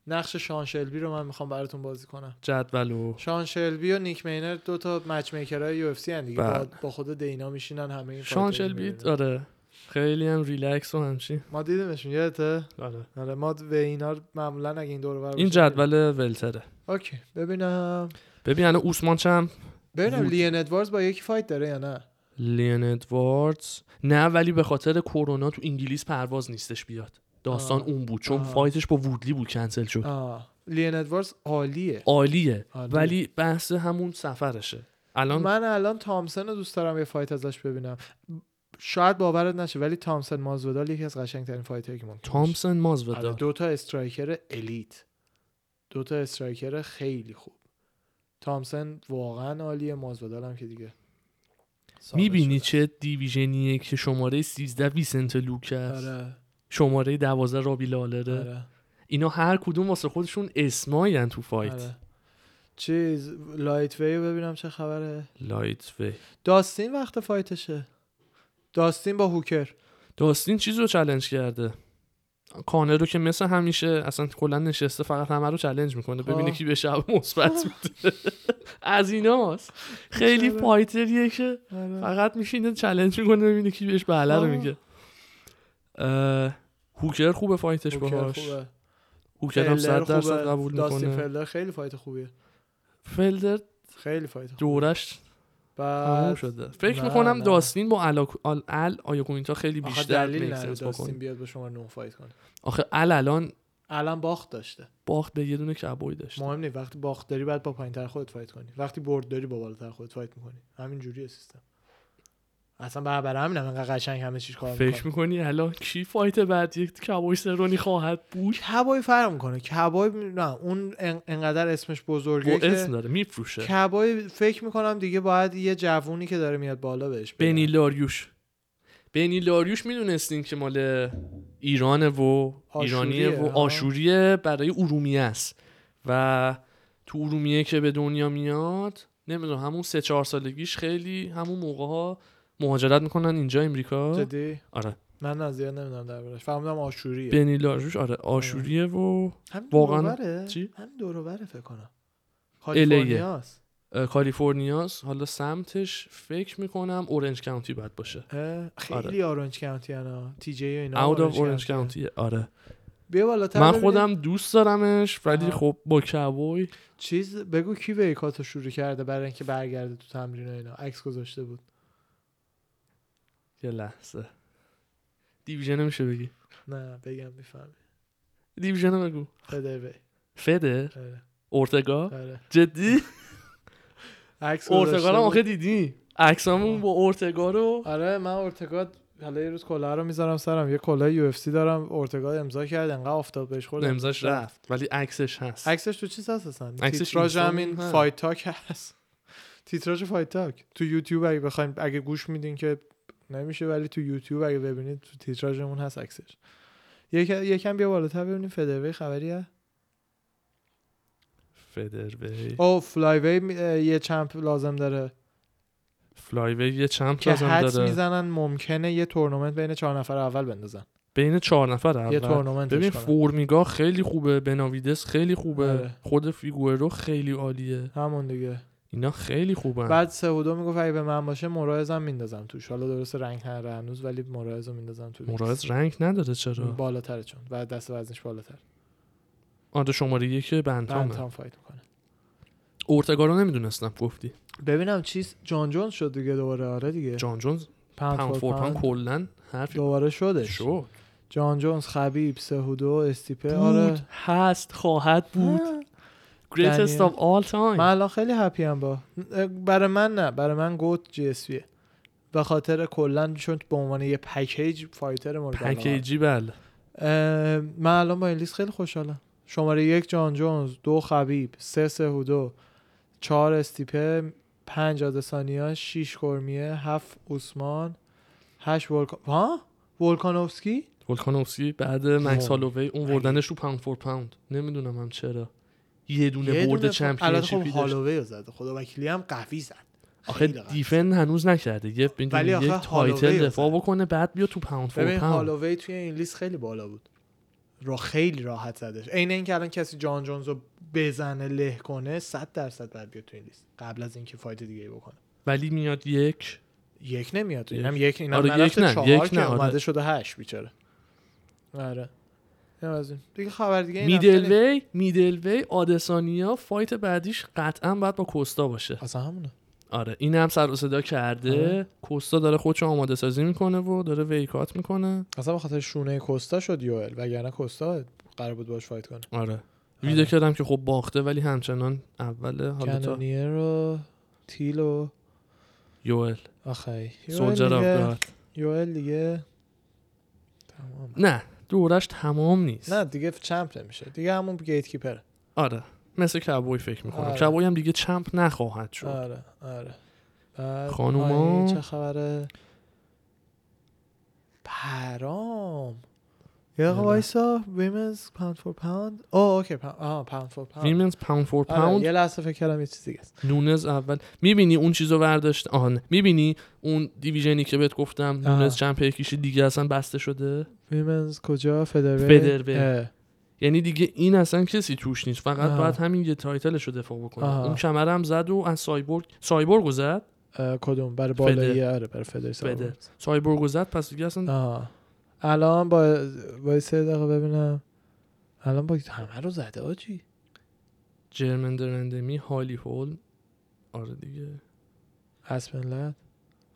نقش شان شلبی رو من میخوام براتون بازی کنم جدول و شان شلبی و نیک مینر دو تا مچ میکرای یو اف سی ان دیگه با, بله. با خود دینا میشینن همه این شان فایترها رو شلبی می‌بینن. آره خیلی هم ریلکس و همچی ما دیدیمشون یادته آره آره ما به اینا رو معمولا اگه این دور و بر این باشه می‌بینیم. جدول ولتره اوکی ببینم ببین الان اوسمان چم ببینم وود. لین ادواردز با یکی فایت داره یا نه لین ادواردز نه ولی به خاطر کرونا تو انگلیس پرواز نیستش بیاد داستان آه. اون بود چون آه. فایتش با وودلی بود کنسل شد آه. لین ادواردز عالیه عالیه عالیه. ولی بحث همون سفرشه الان من الان تامسن رو دوست دارم یه فایت ازش ببینم شاید باورت نشه ولی تامسن مازودال یکی از قشنگترین فایتایی که ممکن تامسن آره مازودال دو تا استرایکر الیت دو تا استرایکر خیلی خوب تامسن واقعا عالیه مازودال هم که دیگه ثابت میبینی شده. چه دیویژنیه که شماره 13 ویسنت لوکه آره شماره 12 رابی لالره آره اینا هر کدوم واسه خودشون اسماین تو فایت آره. چیز لایت وی رو ببینم چه خبره لایت وی داستین وقت فایتشه داستین با هوکر داستین چیز رو چلنج کرده کانر رو که مثل همیشه اصلا کلا نشسته فقط همه رو چلنج میکنه ببینه آه. کی به شب مثبت میده از ایناست خیلی چرا؟ فایتریه که آره. فقط میشینه چلنج میکنه ببینه کی بهش بله رو آه. میگه اه، هوکر خوبه فایتش هوکر باهاش خوبه هوکر هم فلر صد درصد خوبه. قبول داستین میکنه فلر خیلی فایت خوبیه فلدر خیلی فایت خوبیه دورش تموم بعد شده فکر نه، میکنم نه. داستین با ال ال, ال... آیاکوینتا خیلی آخه بیشتر دلیل نداره میکسنس داستین بکنه بیاد با شما نو فایت کنه آخه ال الان الان باخت داشته باخت به یه دونه کبوی داشت مهم نیست وقتی باخت داری بعد با پایین تر خودت فایت کنی وقتی برد داری با بالاتر خودت فایت میکنی همین جوریه سیستم اصلا برای برای همینم انقدر قشنگ همه چیز کار فکر میکنه میکنی الان کی فایت بعد یک کبوی سرونی خواهد بود کبای فرق میکنه کبای نه اون ان- انقدر اسمش با بزرگه اسم که داره میفروشه کبای فکر میکنم دیگه باید یه جوونی که داره میاد بالا بهش بدن. بنی لاریوش بنی لاریوش میدونستین که مال ایرانه و ایرانیه آشوریه، و آه. آشوریه برای ارومیه است و تو ارومیه که به دنیا میاد نمیدونم همون سه چهار سالگیش خیلی همون موقع ها مهاجرت میکنن اینجا امریکا جدی آره من نه زیاد نمیدونم دربارش فهمیدم آشوریه بنی لاروش آره آشوریه و همین واقعاً- دوروبره چی؟ همین دوروبره فکر کنم الیه. کالیفرنیاست اه، کالیفرنیاست حالا سمتش فکر میکنم اورنج کانتی باید باشه اه، آره. خیلی آرنج کانتی انا تی جی و اینا اوت اف اورنج اورنج کانتی. کانتی آره بیا بالاتر من ببینیم. خودم دوست دارمش ولی آها. خب با کبوی چیز بگو کی ویکاتو شروع کرده برای اینکه برگرده تو تمرین و اینا عکس گذاشته بود یه لحظه دیویژن میشه بگی نه بگم میفهمی دیویژن رو بگو فدر وی فدر آره اورتگا آره جدی عکس گذاشته اورتگا رو هم بود. آخه دیدی عکسامون با اورتگا رو آره من اورتگا حالا یه روز کلاه رو میذارم سرم یه کلاه یو اف سی دارم اورتگا امضا کرد انقدر آفتاب بهش خورد امضاش رفت ولی عکسش هست عکسش تو چیز هست اصلا عکسش تیتراژ اینستا همین نه. فایت تاک هست تیتراژ فایت تاک تو یوتیوب اگه بخواین اگه گوش میدین که نمیشه ولی تو یوتیوب اگه ببینید تو تیتراژمون هست عکسش یک- یکم بیا بالاتر ببینیم فدروی خبریه فدر وی او فلایوی می- اه، یه چمپ لازم داره فلای وی یه چمپ که لازم حدس داره میزنن ممکنه یه تورنمنت بین چهار نفر اول بندازن بین چهار نفر اول یه تورنمنت ببین کنن فورمیگا خیلی خوبه بناویدس خیلی خوبه آره. خود فیگورو خیلی عالیه همون دیگه اینا خیلی خوبن بعد سه و دو میگفت اگه به من باشه مرایزم میندازم توش حالا درست رنگ نره هنوز ولی مرایز رو میندازم تو لیست. مورایز رنگ نداره چرا بالاتره چون و دست وزنش بالاتر آره شماره یک بنتامه بنتام فایت میکنه اورتگا رو نمیدونستم گفتی ببینم چیز جان جونز شد دیگه دوباره آره دیگه جان جونز پاند پاوند فور فور پاوند پاند کلا حرفی دوباره شدش شد جان جونز خبیب سهودو استیپه بود آره هست خواهد بود greatest دنیل. of all من time الان خیلی هپی ام با برای من نه برای من گوت جی اس ویه. به خاطر کلا چون به عنوان یه پکیج فایتر مورد علاقه. پکیجی بله اه، من الان با این لیست خیلی خوشحالم شماره یک جان جونز دو خبیب سه سهودو چهار استیپه پنج آدسانیا شیش کرمیه هفت عثمان هشت ولکان ها ولکانوفسکی ولکانوفسکی بعد وای. مکس هالووی اون وردنش رو پاوند فور پاوند نمیدونم هم چرا یه دونه دونه برد البته خب چمپیونشیپی داشت هالووی رو زده خدا وکیلی هم قوی زد آخه خیلی قوی. دیفن هنوز نکرده یه بدون ولی آخه یک هالووی تایتل رو دفاع زد. بکنه بعد بیا تو پاوند فور ببین پاوند هالووی توی این لیست خیلی بالا بود را خیلی راحت زدش عین اینکه الان کسی جان جونز رو بزنه له کنه 100 درصد بعد بیاد توی این لیست قبل از اینکه فایت دیگه بکنه ولی میاد یک یک نمیاد یک. اینم یک اینم آره، نرفته یک نه، چهار یک که نه، آره. اومده شده هشت بیچاره آره اینم از این. دیگه خبر دیگه این هفته میدل نیست. وی میدل وی آدسانیا فایت بعدیش قطعا باید با کوستا باشه اصلا همونه آره این هم سر و صدا آره. کرده کوستا داره خودشو آماده سازی میکنه و داره ویکات میکنه اصلا به خاطر شونه کوستا شد یوئل وگرنه کوستا قرار بود باش فایت کنه آره ویدیو کردم که خب باخته ولی همچنان اوله حالا تا کنونیر رو تیل و یوئل آخه یوئل سولجر آف دیگه گاد. یوئل دیگه تمام نه دورش تمام نیست نه دیگه چمپ نمیشه دیگه همون گیت کیپر آره مثل کبوی فکر میکنم آره. کبوی هم دیگه چمپ نخواهد شد آره آره بعد خانوما. آیلین چه خبره پرام یه دقیقه نه. وایسا ویمنز پاوند فور پاوند آه اوکی پا- آه پاوند فور پاوند ویمنز پاوند فور آره، پاوند یه لحظه فکر کردم یه چیز دیگه است نونز اول میبینی اون چیزو برداشت آن میبینی اون دیویژنی که بهت گفتم آها. نونز چمپ کشی دیگه اصلا بسته شده ویمنز کجا فدروی فدروی. یعنی دیگه این اصلا کسی توش نیست فقط آها. باید همین یه تایتلش رو دفاع بکنه آها. اون کمره هم زد و از سایبورگ سایبورگ رو زد کدوم برای فدر. بالایی آره برای فدر فدر سایبورگ رو زد پس دیگه اصلا آه. الان با وایس سه دقیقه ببینم الان با همه رو زده آجی جرمن درندمی هالی هول آره دیگه اسپن لد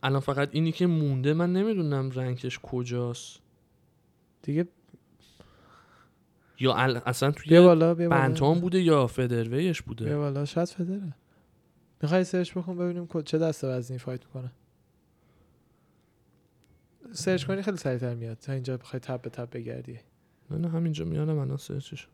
الان فقط اینی که مونده من نمیدونم رنکش کجاست دیگه یا ال- اصلا بیا توی بالا بیا بالا بنتام بوده یا فدرویش بیا بوده بالا شاید فدره میخوای سرچ بکن ببینیم کد- چه دسته وزنی فایت میکنه سرچ کنی خیلی سریعتر میاد تا اینجا بخوای تب به تب بگردی من همینجا میانم الان سرچش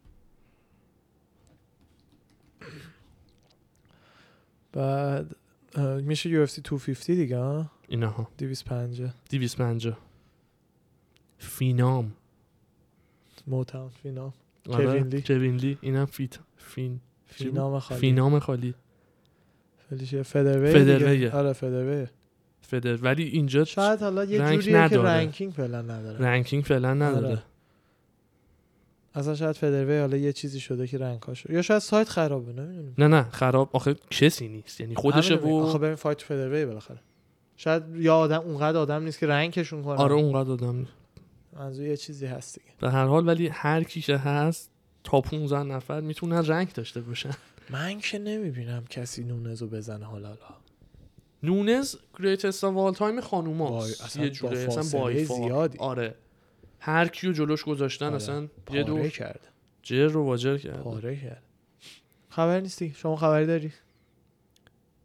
بعد اه، میشه یو اف سی 250 دیگه ها اینها 250 250 فینام موتاون فینام آره، کوین لی. کوین لی اینم فیت فین چی بود؟ فینام خالی فینام خالی فلیشه فدروی فدرویه. دیگه. آره فدروی فدر ولی اینجا شاید حالا یه رنگ جوریه که نداره. رنکینگ فعلا نداره رنکینگ فعلا نداره آره. اصلا شاید فدروی حالا یه چیزی شده که رنگاشو یا شاید سایت خرابه نمیدونیم نه نه خراب آخه کسی نیست یعنی خودشه آخه و بریم فایت فدروی بالاخره شاید یا آدم اونقدر آدم نیست که رنگشون کنه آره اونقدر آدم نیست. منظور یه چیزی هست دیگه به هر حال ولی هر کی که هست تا 15 نفر میتونن رنگ داشته باشن من که نمیبینم کسی نونزو بزنه حالا حالا نونز گریتست آف آل تایم وای، خانوماست اصلا یه با جوره اصلا فاصله بای فار. زیادی. آره هر کیو جلوش گذاشتن آره. اصلا یه پاره دور کرد جر رو واجر کرد پاره کرد خبر نیستی شما خبری داری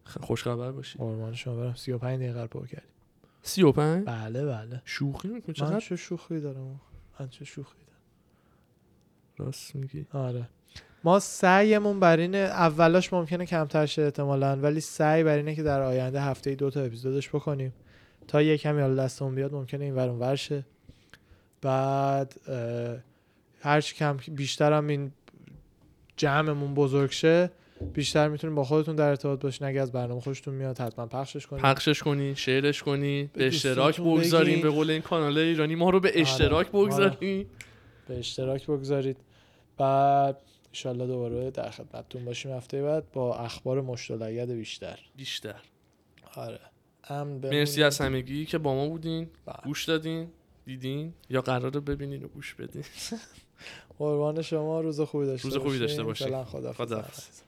خ- خوش خبر باشی قربان شما برم 35 دقیقه رو پر کردی 35 بله بله شوخی میکنی من چقدر چه شوخی دارم من چه شوخی دارم راست میگی آره ما سعیمون بر اینه اولاش ممکنه کمتر شه احتمالا ولی سعی بر اینه که در آینده هفته ای دو تا اپیزودش بکنیم تا یه کمی حالا دستمون بیاد ممکنه این ور اون ور شه بعد اه، هرچی کم بیشتر هم این جمعمون بزرگ شه بیشتر میتونیم با خودتون در ارتباط باشین اگه از برنامه خوشتون میاد حتما پخشش کنید پخشش کنی شیرش کنی به اشتراک آره. دوستاتون بگذاریم بگین. به قول این کانال ایرانی ما رو به اشتراک آره. بگذاریم به اشتراک بگذارید بعد انشالله دوباره در خدمتتون باشیم هفته بعد با اخبار مشتلگد بیشتر بیشتر آره امن بمونه. مرسی از همگی که با ما بودین بله. گوش دادین دیدین یا قراره ببینین و گوش بدین قربان شما روز خوبی داشته روز خوبی داشته باشین. فعلا خداحافظ. خداحافظ.